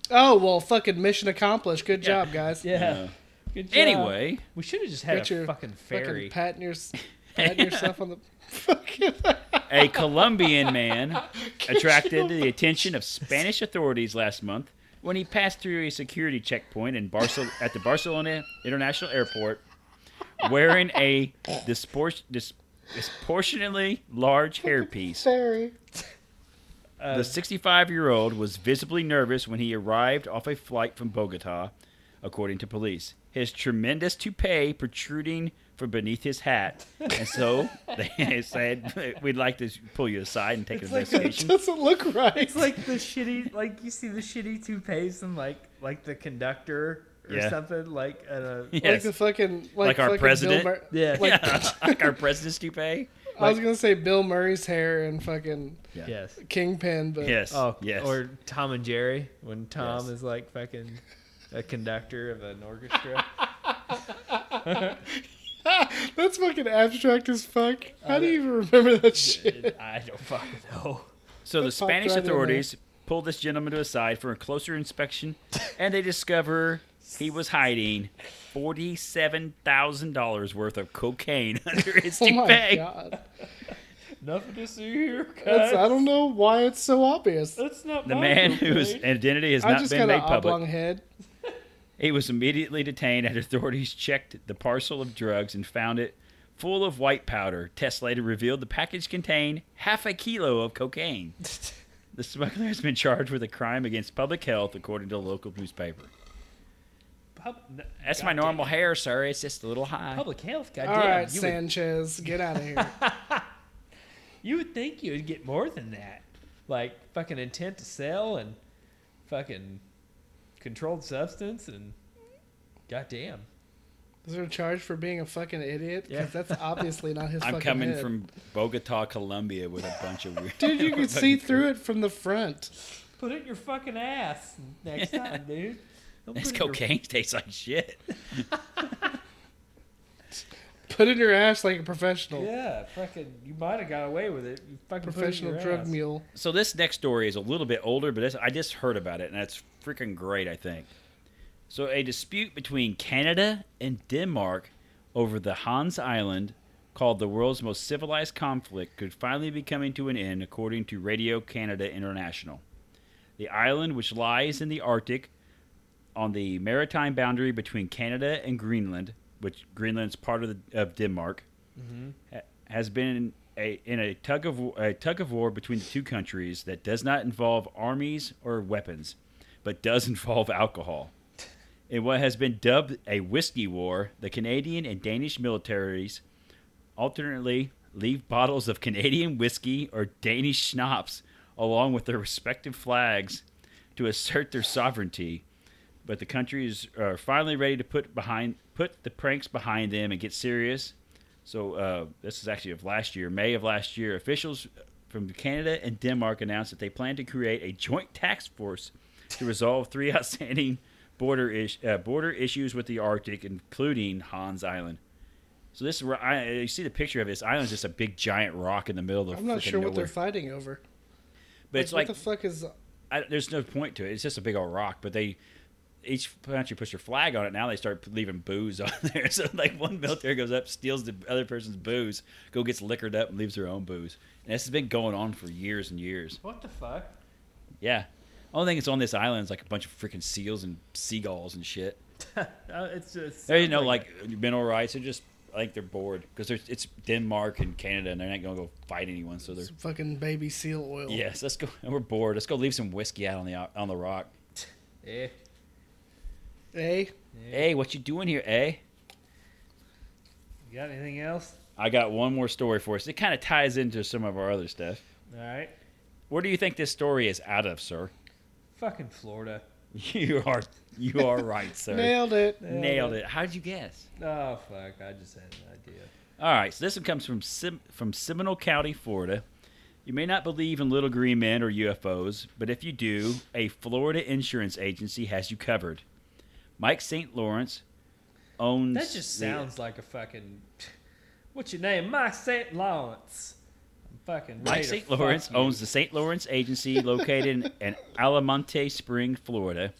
Speaker 2: Oh well, fucking mission accomplished. Good
Speaker 3: Yeah.
Speaker 2: job, guys.
Speaker 1: Yeah.
Speaker 3: Uh,
Speaker 1: Good job.
Speaker 3: anyway,
Speaker 1: we should have just had
Speaker 2: Got
Speaker 1: a fucking ferry.
Speaker 2: Fucking patting your, patting yourself on the fucking.
Speaker 3: a Colombian man attracted the attention of Spanish authorities last month when he passed through a security checkpoint in Barcel- at the Barcelona International Airport wearing a dispor- dis- disproportionately large hairpiece.
Speaker 2: Sorry.
Speaker 3: The 65 year old was visibly nervous when he arrived off a flight from Bogota, according to police. His tremendous toupee protruding from beneath his hat, and so they said, "We'd like to pull you aside and take an
Speaker 2: It
Speaker 3: investigation."
Speaker 2: doesn't look right.
Speaker 1: it's like the shitty, like you see the shitty toupees and like like the conductor or
Speaker 3: Yeah.
Speaker 1: something like at a.
Speaker 2: Like
Speaker 3: yes,
Speaker 2: the
Speaker 3: like,
Speaker 2: fucking like,
Speaker 3: Like our
Speaker 2: fucking
Speaker 3: president?
Speaker 2: Bill Mur-
Speaker 1: Yeah.
Speaker 2: like-
Speaker 3: our president's toupee.
Speaker 2: I was gonna say Bill Murray's hair and fucking
Speaker 3: Yeah.
Speaker 1: Yes.
Speaker 2: Kingpin, but
Speaker 3: Yes.
Speaker 1: Oh,
Speaker 3: yes.
Speaker 1: Or Tom and Jerry when Tom
Speaker 3: Yes.
Speaker 1: is like fucking a conductor of an orchestra.
Speaker 2: that's fucking abstract as fuck. How do you even remember that shit?
Speaker 1: I don't fucking know.
Speaker 3: So the
Speaker 2: popped
Speaker 3: Spanish
Speaker 2: right in there.
Speaker 3: authorities pull this gentleman to a side for a closer inspection, and they discover he was hiding forty-seven thousand dollars worth of cocaine under his
Speaker 2: Oh my
Speaker 3: toupee.
Speaker 2: god.
Speaker 5: Nothing to see here, guys.
Speaker 2: That's,
Speaker 3: Uh,
Speaker 2: I don't know why it's so obvious.
Speaker 5: That's not
Speaker 3: The
Speaker 5: my
Speaker 3: man whose
Speaker 5: complaint.
Speaker 3: identity has
Speaker 2: I
Speaker 3: not
Speaker 2: just
Speaker 3: been
Speaker 2: got an
Speaker 3: made public.
Speaker 2: oblong head.
Speaker 3: He was immediately detained and authorities checked the parcel of drugs and found it full of white powder. Tests later revealed the package contained half a kilo of cocaine. the smuggler has been charged with a crime against public health, according to a local newspaper.
Speaker 5: Pub- n-
Speaker 3: That's my
Speaker 5: goddamn-
Speaker 3: normal hair, sir. It's just a little high.
Speaker 5: public health.
Speaker 2: All
Speaker 5: Goddamn,
Speaker 2: right,
Speaker 5: you, would,
Speaker 2: Sanchez, get out of here.
Speaker 1: You would think you would get more than that. Like fucking intent to sell and fucking controlled substance and goddamn.
Speaker 2: Is there a charge for being a fucking idiot?
Speaker 3: Yeah.
Speaker 2: Because that's obviously not his
Speaker 3: I'm
Speaker 2: fucking
Speaker 3: coming
Speaker 2: head.
Speaker 3: from Bogota, Colombia, with a bunch of weird.
Speaker 2: Dude, you can see through it from the front.
Speaker 1: Put it in your fucking ass next time, dude. Don't put
Speaker 3: This
Speaker 1: it in your-
Speaker 3: cocaine tastes like shit.
Speaker 2: Put it in your ass like a professional.
Speaker 1: Yeah, fucking. You might have got away with it. You fucking
Speaker 2: Professional
Speaker 1: put it in your
Speaker 2: drug
Speaker 1: ass.
Speaker 2: mule.
Speaker 3: So this next story is a little bit older, but it's, I just heard about it, and that's freaking great. I think. So a dispute between Canada and Denmark over the Hans Island, called the world's most civilized conflict, could finally be coming to an end, according to Radio Canada International. The island, which lies in the Arctic, on the maritime boundary between Canada and Greenland, which Greenland's part of, the, of Denmark, ha- has been in a, in a tug of wa- a tug of war between the two countries that does not involve armies or weapons, but does involve alcohol. In what has been dubbed a whiskey war, the Canadian and Danish militaries alternately leave bottles of Canadian whiskey or Danish schnapps along with their respective flags to assert their sovereignty. But the countries are finally ready to put behind put the pranks behind them and get serious. So uh, this is actually of last year, May of last year. Officials from Canada and Denmark announced that they plan to create a joint task force to resolve three outstanding border is- uh, border issues with the Arctic, including Hans Island. So this is where I, you see the picture of this island is just a big giant rock in the middle of
Speaker 2: I'm not
Speaker 3: freaking
Speaker 2: sure what
Speaker 3: nowhere.
Speaker 2: they're fighting over.
Speaker 3: but it's like
Speaker 2: what the fuck is?
Speaker 3: I, there's no point to it. It's just a big old rock. But they each country puts their flag on it. Now they start leaving booze on there. So like one military goes up, steals the other person's booze, go gets liquored up, and leaves their own booze. And this has been going on for years and years.
Speaker 1: What the fuck?
Speaker 3: Yeah. Only thing that's on this island is like a bunch of freaking seals and seagulls and shit.
Speaker 1: Uh, it's just.
Speaker 3: There you know, like mineral rights. They're just I think they're bored because it's Denmark and Canada, and they're not gonna go fight anyone. So they're
Speaker 2: It's fucking baby seal oil.
Speaker 3: yes, let's go. And we're bored. Let's go leave some whiskey out on the on the rock.
Speaker 1: Eh.
Speaker 2: Eh?
Speaker 3: Hey, what you doing here, eh?
Speaker 1: You got anything else?
Speaker 3: I got one more story for us. It kind of ties into some of our other stuff.
Speaker 1: All right.
Speaker 3: Where do you think this story is out of, sir?
Speaker 1: Fucking Florida.
Speaker 3: You are you are right, sir.
Speaker 2: Nailed it.
Speaker 3: Nailed it. How'd you guess?
Speaker 1: Oh fuck! I just had an idea.
Speaker 3: All right, so this one comes from Sem- from Seminole County, Florida. You may not believe in little green men or UFOs, but if you do, a Florida insurance agency has you covered. Mike St. Lawrence owns
Speaker 1: That just
Speaker 3: the-
Speaker 1: sounds like a fucking. What's your name? Mike St. Lawrence. I'm fucking.
Speaker 3: Mike
Speaker 1: ready to
Speaker 3: St.
Speaker 1: fuck
Speaker 3: Lawrence
Speaker 1: you.
Speaker 3: owns the St. Lawrence Agency located in, in Alamonte Spring, Florida.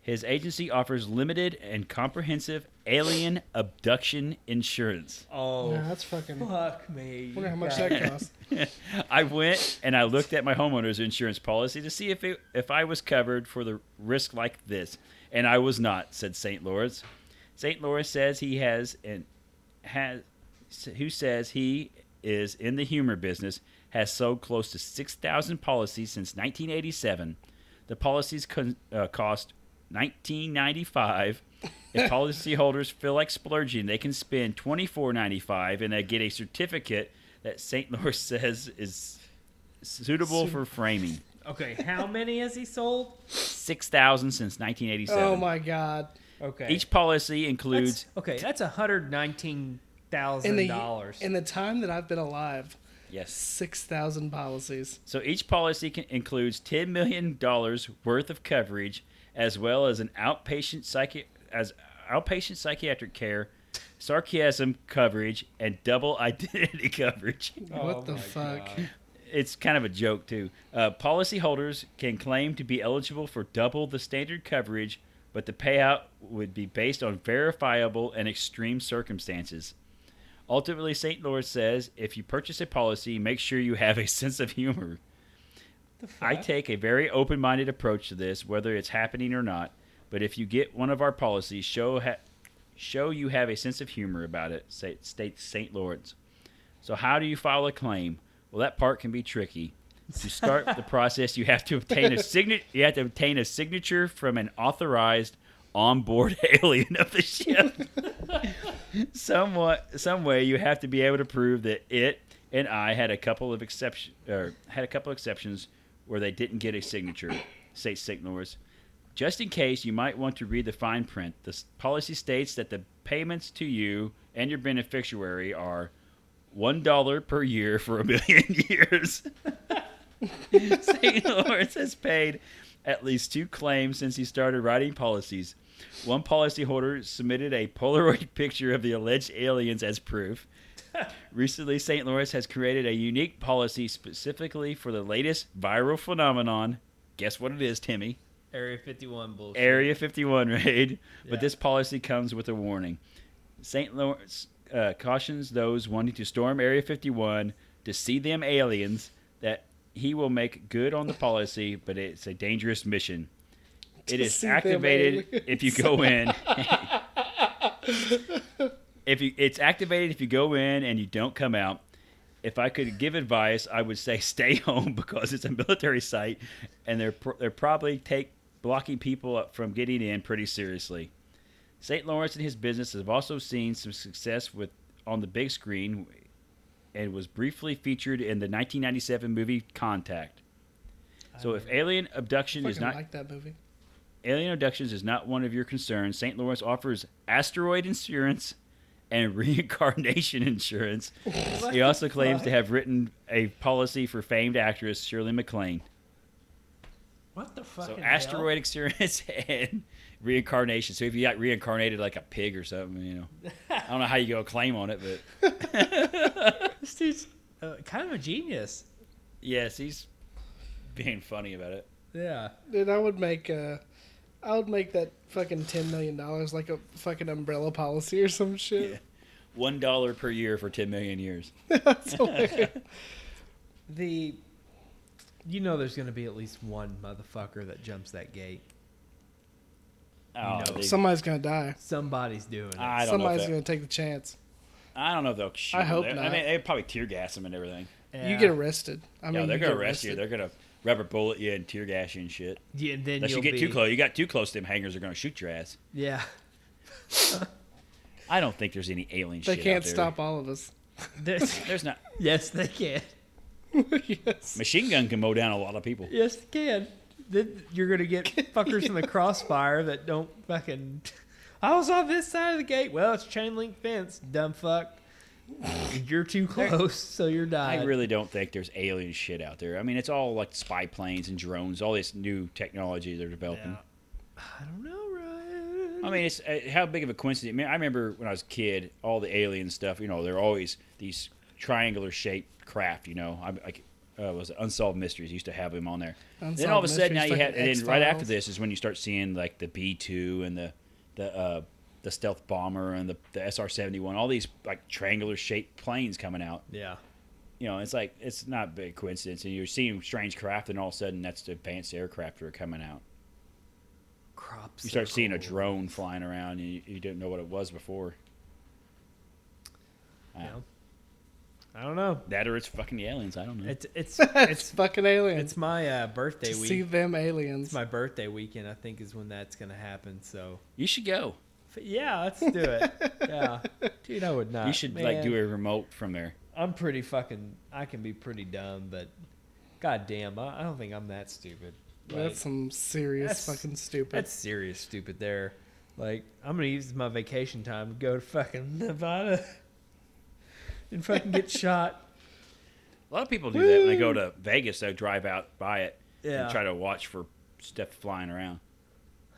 Speaker 3: His agency offers limited and comprehensive alien abduction insurance.
Speaker 1: Oh,
Speaker 2: Nah, that's fucking.
Speaker 1: fuck me.
Speaker 2: wonder how much
Speaker 1: you
Speaker 2: that costs.
Speaker 3: I went and I looked at my homeowner's insurance policy to see if it, if I was covered for the risk like this, and I was not," said St. Lawrence. St. Lawrence says he has and has who says he is in the humor business has sold close to six thousand policies since 1987. The policies con, uh, cost 1995. If policyholders feel like splurging, they can spend 24.95 and they get a certificate that St. Louis says is suitable for framing.
Speaker 1: Okay, how many has he sold?
Speaker 3: 6,000 since 1987.
Speaker 2: Oh my god.
Speaker 1: Okay,
Speaker 3: Each policy includes
Speaker 1: that's, okay, that's one hundred nineteen
Speaker 2: In
Speaker 1: thousand
Speaker 2: the
Speaker 1: dollars.
Speaker 2: in the time that I've been alive,
Speaker 3: yes.
Speaker 2: six thousand policies.
Speaker 3: So each policy can, includes ten million dollars worth of coverage, as well as an outpatient psychi- as outpatient psychiatric care, sarcasm coverage, and double identity coverage.
Speaker 2: what the fuck?
Speaker 3: It's kind of a joke too. Uh, policyholders can claim to be eligible for double the standard coverage, but the payout would be based on verifiable and extreme circumstances. Ultimately, St. Louis says if you purchase a policy, make sure you have a sense of humor. I take a very open minded approach to this, whether it's happening or not. But if you get one of our policies, show, ha- show you have a sense of humor about it, sa- states St. Lawrence. So, how do you file a claim? Well, that part can be tricky. To start the process, you have to obtain a signature. You have to obtain a signature from an authorized onboard alien of the ship. Somewhat, some way, you have to be able to prove that it and I had a couple of exception or had a couple exceptions where they didn't get a signature. States St. Louis. Just in case, you might want to read the fine print. The s- policy states that the payments to you and your beneficiary are one dollar per year for a million years. St. Lawrence has paid at least two claims since he started writing policies. One policyholder submitted a Polaroid picture of the alleged aliens as proof. Recently, St. Lawrence has created a unique policy specifically for the latest viral phenomenon. Guess what it is, Timmy?
Speaker 1: Area 51 bullshit.
Speaker 3: Area 51 raid,
Speaker 1: Yeah.
Speaker 3: but this policy comes with a warning. St. Lawrence uh, cautions those wanting to storm Area 51 to see them aliens that he will make good on the policy, but it's a dangerous mission. It
Speaker 2: To
Speaker 3: is
Speaker 2: see them
Speaker 3: activated if you go in. if you, it's activated if you go in and you don't come out. If I could give advice, I would say stay home because it's a military site, and they're pr- they're probably take blocking people up from getting in pretty seriously. St. Lawrence and his business have also seen some success with on the big screen, and was briefly featured in the 1997 movie Contact. So if alien abduction
Speaker 2: Fucking
Speaker 3: is not
Speaker 2: like that movie.
Speaker 3: Alien abductions is not one of your concerns. St. Lawrence offers asteroid insurance and reincarnation insurance. he also claims to have written a policy for famed actress Shirley MacLaine.
Speaker 5: What the fuck?
Speaker 3: So asteroid insurance and reincarnation. So if you got reincarnated like a pig or something, you know, I don't know how you go claim on it, but
Speaker 1: This dude's uh, kind of a genius.
Speaker 3: yes, he's being funny about it.
Speaker 1: Yeah.
Speaker 2: Dude, I would make uh, I would make that fucking ten million dollars like a fucking umbrella policy or some shit.
Speaker 3: Yeah. One dollar per year for ten million years.
Speaker 2: That's hilarious.
Speaker 1: The. You know there's going to be at least one motherfucker that jumps that gate.
Speaker 3: Oh,
Speaker 1: No.
Speaker 3: they-
Speaker 2: Somebody's gonna die.
Speaker 1: Somebody's doing it.
Speaker 3: I don't know. If
Speaker 2: Somebody's
Speaker 3: that-
Speaker 2: gonna take the chance.
Speaker 3: I don't know if they'll shoot.
Speaker 2: I
Speaker 3: him.
Speaker 2: hope
Speaker 3: They- I
Speaker 2: not.
Speaker 3: mean, they probably tear gas him and everything.
Speaker 2: You
Speaker 1: Yeah.
Speaker 2: get arrested. I mean,
Speaker 3: no, they're
Speaker 2: you
Speaker 3: gonna
Speaker 2: get
Speaker 3: arrest you. They're
Speaker 2: arrested.
Speaker 3: gonna rubber bullet you and tear gas you and shit.
Speaker 1: Yeah, and then
Speaker 3: Unless you
Speaker 1: you'll
Speaker 3: get
Speaker 1: be,
Speaker 3: too close, you got too close. Them hangers are gonna shoot your ass.
Speaker 1: Yeah.
Speaker 3: I don't think there's any alien.
Speaker 2: They
Speaker 3: shit
Speaker 2: can't
Speaker 3: out there.
Speaker 2: stop all of us.
Speaker 1: There's-
Speaker 3: There's not.
Speaker 1: yes, they can.
Speaker 2: yes.
Speaker 3: Machine gun can mow down a lot of people.
Speaker 1: Yes, they can. Then you're gonna get fuckers in the crossfire that don't fucking. I was on this side of the gate. Well, it's chain link fence, dumb fuck. You're too close, so you're dying.
Speaker 3: I really don't think there's alien shit out there. I mean, it's all like spy planes and drones, all this new technology they're developing.
Speaker 1: I don't know, Ryan.
Speaker 3: I mean, it's uh, how big of a coincidence. I, mean, I remember when I was a kid, all the alien stuff. You know, they're always these triangular shaped craft. You know, I like uh, was it Unsolved Mysteries used to have them on there. then all of a
Speaker 2: Unsolved
Speaker 3: sudden, now you
Speaker 2: Mysteries,
Speaker 3: had.
Speaker 2: fucking
Speaker 3: And then right after
Speaker 2: X-Files.
Speaker 3: this is when you start seeing like the B two and the the uh, the stealth bomber and the the SR seventy one. All these like triangular shaped planes coming out.
Speaker 1: yeah.
Speaker 3: You know, it's like it's not a big coincidence. And you're seeing strange craft, and all of a sudden, that's the advanced aircraft that are coming out
Speaker 1: Crops.
Speaker 3: you start
Speaker 1: are
Speaker 3: seeing a
Speaker 1: cool.
Speaker 3: drone flying around and you, you didn't know what it was before. Uh,
Speaker 1: Yeah. I don't know.
Speaker 3: That or it's fucking aliens. I don't know.
Speaker 1: It's it's
Speaker 2: it's
Speaker 1: it's
Speaker 2: fucking aliens.
Speaker 1: it's my uh, birthday
Speaker 2: To
Speaker 1: week.
Speaker 2: see them aliens.
Speaker 1: It's my birthday weekend. I think is when that's gonna happen. So
Speaker 3: you should go.
Speaker 1: F- yeah, let's do it. yeah, dude, I would not.
Speaker 3: you should like
Speaker 1: man.
Speaker 3: do a remote from there.
Speaker 1: I'm pretty fucking. I can be pretty dumb, but goddamn, I, I don't think I'm that stupid. Like,
Speaker 2: That's some serious
Speaker 1: That's-
Speaker 2: fucking stupid.
Speaker 1: that's serious stupid there. Like I'm gonna use my vacation time to go to fucking Nevada and fucking get shot.
Speaker 3: A lot of people do that when they go to Vegas. They'll drive out by it
Speaker 1: Yeah.
Speaker 3: and try to watch for stuff flying around.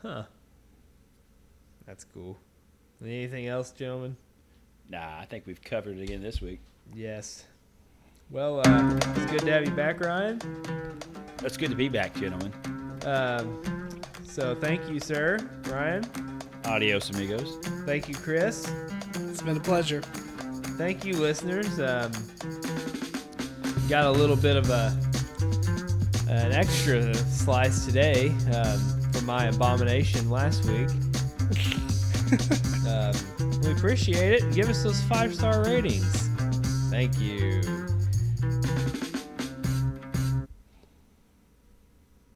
Speaker 1: Huh. That's cool. Anything else, gentlemen?
Speaker 3: Nah, I think we've covered it again this week.
Speaker 1: Yes. Well, uh, it's good to have you back, Ryan.
Speaker 3: That's good to be back, gentlemen.
Speaker 1: Um, so thank you, sir, Ryan.
Speaker 3: Adios, amigos.
Speaker 1: Thank you, Chris.
Speaker 2: it's been a pleasure.
Speaker 1: thank you, listeners. Um, got a little bit of a an extra slice today um, for my abomination last week. um, we appreciate it. Give us those five star ratings. Thank you.